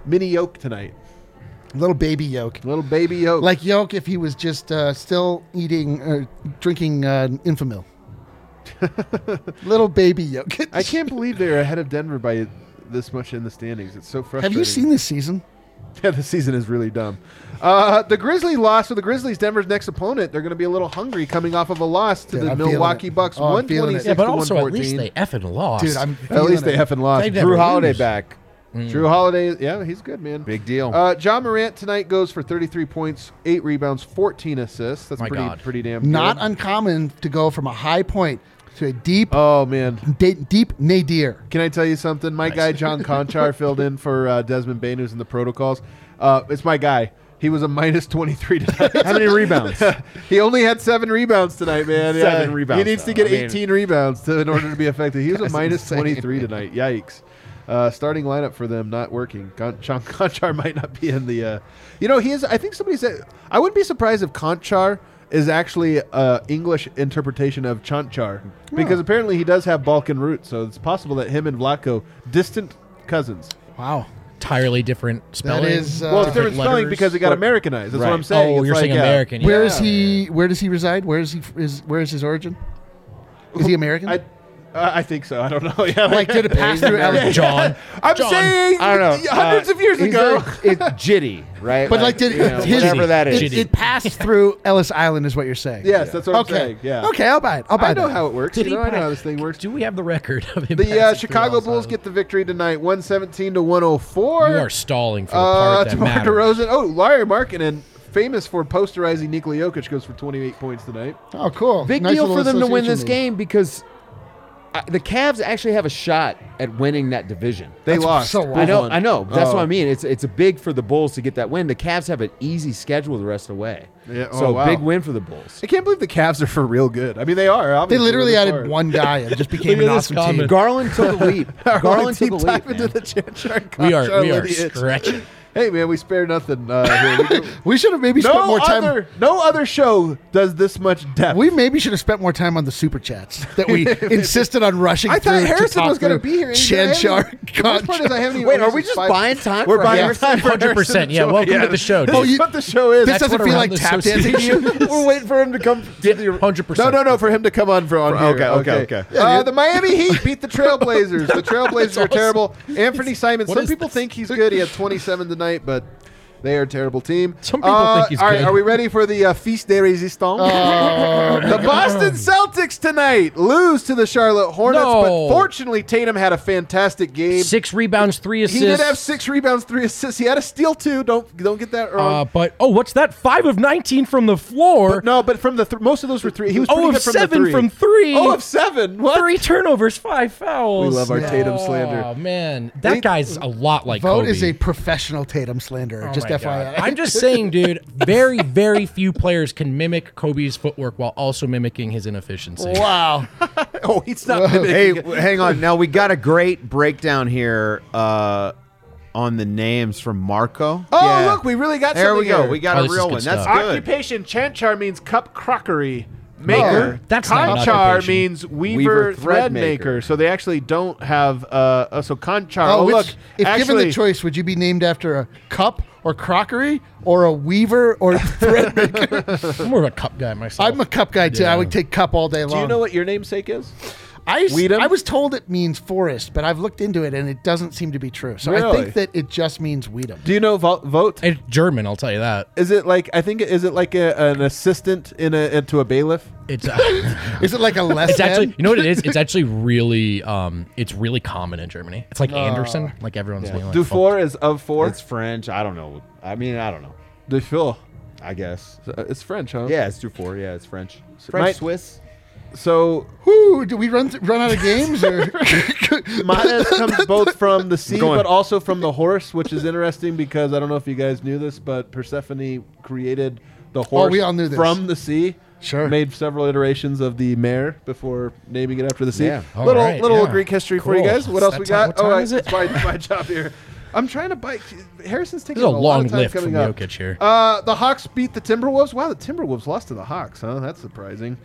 S1: mini yoke tonight,
S6: Little baby yoke.
S1: little baby yoke.
S6: Like yoke if he was just uh, still eating, uh, drinking uh, Infamil. Little baby Jokic.
S1: I can't believe they're ahead of Denver by this much in the standings. It's so frustrating.
S6: Have you seen this season?
S1: Yeah, the season is really dumb. Uh, the Grizzly loss for the Grizzlies, Denver's next opponent. They're going to be a little hungry coming off of a loss to
S6: Dude,
S1: the
S6: I'm feeling
S1: Milwaukee
S6: it.
S1: Bucks,
S6: Oh, I'm
S1: one
S6: feeling
S1: twenty
S6: it.
S1: six
S3: Yeah, but
S1: to one
S3: also at least
S1: fourteen.
S3: they effing lost.
S6: Dude, I'm
S1: At
S6: feeling
S1: least they
S6: it.
S1: effing lost.
S3: They
S1: Drew
S3: never
S1: Holiday
S3: lose.
S1: back. Drew Holiday, yeah, he's good, man.
S4: Hmm. Big deal.
S1: Uh, John Morant tonight goes for 33 points, eight rebounds, 14 assists. That's
S3: My
S1: pretty,
S3: God.
S1: pretty damn good.
S6: Not uncommon to go from a high point to a deep,
S1: oh man,
S6: da- deep nadir.
S1: Can I tell you something? My guy John Conchar filled in for uh, Desmond Bain, who's in the protocols. Uh, it's my guy. He was a minus twenty three tonight.
S4: How many rebounds?
S1: he only had seven rebounds tonight, man. Yeah.
S4: Seven rebounds,
S1: He needs to
S4: though.
S1: get
S4: I mean-
S1: eighteen rebounds to, in order to be effective. He was a minus twenty three tonight. Yikes. Uh, starting lineup for them not working. Con- John Conchar might not be in the. Uh, you know, he is. I think somebody said. I wouldn't be surprised if Conchar is actually uh, English interpretation of Chanchar because apparently he does have Balkan roots, so it's possible that him and Vlatko distant cousins.
S6: Wow.
S3: entirely different spelling.
S6: That is. Uh,
S1: well, it's different spelling
S3: letters.
S1: because it got
S4: But-
S1: Americanized. That's
S4: Right.
S1: what I'm saying.
S3: oh,
S1: It's
S3: you're
S1: like,
S3: saying
S1: uh,
S3: American.
S6: where
S3: yeah.
S6: is he? Where does he reside? Where is he? Is where is his origin? Is he American?
S1: I, uh, I think so. I don't know. Yeah,
S6: like, did it pass through? L-
S3: John.
S1: I'm
S3: John.
S1: saying
S4: I don't know.
S1: hundreds
S4: Uh,
S1: of years
S4: he's
S1: ago.
S4: like- it's jitty, right?
S6: But like, did
S4: you know,
S6: his-
S4: whatever that is.
S6: It, it passed through Ellis Island, is what you're saying.
S1: yes, that's what
S6: Okay.
S1: I'm saying. Yeah.
S6: Okay, I'll buy it. I'll buy
S1: I know
S6: that.
S1: how it works.
S3: Did
S1: you
S3: he
S1: know, I know
S3: pass-
S1: how this thing works.
S3: Do we have the record of him?
S1: The uh,
S3: passing through
S1: Chicago
S3: Ellis
S1: Bulls
S3: Island?
S1: get the victory tonight, 117 to 104.
S3: You are stalling for the
S1: Uh,
S3: part that
S1: DeMar
S3: matters.
S1: DeRozan. Oh, Larry Markkinen, famous for posterizing Nikola Jokic, goes for 28 points tonight.
S6: Oh, cool.
S4: Big
S6: Nice
S4: deal
S6: little
S4: for them to win
S6: association
S4: this
S6: league.
S4: game because I, the Cavs actually have a shot at winning that division.
S1: They
S6: That's
S1: lost.
S6: so
S4: I know,
S6: One.
S4: I know. That's
S1: Oh.
S4: what I mean. It's it's a big for the Bulls to get that win. The Cavs have an easy schedule the rest of the way.
S1: Yeah, oh,
S4: so
S1: wow.
S4: big win for the Bulls.
S1: I can't believe the Cavs are for real good. I mean, they are.
S6: They
S1: obviously.
S6: literally
S1: They're
S6: added
S1: far.
S6: one guy and just became an
S3: at this
S6: awesome team.
S3: comment.
S4: Garland took the leap. Garland
S1: Team
S4: took the
S1: type
S4: leap.
S1: into
S4: man.
S1: the chat chart.
S3: We are
S1: Conchar
S3: we are
S1: with the itch.
S3: stretching.
S1: Hey man, we spare nothing. Uh, here. We go-
S6: We should have maybe spent
S1: no
S6: more time.
S1: other no other show does this much depth.
S6: We maybe should have spent more time on the super chats that we insisted on rushing.
S1: I
S6: through
S1: thought Harrison was
S6: going
S1: gonna
S6: to
S1: be here. and he- I haven't- The worst part is I haven't even
S4: Wait, are we
S1: raised
S4: just
S1: five-
S4: buying time?
S1: We're
S4: for
S1: buying
S4: Harrison?
S1: time for
S3: 100%,
S1: Harrison
S3: yeah,
S1: join.
S3: welcome to the show,
S1: This
S3: dude.
S1: is what the show is.
S6: This
S3: That's
S6: doesn't
S3: what
S6: feel
S3: around
S6: like
S3: the
S6: tap dancing to you.
S4: We're waiting for him to come. To the,
S3: Hundred
S1: No,
S3: percent.
S1: no, no! For him to come on for on
S4: For-
S1: here.
S4: okay, okay, okay.
S1: Uh, the Miami Heat beat the Trailblazers. The Trailblazers are terrible. Anthony Simon.
S3: what
S1: Some
S3: is
S1: people
S3: this?
S1: think he's good. He had 27 tonight, but they are a terrible team.
S3: Some people
S1: Uh,
S3: think he's
S1: all right,
S3: good.
S1: Are we ready for the uh, feast de resistance? the Boston Celtics tonight lose to the Charlotte Hornets,
S3: No.
S1: but fortunately Tatum had a fantastic game.
S3: Six rebounds, three
S1: he
S3: assists.
S1: did have six rebounds, three assists. He had a steal too. Don't don't get that wrong.
S3: Uh, but oh, what's that? Five of nineteen from the floor.
S1: But no, but from the th- most of those were three. He was
S3: Oh,
S1: pretty
S3: of
S1: good from
S3: seven
S1: the three.
S3: from three.
S1: Oh, of seven. What?
S3: Three turnovers, five fouls.
S1: We love our Tatum slander.
S3: Oh man, that
S1: They-
S3: guy's a lot like
S6: Vote
S3: Kobe.
S6: is a professional Tatum slanderer.
S3: Oh
S6: just
S3: my
S6: FYI.
S3: God. I'm just saying, dude. Very, very few players can mimic Kobe's footwork while also mimicking his inefficiency.
S6: Wow.
S1: Oh, he's not.
S7: hey, w- hang on. Now we got a great breakdown here uh, on the names from Marco.
S1: Oh, look, we really got
S7: there we
S1: something
S7: go.
S1: here.
S7: We got
S3: Oh,
S7: a
S3: this is
S7: real
S3: good
S7: one.
S3: stuff.
S7: That's good.
S1: Occupation chanchar means cup crockery maker.
S6: Oh,
S3: that's not an
S1: conchar
S3: occupation.
S1: means weaver,
S7: Weaver
S1: thread,
S7: thread
S1: maker.
S7: maker.
S1: So they actually don't have. Uh, uh, so conchar.
S6: Oh,
S1: Oh,
S6: which,
S1: look.
S6: if
S1: actually,
S6: given the choice, would you be named after a cup or crockery or a weaver or thread maker?
S3: I'm more of a cup guy myself.
S6: I'm a cup guy too.
S3: Yeah.
S6: I would take cup all day long.
S1: do you know what your namesake is?
S6: I, s-
S1: Weedham?
S6: I was told it means forest, but I've looked into it and it doesn't seem to be true. So I
S1: Really?
S6: think that it just means Weedham.
S1: Do you know vo- vote?
S3: It's German, I'll tell you that.
S1: Is it like I think? Is it like a, an assistant in a into a bailiff?
S3: It's uh,
S6: Is it like a less
S3: it's
S6: than?
S3: actually you know what it is. It's actually really um, it's really common in Germany. It's like Anderson, like everyone's name. Like,
S1: Dufour is of four.
S4: it's French. I don't know. I mean, I don't know.
S1: Dufour.
S4: I guess.
S1: So, uh, It's French, huh?
S4: Yeah, it's two four. Yeah, it's French. French
S1: Might-
S4: Swiss.
S1: So
S6: Whew, do we run th- run out of games or?
S1: Maez comes both from the sea,
S4: Going.
S1: but also from the horse, which is interesting because I don't know if you guys knew this, but Persephone created the horse
S3: Oh,
S6: we all knew this.
S1: from the sea.
S6: Sure.
S1: Made several iterations of the mare before naming it after the sea.
S4: Yeah.
S3: All
S1: Little
S3: right,
S1: little
S3: yeah.
S1: Greek history for you
S3: Cool.
S1: guys. What
S3: Is
S1: else
S3: that
S1: we
S3: time-
S1: got?
S3: what time
S1: oh, I-
S3: is it?
S1: It's my, it's my job here. I'm trying to bite. Harrison's taking
S3: is a
S1: lot
S3: long
S1: of time
S3: lift
S1: coming
S3: from
S1: up.
S3: Jokic here.
S1: Uh, the Hawks beat the Timberwolves. Wow, the Timberwolves lost to the Hawks, huh? That's surprising.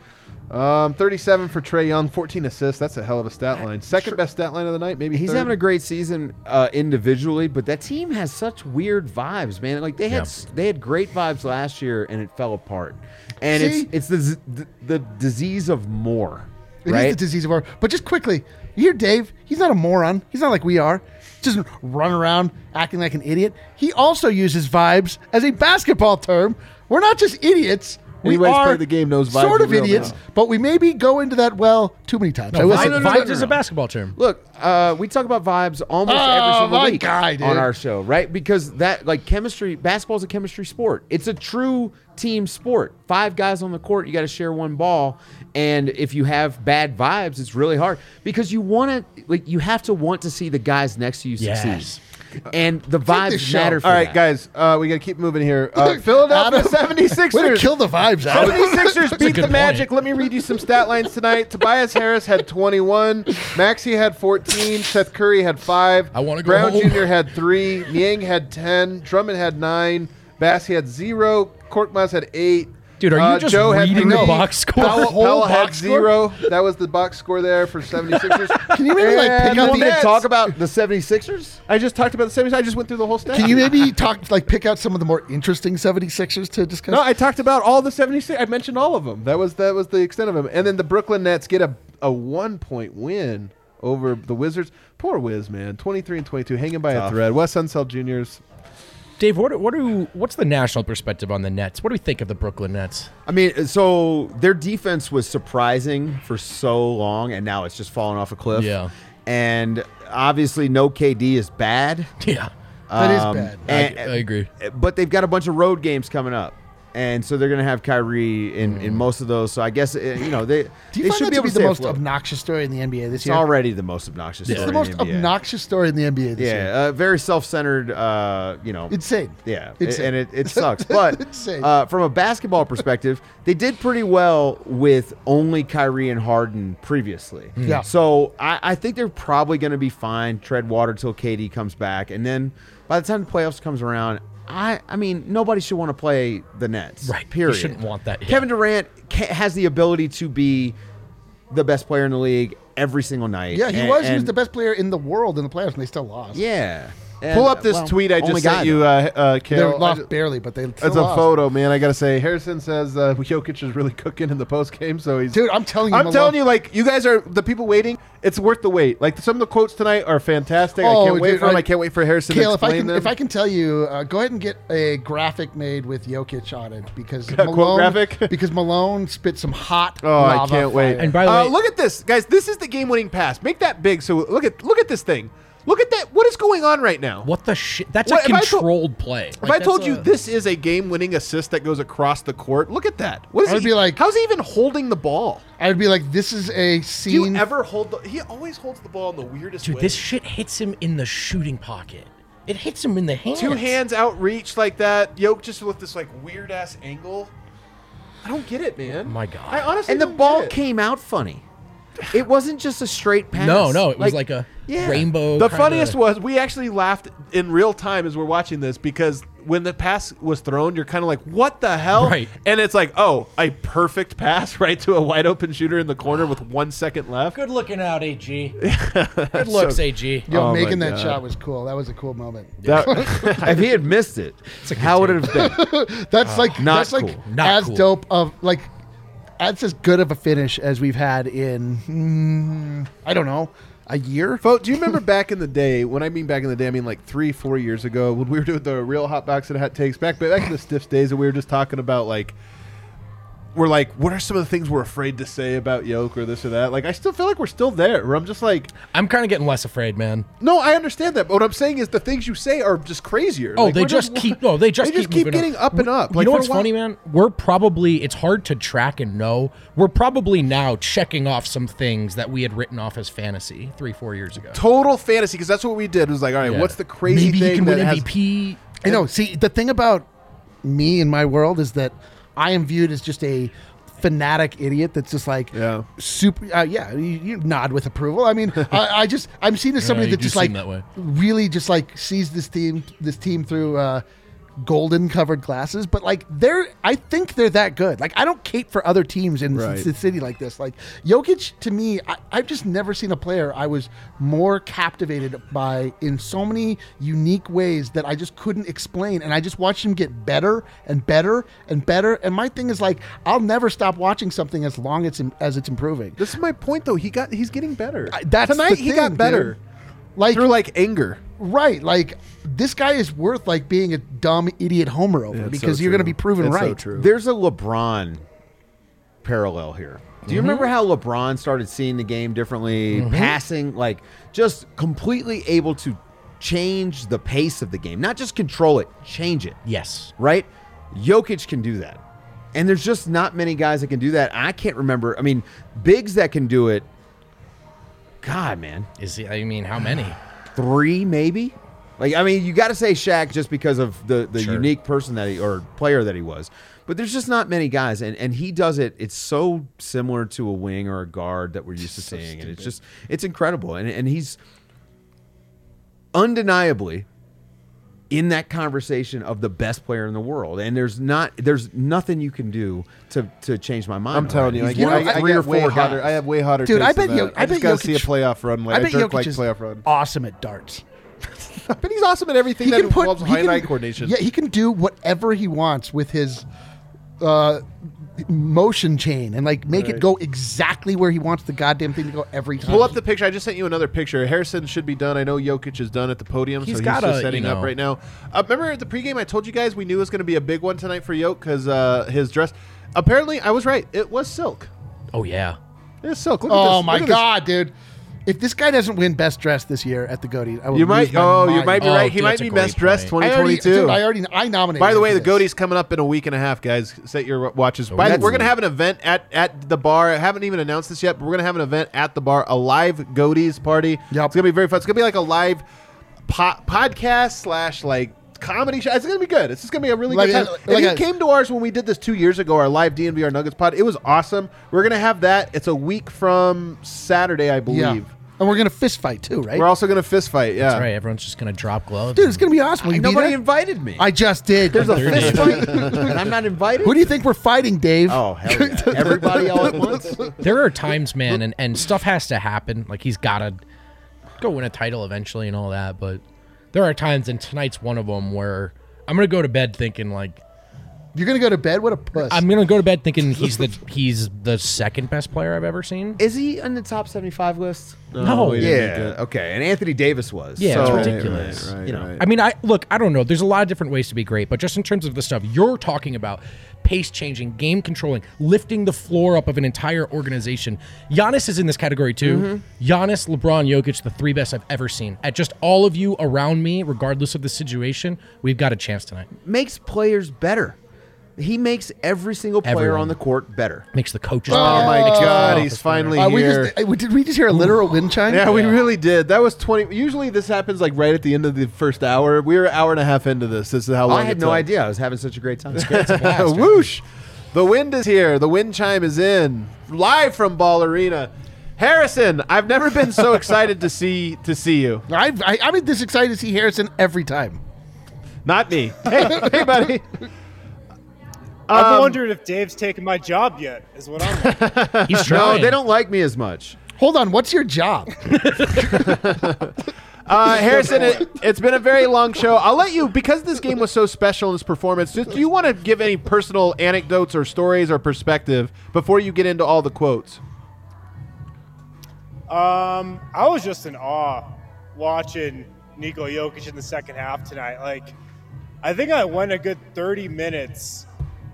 S1: Um, 37 for Trey Young, 14 assists. That's a hell of a stat line. Second best stat line of the night, maybe.
S4: He's
S1: third.
S4: having a great season uh, individually, but that team has such weird vibes, man. Like they had
S3: Yeah.
S4: s they had great vibes last year, and it fell apart. And
S6: See?
S4: it's it's the, z- the the disease of more.
S6: It is
S4: right?
S6: the disease of our. But just quickly, you hear Dave? He's not a moron. He's not like we are. He doesn't run around acting like an idiot. He also uses vibes as a basketball term. We're not just idiots. We
S1: Anybody who's
S6: are
S1: played the game knows vibes
S6: sort
S1: are
S6: of
S1: real now.
S6: idiots, but we maybe go into that well too many times. I
S3: No,
S6: will
S3: vibes,
S6: say-
S3: vibes is a basketball term.
S4: Look, uh, we talk about vibes almost every
S6: Oh,
S4: single
S6: my
S4: week
S6: God, dude.
S4: on our show, right? Because that, like, chemistry, basketball's a chemistry sport. It's a true team sport. Five guys on the court, you got to share one ball, and if you have bad vibes, it's really hard because you want to, like, you have to want to see the guys next to you
S3: Yes.
S4: succeed, and the
S6: this
S4: vibes
S6: show.
S4: matter. For
S1: All right,
S4: that.
S1: guys, uh, we got to keep moving here. Uh, Philadelphia
S6: Adam,
S1: 76ers.
S6: Way to kill the vibes, Adam.
S1: 76ers
S3: a
S1: beat
S3: good
S1: the Magic. Let
S3: point.
S1: me read you some stat lines tonight. Tobias Harris had 21. Maxi had 14. Seth Curry had 5.
S3: I wanna go
S1: Brown
S3: home.
S1: Jr. had 3. Niang had 10. Drummond had 9. Bass had 0. Korkmaz had 8.
S3: Dude, are you
S1: Uh,
S3: just
S1: Joe had
S3: reading the
S1: three.
S3: box score?
S1: Powell,
S3: The whole
S1: Powell had
S6: box score?
S1: 0. That was the box score there for 76ers.
S6: Can you maybe like
S1: And
S6: pick out
S1: the
S6: the
S1: Nets.
S4: Talk about the 76ers.
S1: I just talked about the 76ers. I just went through the whole stat.
S6: Can you maybe talk like pick out some of the more interesting 76ers to discuss?
S1: No, I talked about all the 76. I mentioned all of them. That was that was the extent of them. And then the Brooklyn Nets get a a one point win over the Wizards. Poor Wiz, man. 23 and 22, hanging by a thread. Wes Unseld Jr.'s.
S3: Dave, what, what do what's the national perspective on the Nets? What do we think of the Brooklyn Nets?
S7: I mean, so their defense was surprising for so long, and now it's just fallen off a cliff.
S3: Yeah.
S7: And obviously, no KD is bad.
S3: Yeah,
S6: that is
S7: Um,
S6: bad.
S7: and- uh,
S3: I, I agree.
S7: But they've got a bunch of road games coming up. And so they're going to have Kyrie in, in most of those. So I guess, uh, you know, they,
S6: Mm. Do you
S7: they
S6: find
S7: should
S6: that
S7: be
S6: to
S7: able
S6: be
S7: to
S6: the
S7: stay
S6: most
S7: afloat.
S6: obnoxious story in the NBA this
S7: It's
S6: year?
S7: already the most obnoxious.
S3: It's
S6: It's
S7: story
S6: the
S7: in
S6: most
S7: NBA.
S6: obnoxious story in the NBA this year.
S7: Yeah, uh, very self-centered. Uh, you know,
S6: Insane.
S7: Yeah,
S6: Insane.
S7: and it, it sucks. But
S6: Insane.
S7: uh, from a basketball perspective, they did pretty well with only Kyrie and Harden previously.
S6: Hmm. Yeah.
S7: So I, I think they're probably going to be fine. Tread water till KD comes back, and then by the time the playoffs comes around, I I mean nobody should want to play the Nets.
S3: Right. You
S7: Period.
S3: shouldn't want that, yeah.
S7: Kevin Durant ca- has the ability to be the best player in the league every single night.
S6: Yeah, he
S7: And-
S6: was. He was
S7: and-
S6: the best player in the world in the playoffs, and they still lost.
S7: yeah.
S1: Pull up this tweet I just sent you, uh, uh,
S6: they
S1: Kale.
S6: lost
S1: I ju-
S6: barely, but they. Still
S1: It's a
S6: lost.
S1: photo, man. I gotta say, Harrison says uh, Jokic is really cooking in the post game, so he's
S6: Dude, I'm telling you,
S1: I'm
S6: Malone-
S1: telling you, like you guys are the people waiting. It's worth the wait. Like some of the quotes tonight are fantastic. I
S6: Oh,
S1: can't wait
S6: dude,
S1: for them.
S6: I-
S1: I can't wait for Harrison
S6: Kale,
S1: to
S6: if I
S1: explain
S6: can,
S1: them.
S6: if I can tell you, uh, go ahead and get a graphic made with Jokic on it because
S1: Quote
S6: Malone,
S1: graphic?
S6: because Malone spit some hot.
S1: Oh, I
S6: lava
S1: can't wait!
S6: fire.
S3: And by the
S1: Uh,
S3: way-
S1: look at this, guys. This is the game-winning pass. Make that big. So look at look at this thing. Look at that. What is going on right now?
S3: What the shit? That's
S1: What-
S3: a
S1: if I told-
S3: controlled play.
S1: If
S6: Like,
S1: I told
S6: that's
S1: you
S6: a-
S1: this is a game-winning assist that goes across the court, look at that. What is
S6: I would
S1: he?
S6: be like-
S1: how's he even holding the ball?
S6: I would be like, this is a
S1: Do you
S6: scene.
S1: ever hold the? He always holds the ball in the weirdest
S3: Dude,
S1: way.
S3: this shit hits him in the shooting pocket. It hits him in the hands.
S1: Two hands out reach like that. Yoke just with this like weird ass angle. I don't get it, man.
S3: My God.
S1: I honestly
S4: And the
S1: don't
S4: ball
S1: get it.
S4: came out funny. It wasn't just a straight pass.
S3: No, no, it was like, a rainbow.
S1: The
S3: kinda-
S1: funniest was we actually laughed in real time as we're watching this because when the pass was thrown, you're kind of like, "What the hell?"
S3: Right.
S1: And it's like, "Oh, a perfect pass right to a wide open shooter in the corner with one second left."
S3: Good looking out, AG. Good looks, AG.
S6: Yo,
S1: Oh, my
S6: making that
S1: God.
S6: shot was cool. That was a cool moment.
S7: if he had missed it, how would it have been?
S6: That's like
S7: not
S6: that's like
S7: cool.
S3: Not
S6: as
S3: cool.
S6: dope of like that's as good of a finish as we've had in mm, I don't know a year.
S1: Fo, do you remember back in the day? When I mean back in the day, I mean like three, four years ago when we were doing the real hot box and hot takes back, back in the stiffs days, and we were just talking about like. We're like, what are some of the things we're afraid to say about Yoke or this or that? Like, I still feel like we're still there. Where I'm just like,
S3: I'm kind of getting less afraid, man.
S1: No, I understand that, but what I'm saying is the things you say are just crazier.
S3: Oh,
S1: Like,
S3: they
S1: we're
S3: just keep. No, they just
S1: they just keep,
S3: keep, moving
S1: getting up, and up.
S3: You know what's funny, man? We're probably it's hard to track and know. We're probably now checking off some things that we had written off as fantasy three, four years ago.
S1: Total fantasy because that's what we did. It was like, all right,
S3: Yeah.
S1: what's the crazy
S3: Maybe
S1: thing
S3: he can
S1: that
S3: win
S1: has-
S3: MVP.
S6: I know. See, the thing about me and my world is that I am viewed as just a fanatic idiot that's just like
S1: Yeah.
S6: super uh, yeah you, you nod with approval i mean I, I just i'm seen as somebody
S3: you
S6: that
S3: do
S6: just
S3: seem
S6: like
S3: that way.
S6: really just like sees this team this team through uh golden covered glasses, but like they're I think they're that good. Like I don't cape for other teams in
S8: Right.
S6: the city like this. Like Jokic to me, I, I've just never seen a player I was more captivated by in so many unique ways that I just couldn't explain. And I just watched him get better and better and better. And my thing is like I'll never stop watching something as long as as it's improving.
S1: This is my point, though. He got he's getting better.
S6: I- that's
S1: tonight.
S6: the
S1: he got
S6: thing,
S1: better
S6: dude. Like
S1: through like anger.
S6: Right. Like this guy is worth like being a dumb idiot homer over because you're going to be proven right.
S4: There's a LeBron parallel here. Do you
S3: Mm-hmm.
S4: remember how LeBron started seeing the game differently, passing, like just completely able to change the pace of the game, not just control it, change it,
S3: Yes.
S4: right? Jokic can do that. And there's just not many guys that can do that. I can't remember. I mean, bigs that can do it. God, man
S3: Is he, I mean, how many?
S4: three, maybe. Like, I mean, you got to say Shaq just because of the the unique person that he or player that he was. But there's just not many guys, and and he does it. It's so similar to a wing or a guard that we're used to seeing, and it's just it's incredible. And and he's undeniably in that conversation of the best player in the world. And there's not there's nothing you can do to to change my mind.
S1: I'm
S4: on
S1: telling
S4: it.
S1: you, I,
S4: He's
S1: get-
S4: one
S1: I,
S4: of
S1: I
S4: three
S1: get
S4: or
S1: way
S4: four
S1: hotter.
S4: guys.
S1: I have way hotter.
S6: Dude,
S1: taste
S6: I
S1: than
S6: bet
S1: that.
S6: Yo- I
S1: I just
S6: bet
S1: gotta see a
S6: Jokic-
S1: playoff run. Like,
S6: I bet
S1: jerk
S6: Jokic
S1: like
S6: is
S1: playoff run.
S6: awesome at darts.
S1: But he's awesome at everything that involves
S6: he
S1: hand-eye
S6: can-
S1: coordination.
S6: Yeah, he can do whatever he wants with his uh, motion chain and like make it go exactly where he wants the goddamn thing to go every time.
S1: Pull up the picture. I just sent you another picture. Harrison should be done. I know Jokic is done at the podium,
S3: He's
S1: so he's
S3: gotta,
S1: just setting
S3: you know.
S1: up right now. Uh, remember at the pregame, I told you guys we knew it was going to be a big one tonight for Yoke because uh, his dress. Apparently, I was right. It was silk.
S3: Oh yeah.
S1: It's silk. Look at
S6: oh
S1: this.
S6: my
S1: Look at this.
S6: god, dude! If this guy doesn't win best dressed this year at the Goatee, I will
S1: You might.
S6: lose my
S1: Oh, you
S6: mind.
S1: might be
S3: Oh,
S1: right. He
S3: dude,
S1: might
S3: that's a
S1: be
S3: great
S1: best dressed
S3: point.
S6: I already,
S1: 2022.
S6: dude, I already I nominated.
S1: By the
S6: him
S1: way,
S6: for
S1: the
S6: this.
S1: Goatee's coming up in a week and a half, guys. Set your watches.
S6: Oh,
S1: By the,
S3: that's-
S1: we're going to have an event at, at the bar. I haven't even announced this yet, but we're going to have an event at the bar, a live Goatee's party.
S6: Yep.
S1: It's going to be very fun. It's going to be like a live po- podcast slash like comedy show. It's going to be good. It's just going to be a really
S6: Like
S1: good
S6: a-
S1: time.
S6: like
S1: if
S6: a-
S1: you came to ours when we did this two years ago, our live DNVR Nuggets pod, it was awesome. We're going to have that. It's a week from Saturday, I believe.
S6: yeah. and we're gonna fist fight too, right?
S1: We're also going to fist fight. Yeah.
S3: All right, everyone's just gonna drop gloves.
S6: dude, it's gonna be awesome. Will you be
S4: Nobody
S6: there?
S4: invited me.
S6: I just did.
S4: There's a fist fight, and I'm not invited.
S6: Who do you think we're fighting, Dave?
S4: Oh hell yeah! Everybody all at once.
S3: there are times, man, and, and stuff has to happen. Like he's gotta go win a title eventually and all that. But there are times, and tonight's one of them where I'm gonna go to bed thinking like
S6: You're gonna go to bed? What a puss!
S3: I'm gonna go to bed thinking he's the he's the second best player I've ever seen.
S4: Is he in the top 75 list?
S3: No.
S1: we didn't do
S4: Yeah.
S1: that.
S4: Okay. And Anthony Davis was.
S3: Yeah,
S4: So-
S3: it's ridiculous.
S1: right,
S3: you know,
S1: right.
S3: I mean, I look, I don't know. There's a lot of different ways to be great, but just in terms of the stuff you're talking about, pace changing, game controlling, lifting the floor up of an entire organization. Giannis is in this category too.
S6: Mm-hmm.
S3: Giannis, LeBron, Jokic, the three best I've ever seen. At just all of you around me, regardless of the situation, we've got a chance tonight.
S4: Makes players better. He makes every single player
S3: Everyone.
S4: on the court better.
S3: Makes the coaches.
S1: Oh
S3: better.
S1: my
S3: Makes the
S1: God,
S3: front
S1: he's
S3: office better.
S1: finally
S6: Uh, we
S1: here.
S6: just, uh, did we just hear a literal wind chime?
S1: Yeah, we really did. That was twenty. Usually, this happens like right at the end of the first hour. We were an hour and a half into this. This is how long
S4: Oh, I had
S1: it
S4: no
S1: took.
S4: idea. I was having such a great time.
S3: blast,
S1: Whoosh! The wind is here. The wind chime is in. Live from Ball Arena. Harrison, I've never been so excited to see to see you.
S6: I've, I, I'm this excited to see Harrison every time.
S1: Not me. Hey, hey, buddy.
S9: I'm wondering if Dave's taken my job yet. Is what I'm. wondering.
S3: He's
S4: no,
S1: Oh,
S3: trying.
S4: they don't like me as much.
S6: Hold on, what's your job?
S1: Uh, Harrison, it, it's been a very long show. I'll let you because this game was so special in its performance. Just, do you want to give any personal anecdotes or stories or perspective before you get into all the quotes?
S9: um, I was just in awe watching Nikola Jokic in the second half tonight. Like, I think I went a good 30 minutes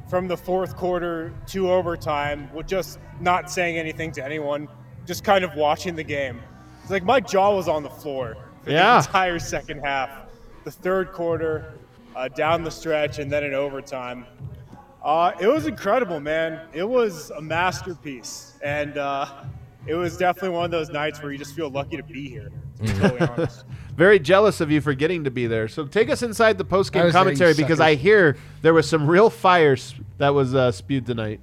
S9: from the fourth quarter to overtime with just not saying anything to anyone, just kind of watching the game. It's like my jaw was on the floor for
S1: Yeah.
S9: the entire second half, the third quarter, uh, down the stretch, and then in overtime. Uh, it was incredible, man. It was a masterpiece, and uh, it was definitely one of those nights where you just feel lucky to be here. To be totally honest.
S1: very jealous of you for getting to be there. So take us inside the post
S6: I
S1: game
S6: was there, you
S1: commentary because
S6: suckers.
S1: I hear there was some real fire s- that was uh, spewed tonight.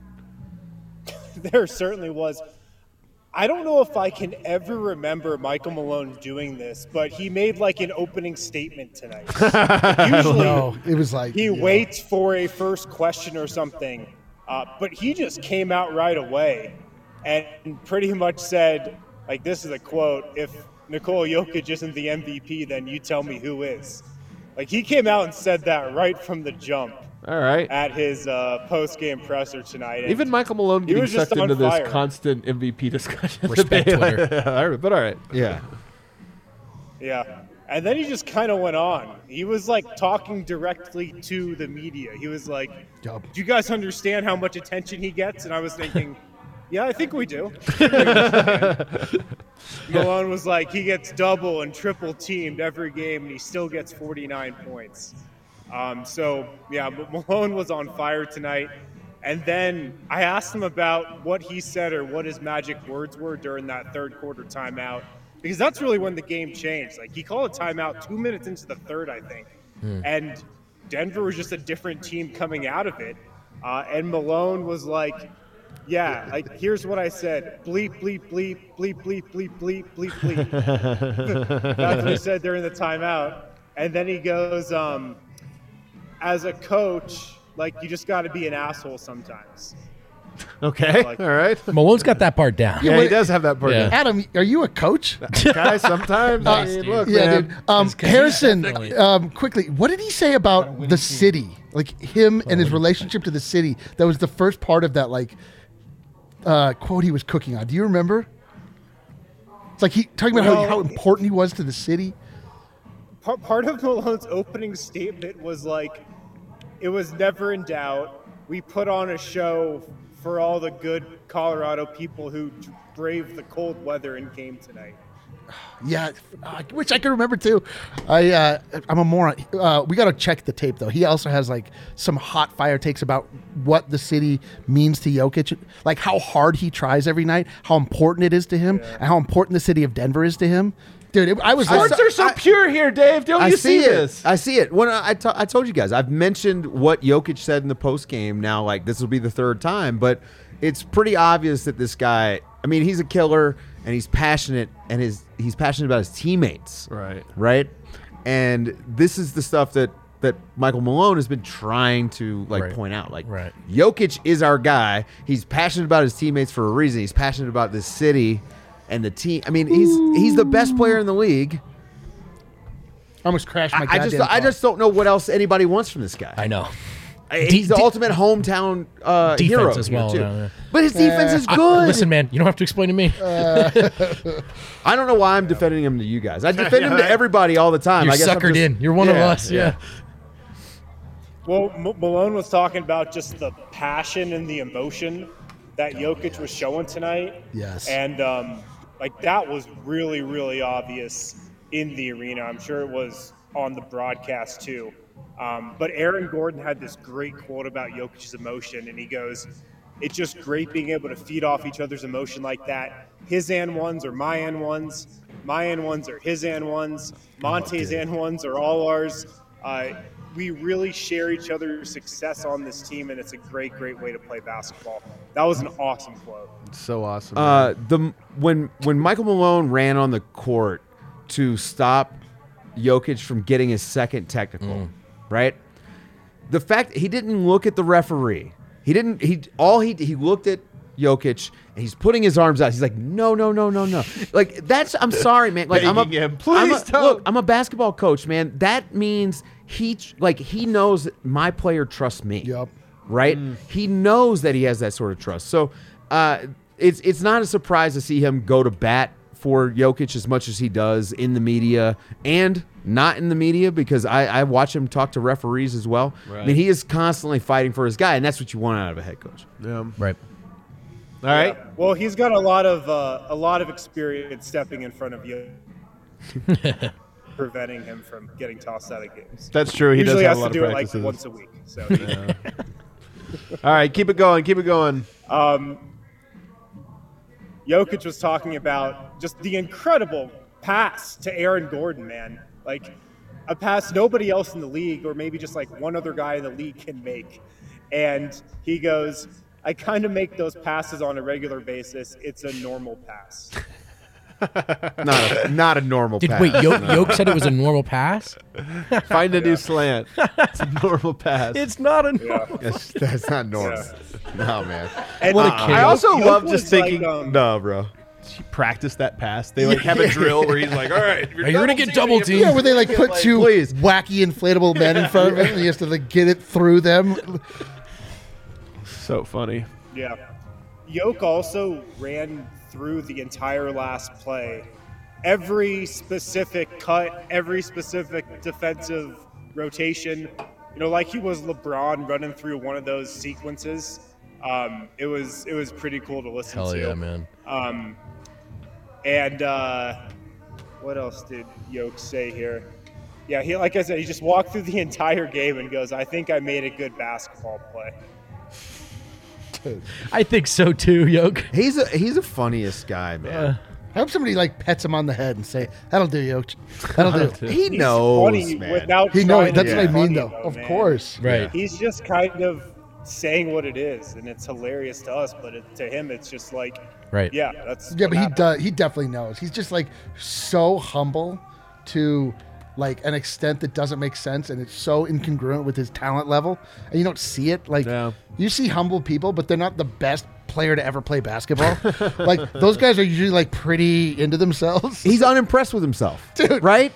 S9: there certainly was. I don't know if I can ever remember Michael Malone doing this, but he made like an opening statement tonight. Usually,
S6: No, it was like
S9: he
S6: yeah.
S9: waits for a first question or something, uh, but he just came out right away and pretty much said, like, this is a quote if Nicole Jokic isn't the MVP, then you tell me who is. Like, he came out and said that right from the jump
S7: All right.
S9: at his uh, post game presser tonight. And
S7: Even Michael Malone
S9: He
S7: getting
S9: was just
S7: sucked into
S9: on
S7: this
S9: fire.
S7: constant MVP discussion.
S3: Respect Twitter.
S7: All right, but all right.
S4: Yeah.
S9: Yeah. And then he just kind of went on. He was like talking directly to the media. He was like,
S6: Yup.
S9: Do you guys understand how much attention he gets? And I was thinking, Yeah, I think we do. Malone was like, He gets double and triple teamed every game, and he still gets 49 points. Um, so, yeah, but Malone was on fire tonight. And then I asked him about what he said or what his magic words were during that third quarter timeout, because that's really when the game changed. Like, he called a timeout two minutes into the third, I think. And Denver was just a different team coming out of it. Uh, and Malone was like, yeah, like here's what I said. Bleep, bleep, bleep, bleep, bleep, bleep, bleep, bleep, bleep. That's what he said during the timeout. And then he goes, um, as a coach, like you just got to be an asshole sometimes.
S7: Okay.
S9: Like-
S7: all right.
S3: Malone's got that part down.
S7: Yeah, he does have that part.
S3: Yeah.
S6: Adam, are you a coach?
S7: Guys, sometimes I
S3: Nice,
S7: mean,
S3: dude.
S7: look,
S6: yeah,
S7: man.
S6: dude. Um,
S3: yeah,
S6: Harrison,
S3: definitely.
S6: um, quickly, what did he say about the city? Like him and his relationship to the city. That was the first part of that like uh, quote he was cooking on. Do you remember? It's like he talking about how,
S9: Well-
S6: how important he was to the city.
S9: Part, part of Malone's opening statement was like, it was never in doubt. We put on a show for all the good Colorado people who braved the cold weather and came tonight.
S6: Yeah, uh, which I can remember too. I uh, I'm a moron. Uh, we got to check the tape though. He also has like some hot fire takes about what the city means to Jokic, like how hard he tries every night, how important it is to him, and how important the city of Denver is to him. Dude, it, I was like,
S7: Words are so pure here, Dave. Don't
S4: I
S7: you see,
S4: it.
S7: this?
S4: I see it. When I I to- I told you guys, I've mentioned what Jokic said in the post game. Now, like this will be the third time, but it's pretty obvious that this guy. I mean, he's a killer and he's passionate, and his he's passionate about his teammates.
S7: Right.
S4: Right. And this is the stuff that that Michael Malone has been trying to like
S3: Right.
S4: point out. Like,
S3: Right.
S4: Jokic is our guy. He's passionate about his teammates for a reason. He's passionate about this city and the team. I mean, he's he's the best player in the league.
S6: I almost crashed my.
S4: I, I just
S6: goddamn
S4: I
S6: car.
S4: just don't know what else anybody wants from this guy.
S3: I know.
S4: I- He's
S3: D-
S4: the
S3: d-
S4: ultimate hometown uh,
S3: Defense
S4: hero
S3: as
S4: here,
S3: well,
S4: too.
S3: yeah, yeah.
S4: But his defense is good. I,
S3: Listen, man, you don't have to explain to me.
S4: Uh, don't know why I'm defending him to you guys. I defend him to everybody all the time.
S3: You're
S4: I guess I'm
S3: suckered
S4: just-
S3: in. You're one of
S4: Yeah,
S3: us. Yeah.
S9: Well, M- Malone was talking about just the passion and the emotion that Jokic was showing tonight.
S6: Yes.
S9: And, um, like, that was really, really obvious in the arena. I'm sure it was on the broadcast, too. Um, but Aaron Gordon had this great quote about Jokic's emotion, and he goes, It's just great being able to feed off each other's emotion like that. His and ones are my and ones. My and ones are his and ones. Monte's and ones are all ours. Uh, we really share each other's success on this team, and it's a great, great way to play basketball. That was an awesome quote.
S7: so awesome.
S4: Uh, the when when Michael Malone ran on the court to stop Jokic from getting his second technical,
S7: Mm.
S4: right? The fact he didn't look at the referee. He didn't. He all he he looked at Jokic and he's putting his arms out. He's like, no, no, no, no, no. Like that's. I'm sorry, man. Like I'm a,
S7: Begging him,
S4: I'm a-
S7: "Please don't."
S4: look. I'm a basketball coach, man. That means he tr- like he knows that my player trusts me
S6: Yup.
S4: right? He knows that he has that sort of trust. So uh, it's it's not a surprise to see him go to bat for Jokic as much as he does in the media and not in the media because I, I watch him talk to referees as well. I mean, he is constantly fighting for his guy, and that's what you want out of a head coach.
S3: Right.
S7: all right.
S9: Well, he's got a lot of uh, a lot of experience stepping in front of you, preventing him from getting tossed out of games.
S7: That's true. He
S9: Usually
S7: does have
S9: has
S7: a lot
S9: to
S7: of
S9: do it like
S7: practices.
S9: once a week. So.
S7: all right, keep it going. Keep it going.
S9: Um, Jokic was talking about just the incredible pass to Aaron Gordon, man. Like a pass nobody else in the league, or maybe just like one other guy in the league, can make. And he goes, I kind of make those passes on a regular basis. It's a normal pass.
S7: Not a, not a normal
S3: Did
S7: pass.
S3: wait? Yoke, Yoke said it was a normal pass.
S1: Find a new slant. It's a normal pass.
S3: It's not a normal.
S7: That's, that's not normal. No, man.
S9: And
S3: What a
S9: uh,
S3: kid.
S7: I also
S9: Yoke
S7: love
S9: was
S7: just
S9: like,
S7: thinking.
S9: um,
S7: no, bro.
S1: She practiced that pass. They like have a drill where he's like, "All right,
S3: You're gonna get double teamed.
S6: Yeah, where they like put two
S7: please.
S6: wacky inflatable men in front of him, and he has to like get it through them.
S1: so funny."
S9: Yeah. Yoke also ran through the entire last play. Every specific cut, every specific defensive rotation, you know, like he was LeBron running through one of those sequences. Um, it was it was pretty cool to listen
S3: Hell
S9: to.
S3: yeah, man.
S9: Um, and uh, what else did Yoke say here? Yeah, he like I said, he just walked through the entire game and goes, "I think I made a good basketball play."
S3: I think so too, Yoke.
S7: He's a he's the funniest guy, man.
S6: I hope somebody like pets him on the head and say, "That'll do, Yoke. That'll do."
S7: he
S9: He's
S7: knows,
S9: funny
S7: man.
S9: without
S6: He knows.
S9: trying to
S6: That's what I
S9: be
S6: mean,
S9: funny,
S6: though. Of
S9: man.
S6: course.
S3: Right.
S9: He's just kind of saying what it is, and it's hilarious to us, but it, to him, it's just like,
S3: Right.
S9: yeah, that's
S6: Yeah, but
S9: what
S6: he
S9: happened.
S6: does. He definitely knows. He's just like so humble to like an extent that doesn't make sense, and it's so incongruent with his talent level, and you don't see it. Like
S1: No.
S6: you see humble people, but they're not the best player to ever play basketball. like those guys are usually like pretty into themselves.
S7: He's unimpressed with himself,
S6: Dude.
S7: right?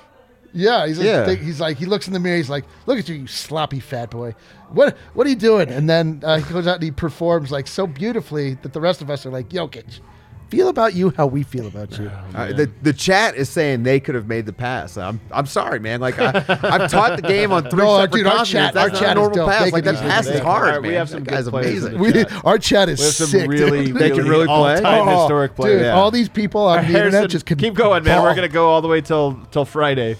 S6: Yeah, he's like,
S7: Yeah.
S6: think- he's like he looks in the mirror. He's like, "Look at you, you sloppy fat boy. What what are you doing?" And then uh, he goes out and he performs like so beautifully that the rest of us are like, "Jokic, feel about you how we feel about you."
S7: Uh, the the chat is saying they could have made the pass. I'm I'm sorry, man. Like I I've taught the game on three
S6: No,
S7: separate
S6: dude, our
S7: continents.
S6: chat-
S7: That's
S6: our
S7: not
S6: chat
S7: a
S6: is
S7: normal
S6: dope. They
S7: pass.
S6: could
S7: Like that
S6: easily
S7: pass
S6: do
S7: is
S6: that.
S7: hard,
S1: All right,
S7: man.
S1: we have some
S7: that
S1: good
S7: guy's
S1: players in
S7: amazing.
S1: the
S6: We,
S1: chat.
S6: our chat is
S1: We have some
S6: sick.
S1: really,
S6: dude.
S1: really
S7: can really
S1: all-time
S7: play?
S6: Oh,
S1: historic players.
S6: dude, all these people on the
S1: Harrison,
S6: internet just can
S1: keep going, man. We're
S6: ball.
S1: gonna go all the way till till Friday.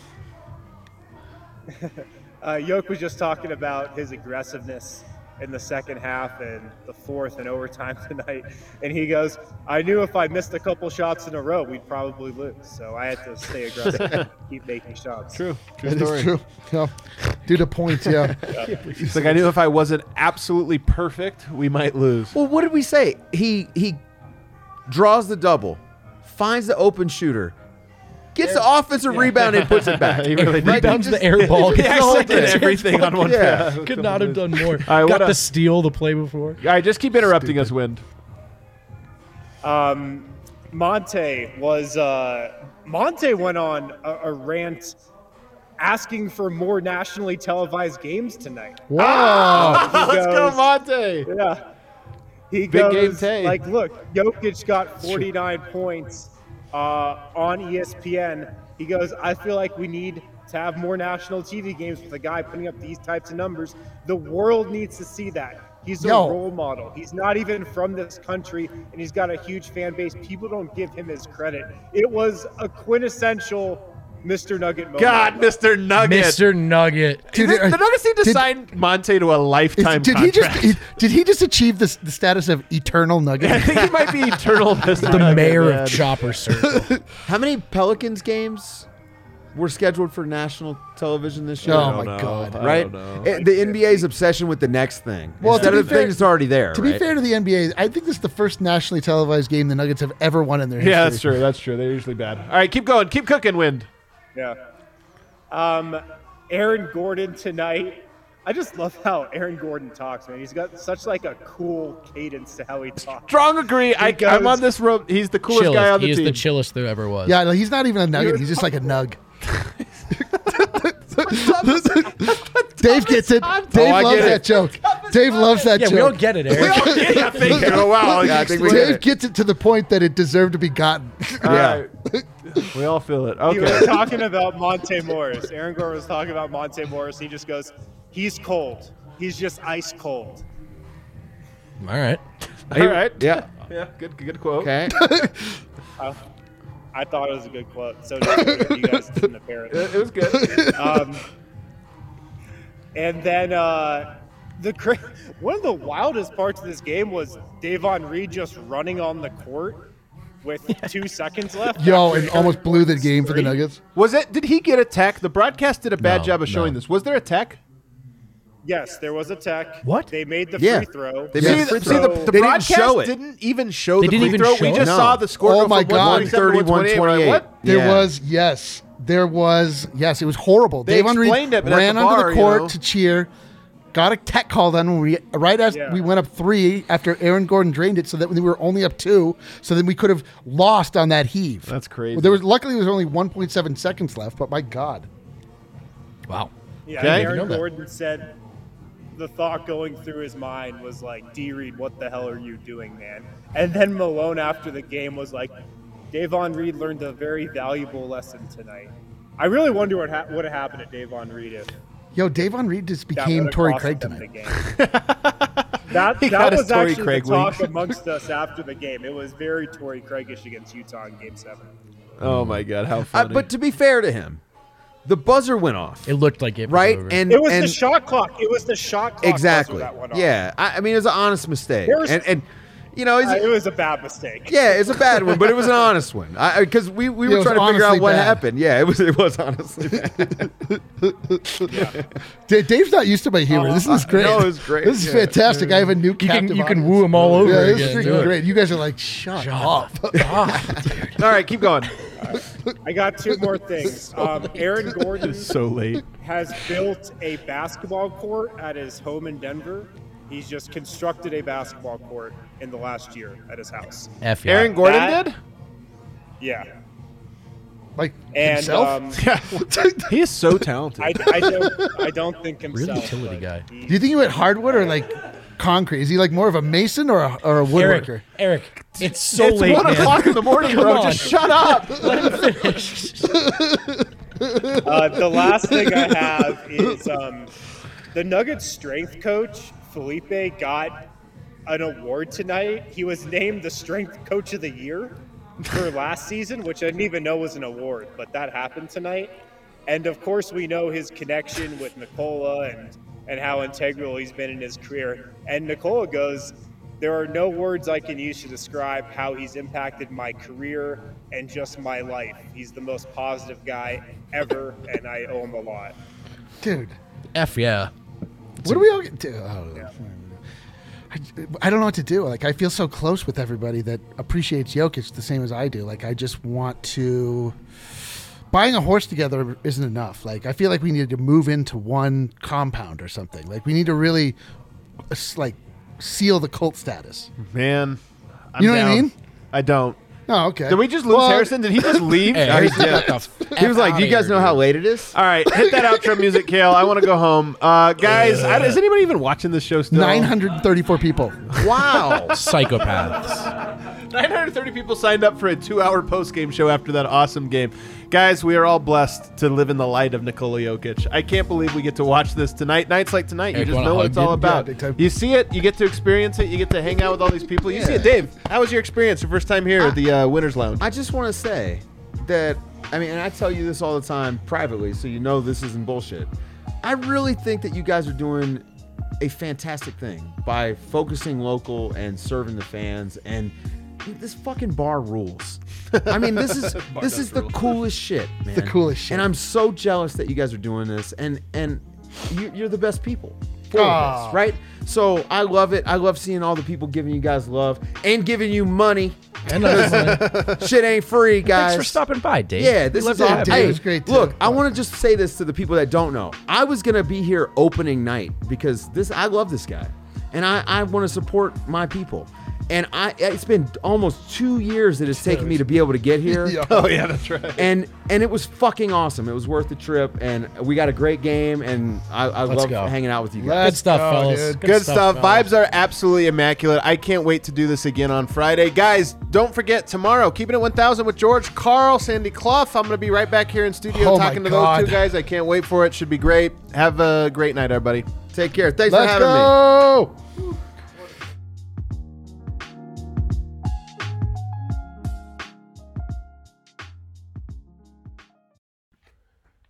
S9: Uh, Yoke was just talking about his aggressiveness in the second half and the fourth and overtime tonight, and he goes, "I knew if I missed a couple shots in a row, we'd probably lose, so I had to stay aggressive, and keep making shots."
S1: True, true
S6: That is true. Yeah. Due to points, yeah.
S1: It's like I knew if I wasn't absolutely perfect, we might lose.
S7: Well, what did we say? He he draws the double, finds the open shooter, gets the offensive rebound and puts it back.
S1: He really did.
S3: Rebounds
S7: Just-
S3: the air ball.
S1: He
S3: Gets the
S1: actually
S3: whole
S1: did
S3: thing.
S1: everything on one
S7: Yeah.
S1: pass.
S3: Could not have done more.
S1: right, what
S3: Got
S1: a-
S3: the steal the play before.
S1: All right, just keep interrupting us, Wind.
S9: Um, Monte was uh, Monte went on a, a rant asking for more nationally televised games tonight.
S6: Wow.
S9: Let's go,
S1: Monte.
S9: Yeah, he
S1: Big
S9: goes
S1: game day.
S9: like, look, Jokic got 49 points uh, on ESPN. He goes, I feel like we need to have more national TV games with a guy putting up these types of numbers. The world needs to see that. He's a
S6: Yo.
S9: role model. He's not even from this country, and he's got a huge fan base. People don't give him his credit. It was a quintessential Mr. Nugget moment.
S1: God, Mr. Nugget.
S3: Mr. Nugget.
S1: Did
S6: Dude,
S1: the, the
S6: uh,
S1: Nuggets need to
S6: did-
S1: sign Monte to a
S6: is-
S1: lifetime
S6: did he just
S1: contract.
S6: he- did he just achieve this the status of eternal
S1: I
S6: nugget? Oh
S1: think he might be eternal. Mr.
S3: The
S1: Nugget,
S3: mayor of
S1: man.
S3: Chopper Circle.
S7: How many Pelicans games were scheduled for national television this year?
S6: Oh my
S1: know.
S6: god.
S1: I
S7: right?
S1: don't know.
S7: It- the NBA's obsession with the next thing
S6: Well,
S7: instead
S6: to be
S7: of the
S6: fair-
S7: thing that's already there.
S6: To be
S7: right?
S6: fair to the NBA, I think this is the first nationally televised game the Nuggets have ever won in their history.
S1: Yeah, that's true. That's true. They're usually bad. All right, keep going. Keep cooking, Wind.
S9: Yeah. Um, Aaron Gordon tonight. I just love how Aaron Gordon talks, man. He's got such like a cool cadence to how he talks.
S1: Strong agree. I,
S9: He
S1: I'm
S9: goes-
S1: on this rope. He's the coolest guy
S3: Chillest.
S1: on the
S3: He is
S1: team.
S3: the chillest there ever was.
S6: Yeah, no, he's not even a nugget. He's just like a nug. Dave gets it. Dave
S7: Oh, I
S6: loves
S7: get it.
S6: that joke. Dave loves that
S3: Yeah, we all
S6: joke.
S3: get it, Eric.
S1: Thank you. Oh, wow.
S7: Yeah, I think we get
S6: Dave
S7: it.
S6: gets it to the point that it deserved to be gotten.
S1: Yeah. we all feel it.
S9: He was
S1: Okay.
S9: talking about Monte Morris. Aaron Gordon was talking about Monte Morris. He just goes, "He's cold. He's just ice cold."
S3: All right.
S1: All right.
S7: Yeah.
S1: Yeah. Good. Good quote.
S7: Okay.
S9: Uh, I thought it was a good quote. So did you guys didn't apparently.
S1: It was good.
S9: Um, and then uh, the cra- one of the wildest parts of this game was Davon Reed just running on the court with two seconds left.
S6: Yo,
S9: after
S6: and
S9: Aaron
S6: almost blew the
S9: Gordon's
S6: game for the
S9: three.
S6: Nuggets.
S1: Was it? Did he get a tech? The broadcast did a bad
S3: No,
S1: job of
S3: no.
S1: showing this. Was there a tech?
S9: Yes, there was a tech.
S3: What?
S9: They made the
S4: Yeah.
S9: free throw.
S4: They
S1: See,
S4: made a free
S1: the, see,
S4: throw.
S1: the, the
S4: They didn't
S1: broadcast
S4: show it.
S1: didn't even show
S3: They
S1: the
S3: didn't
S1: free
S3: even
S1: throw.
S3: show
S1: we
S3: it.
S1: just
S3: No.
S1: saw the score.
S6: Oh
S1: go
S6: my
S1: from
S6: God.
S1: 127 to 128. What?
S6: There
S4: Yeah.
S6: was yes, there was yes. It was horrible.
S1: They
S6: Dave Unread
S1: explained it, but at
S6: ran
S1: the
S6: onto
S1: bar,
S6: the
S1: you
S6: court
S1: know.
S6: to cheer. Got a tech called on we, right as
S9: Yeah.
S6: we went up three after Aaron Gordon drained it, so that we were only up two. So then we could have lost on that heave.
S1: That's crazy.
S6: There was luckily there was only 1.7 seconds left, but my God,
S3: Wow.
S9: Yeah,
S1: Okay. I
S9: Aaron
S3: didn't know that.
S9: Gordon said the thought going through his mind was like, D Reed, what the hell are you doing, man? And then Malone after the game was like, Davon Reed learned a very valuable lesson tonight. I really wonder what ha- would have happened to Davon Reed if
S6: yo, Davon Reed just
S9: that
S6: became
S9: would've
S6: Tory
S9: cost
S6: Craig
S9: them
S6: tonight.
S9: the game. that
S1: He got
S9: that
S1: his
S9: was
S1: Torrey
S9: actually
S1: Craig
S9: the
S1: wing.
S9: talk amongst us after the game. It was very Tory Craigish against Utah in Game Seven.
S1: Oh my god, how
S4: I-
S7: Uh,
S1: funny!
S4: but to be fair to him, the buzzer went off.
S3: It looked like it. was
S4: right?
S3: over.
S4: And
S9: It was
S4: and
S9: the shot clock. It was the shot clock. buzzer
S4: exactly.
S9: That went off.
S4: yeah, I, I mean it was an honest mistake,
S9: There's-
S4: and and you know,
S9: Uh,
S4: it's,
S9: it was a bad mistake.
S4: yeah, it's a bad one, but it was an honest one. I because we, we were
S6: was
S4: trying to figure out
S6: honestly
S4: what
S6: bad.
S4: happened. Yeah, it was it was honestly. Bad.
S6: Da- Dave's not used to my humor. this is great.
S4: no, it's great,
S6: This is
S4: yeah.
S6: fantastic. I have a new.
S3: you can
S6: captive
S3: you can
S6: audience.
S3: woo them all over
S6: Yeah, this
S3: again.
S6: is
S3: Do
S6: freaking
S3: it.
S6: great. You guys are like, shut,
S3: Shut
S6: up.
S3: up. God, dude.
S4: All right, keep going.
S9: I got two more things. um, Aaron Gordon
S1: so late.
S9: has built a basketball court at his home in Denver. He's just constructed a basketball court in the last year at his house.
S3: F yeah.
S1: Aaron Gordon
S9: That-
S1: did.
S9: Yeah.
S6: Like
S9: And
S6: himself.
S9: um,
S1: He is so talented.
S9: I, I don't, I don't think himself.
S3: utility guy.
S9: but he-
S6: Do you think he went hardwood or like concrete? Is he like more of a mason or a, or a woodworker?
S3: Eric, Eric, it's so
S1: it's
S3: late.
S1: one
S3: man.
S1: o'clock in the morning,
S3: Come
S1: bro.
S3: on.
S1: Just shut up.
S9: uh, the last thing I have is um, the Nuggets strength coach Felipe got an award tonight. He was named the strength coach of the year for last season, which I didn't even know was an award, but that happened tonight. And of course, we know his connection with Nicola and and how integral he's been in his career. And Nicola goes, there are no words I can use to describe how he's impacted my career and just my life. He's the most positive guy ever, and I owe him a lot.
S6: Dude,
S3: F yeah.
S6: what do we all get to? Oh, I, I don't know what to do. Like, I feel so close with everybody that appreciates Jokic the same as I do. Like, I just want to. Buying a horse together isn't enough. Like, I feel like we need to move into one compound or something. Like, we need to really, uh, s- like, seal the cult status.
S1: Man, I'm
S6: You know what I
S1: down.
S6: mean?
S1: I don't.
S6: Oh, okay.
S1: Hmm. Did we just lose
S6: Well,
S1: Harrison? Did he just leave?
S3: Hey,
S1: All
S3: Harrison, get the f-
S4: He
S3: F
S4: was like, "Do
S3: outta
S4: you guys
S3: here,
S4: know how
S3: dude."
S4: late it is?"
S1: right, hit that outro music, Kale. I want to go home, uh, guys. I, is anybody even watching this show still?
S6: 934 people.
S4: Wow.
S3: Psychopaths.
S1: 930 people signed up for a two-hour post-game show after that awesome game. Guys, we are all blessed to live in the light of Nikola Jokic. I can't believe we get to watch this tonight. Nights like tonight,
S3: Eric,
S1: you just
S3: wanna
S1: know what
S3: hug,
S1: it's all
S3: dude? Yeah,
S1: about.
S6: big time.
S1: you see it, you get to experience it, you get to hang out with all these people. You see it, Dave. How was your experience? Your first time here at the uh, Winners Lounge?
S4: I just want to say that I mean, and I tell you this all the time privately, so you know this isn't bullshit. I really think that you guys are doing a fantastic thing by focusing local and serving the fans and dude, this fucking bar rules. I mean, this is this is the coolest shit, man.
S6: the coolest shit.
S4: And I'm so jealous that you guys are doing this and and you, you're the best people. For
S6: Aw.
S4: this, right? So I love it. I love seeing all the people giving you guys love and giving you money.
S3: And another one.
S4: Shit ain't free, guys.
S3: Thanks for stopping by, Dave.
S4: Yeah, this
S3: We
S4: is
S3: love to
S4: all.
S3: have
S6: dude.
S3: you.
S6: It
S4: Hey,
S6: was great to
S4: look,
S6: have
S4: I want to just say this to the people that don't know. I was gonna be here opening night because this. I love this guy, and I I want to support my people. And I it's been almost two years that it's taken me to be able to get here.
S1: oh yeah, that's right.
S4: And and it was fucking awesome. It was worth the trip, and we got a great game, and I, I love
S3: go.
S4: hanging out with you guys.
S3: Good stuff,
S6: go,
S3: fellas.
S6: dude.
S1: Good stuff.
S3: fellas.
S1: Vibes are absolutely immaculate. I can't wait to do this again on Friday. Guys, don't forget tomorrow, keeping it 1000 with George Carl, Sandy Clough. I'm going to be right back here in studio
S6: Oh my
S1: talking to
S6: God.
S1: those two guys. I can't wait for it. Should be great. Have a great night, everybody.
S4: Take care. Thanks for
S6: Let's
S4: having me.
S6: go.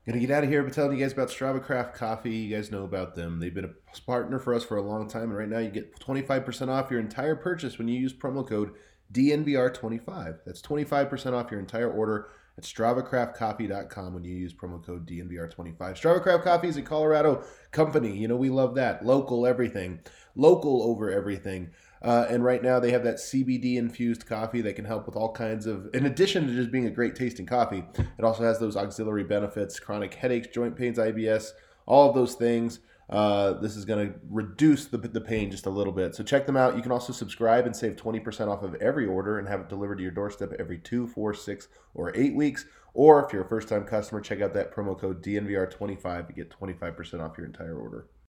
S10: Gonna get out of here by telling you guys about Strava Craft Coffee. You guys know about them. They've been a partner for us for a long time, and right now you get 25% off your entire purchase when you use promo code DNVR25. That's 25% off your entire order at StravaCraftCoffee.com when you use promo code DNVR25. StravaCraft Coffee is a Colorado company. You know, we love that. Local everything, local over everything. Uh, and right now they have that CBD infused coffee that can help with all kinds of, in addition to just being a great tasting coffee, it also has those auxiliary benefits chronic headaches, joint pains, IBS, all of those things. Uh, this is going to reduce the, the pain just a little bit. So check them out. You can also subscribe and save 20% off of every order and have it delivered to your doorstep every two, four, six, or eight weeks. Or if you're a first time customer, check out that promo code DNVR25 to get 25% off your entire order.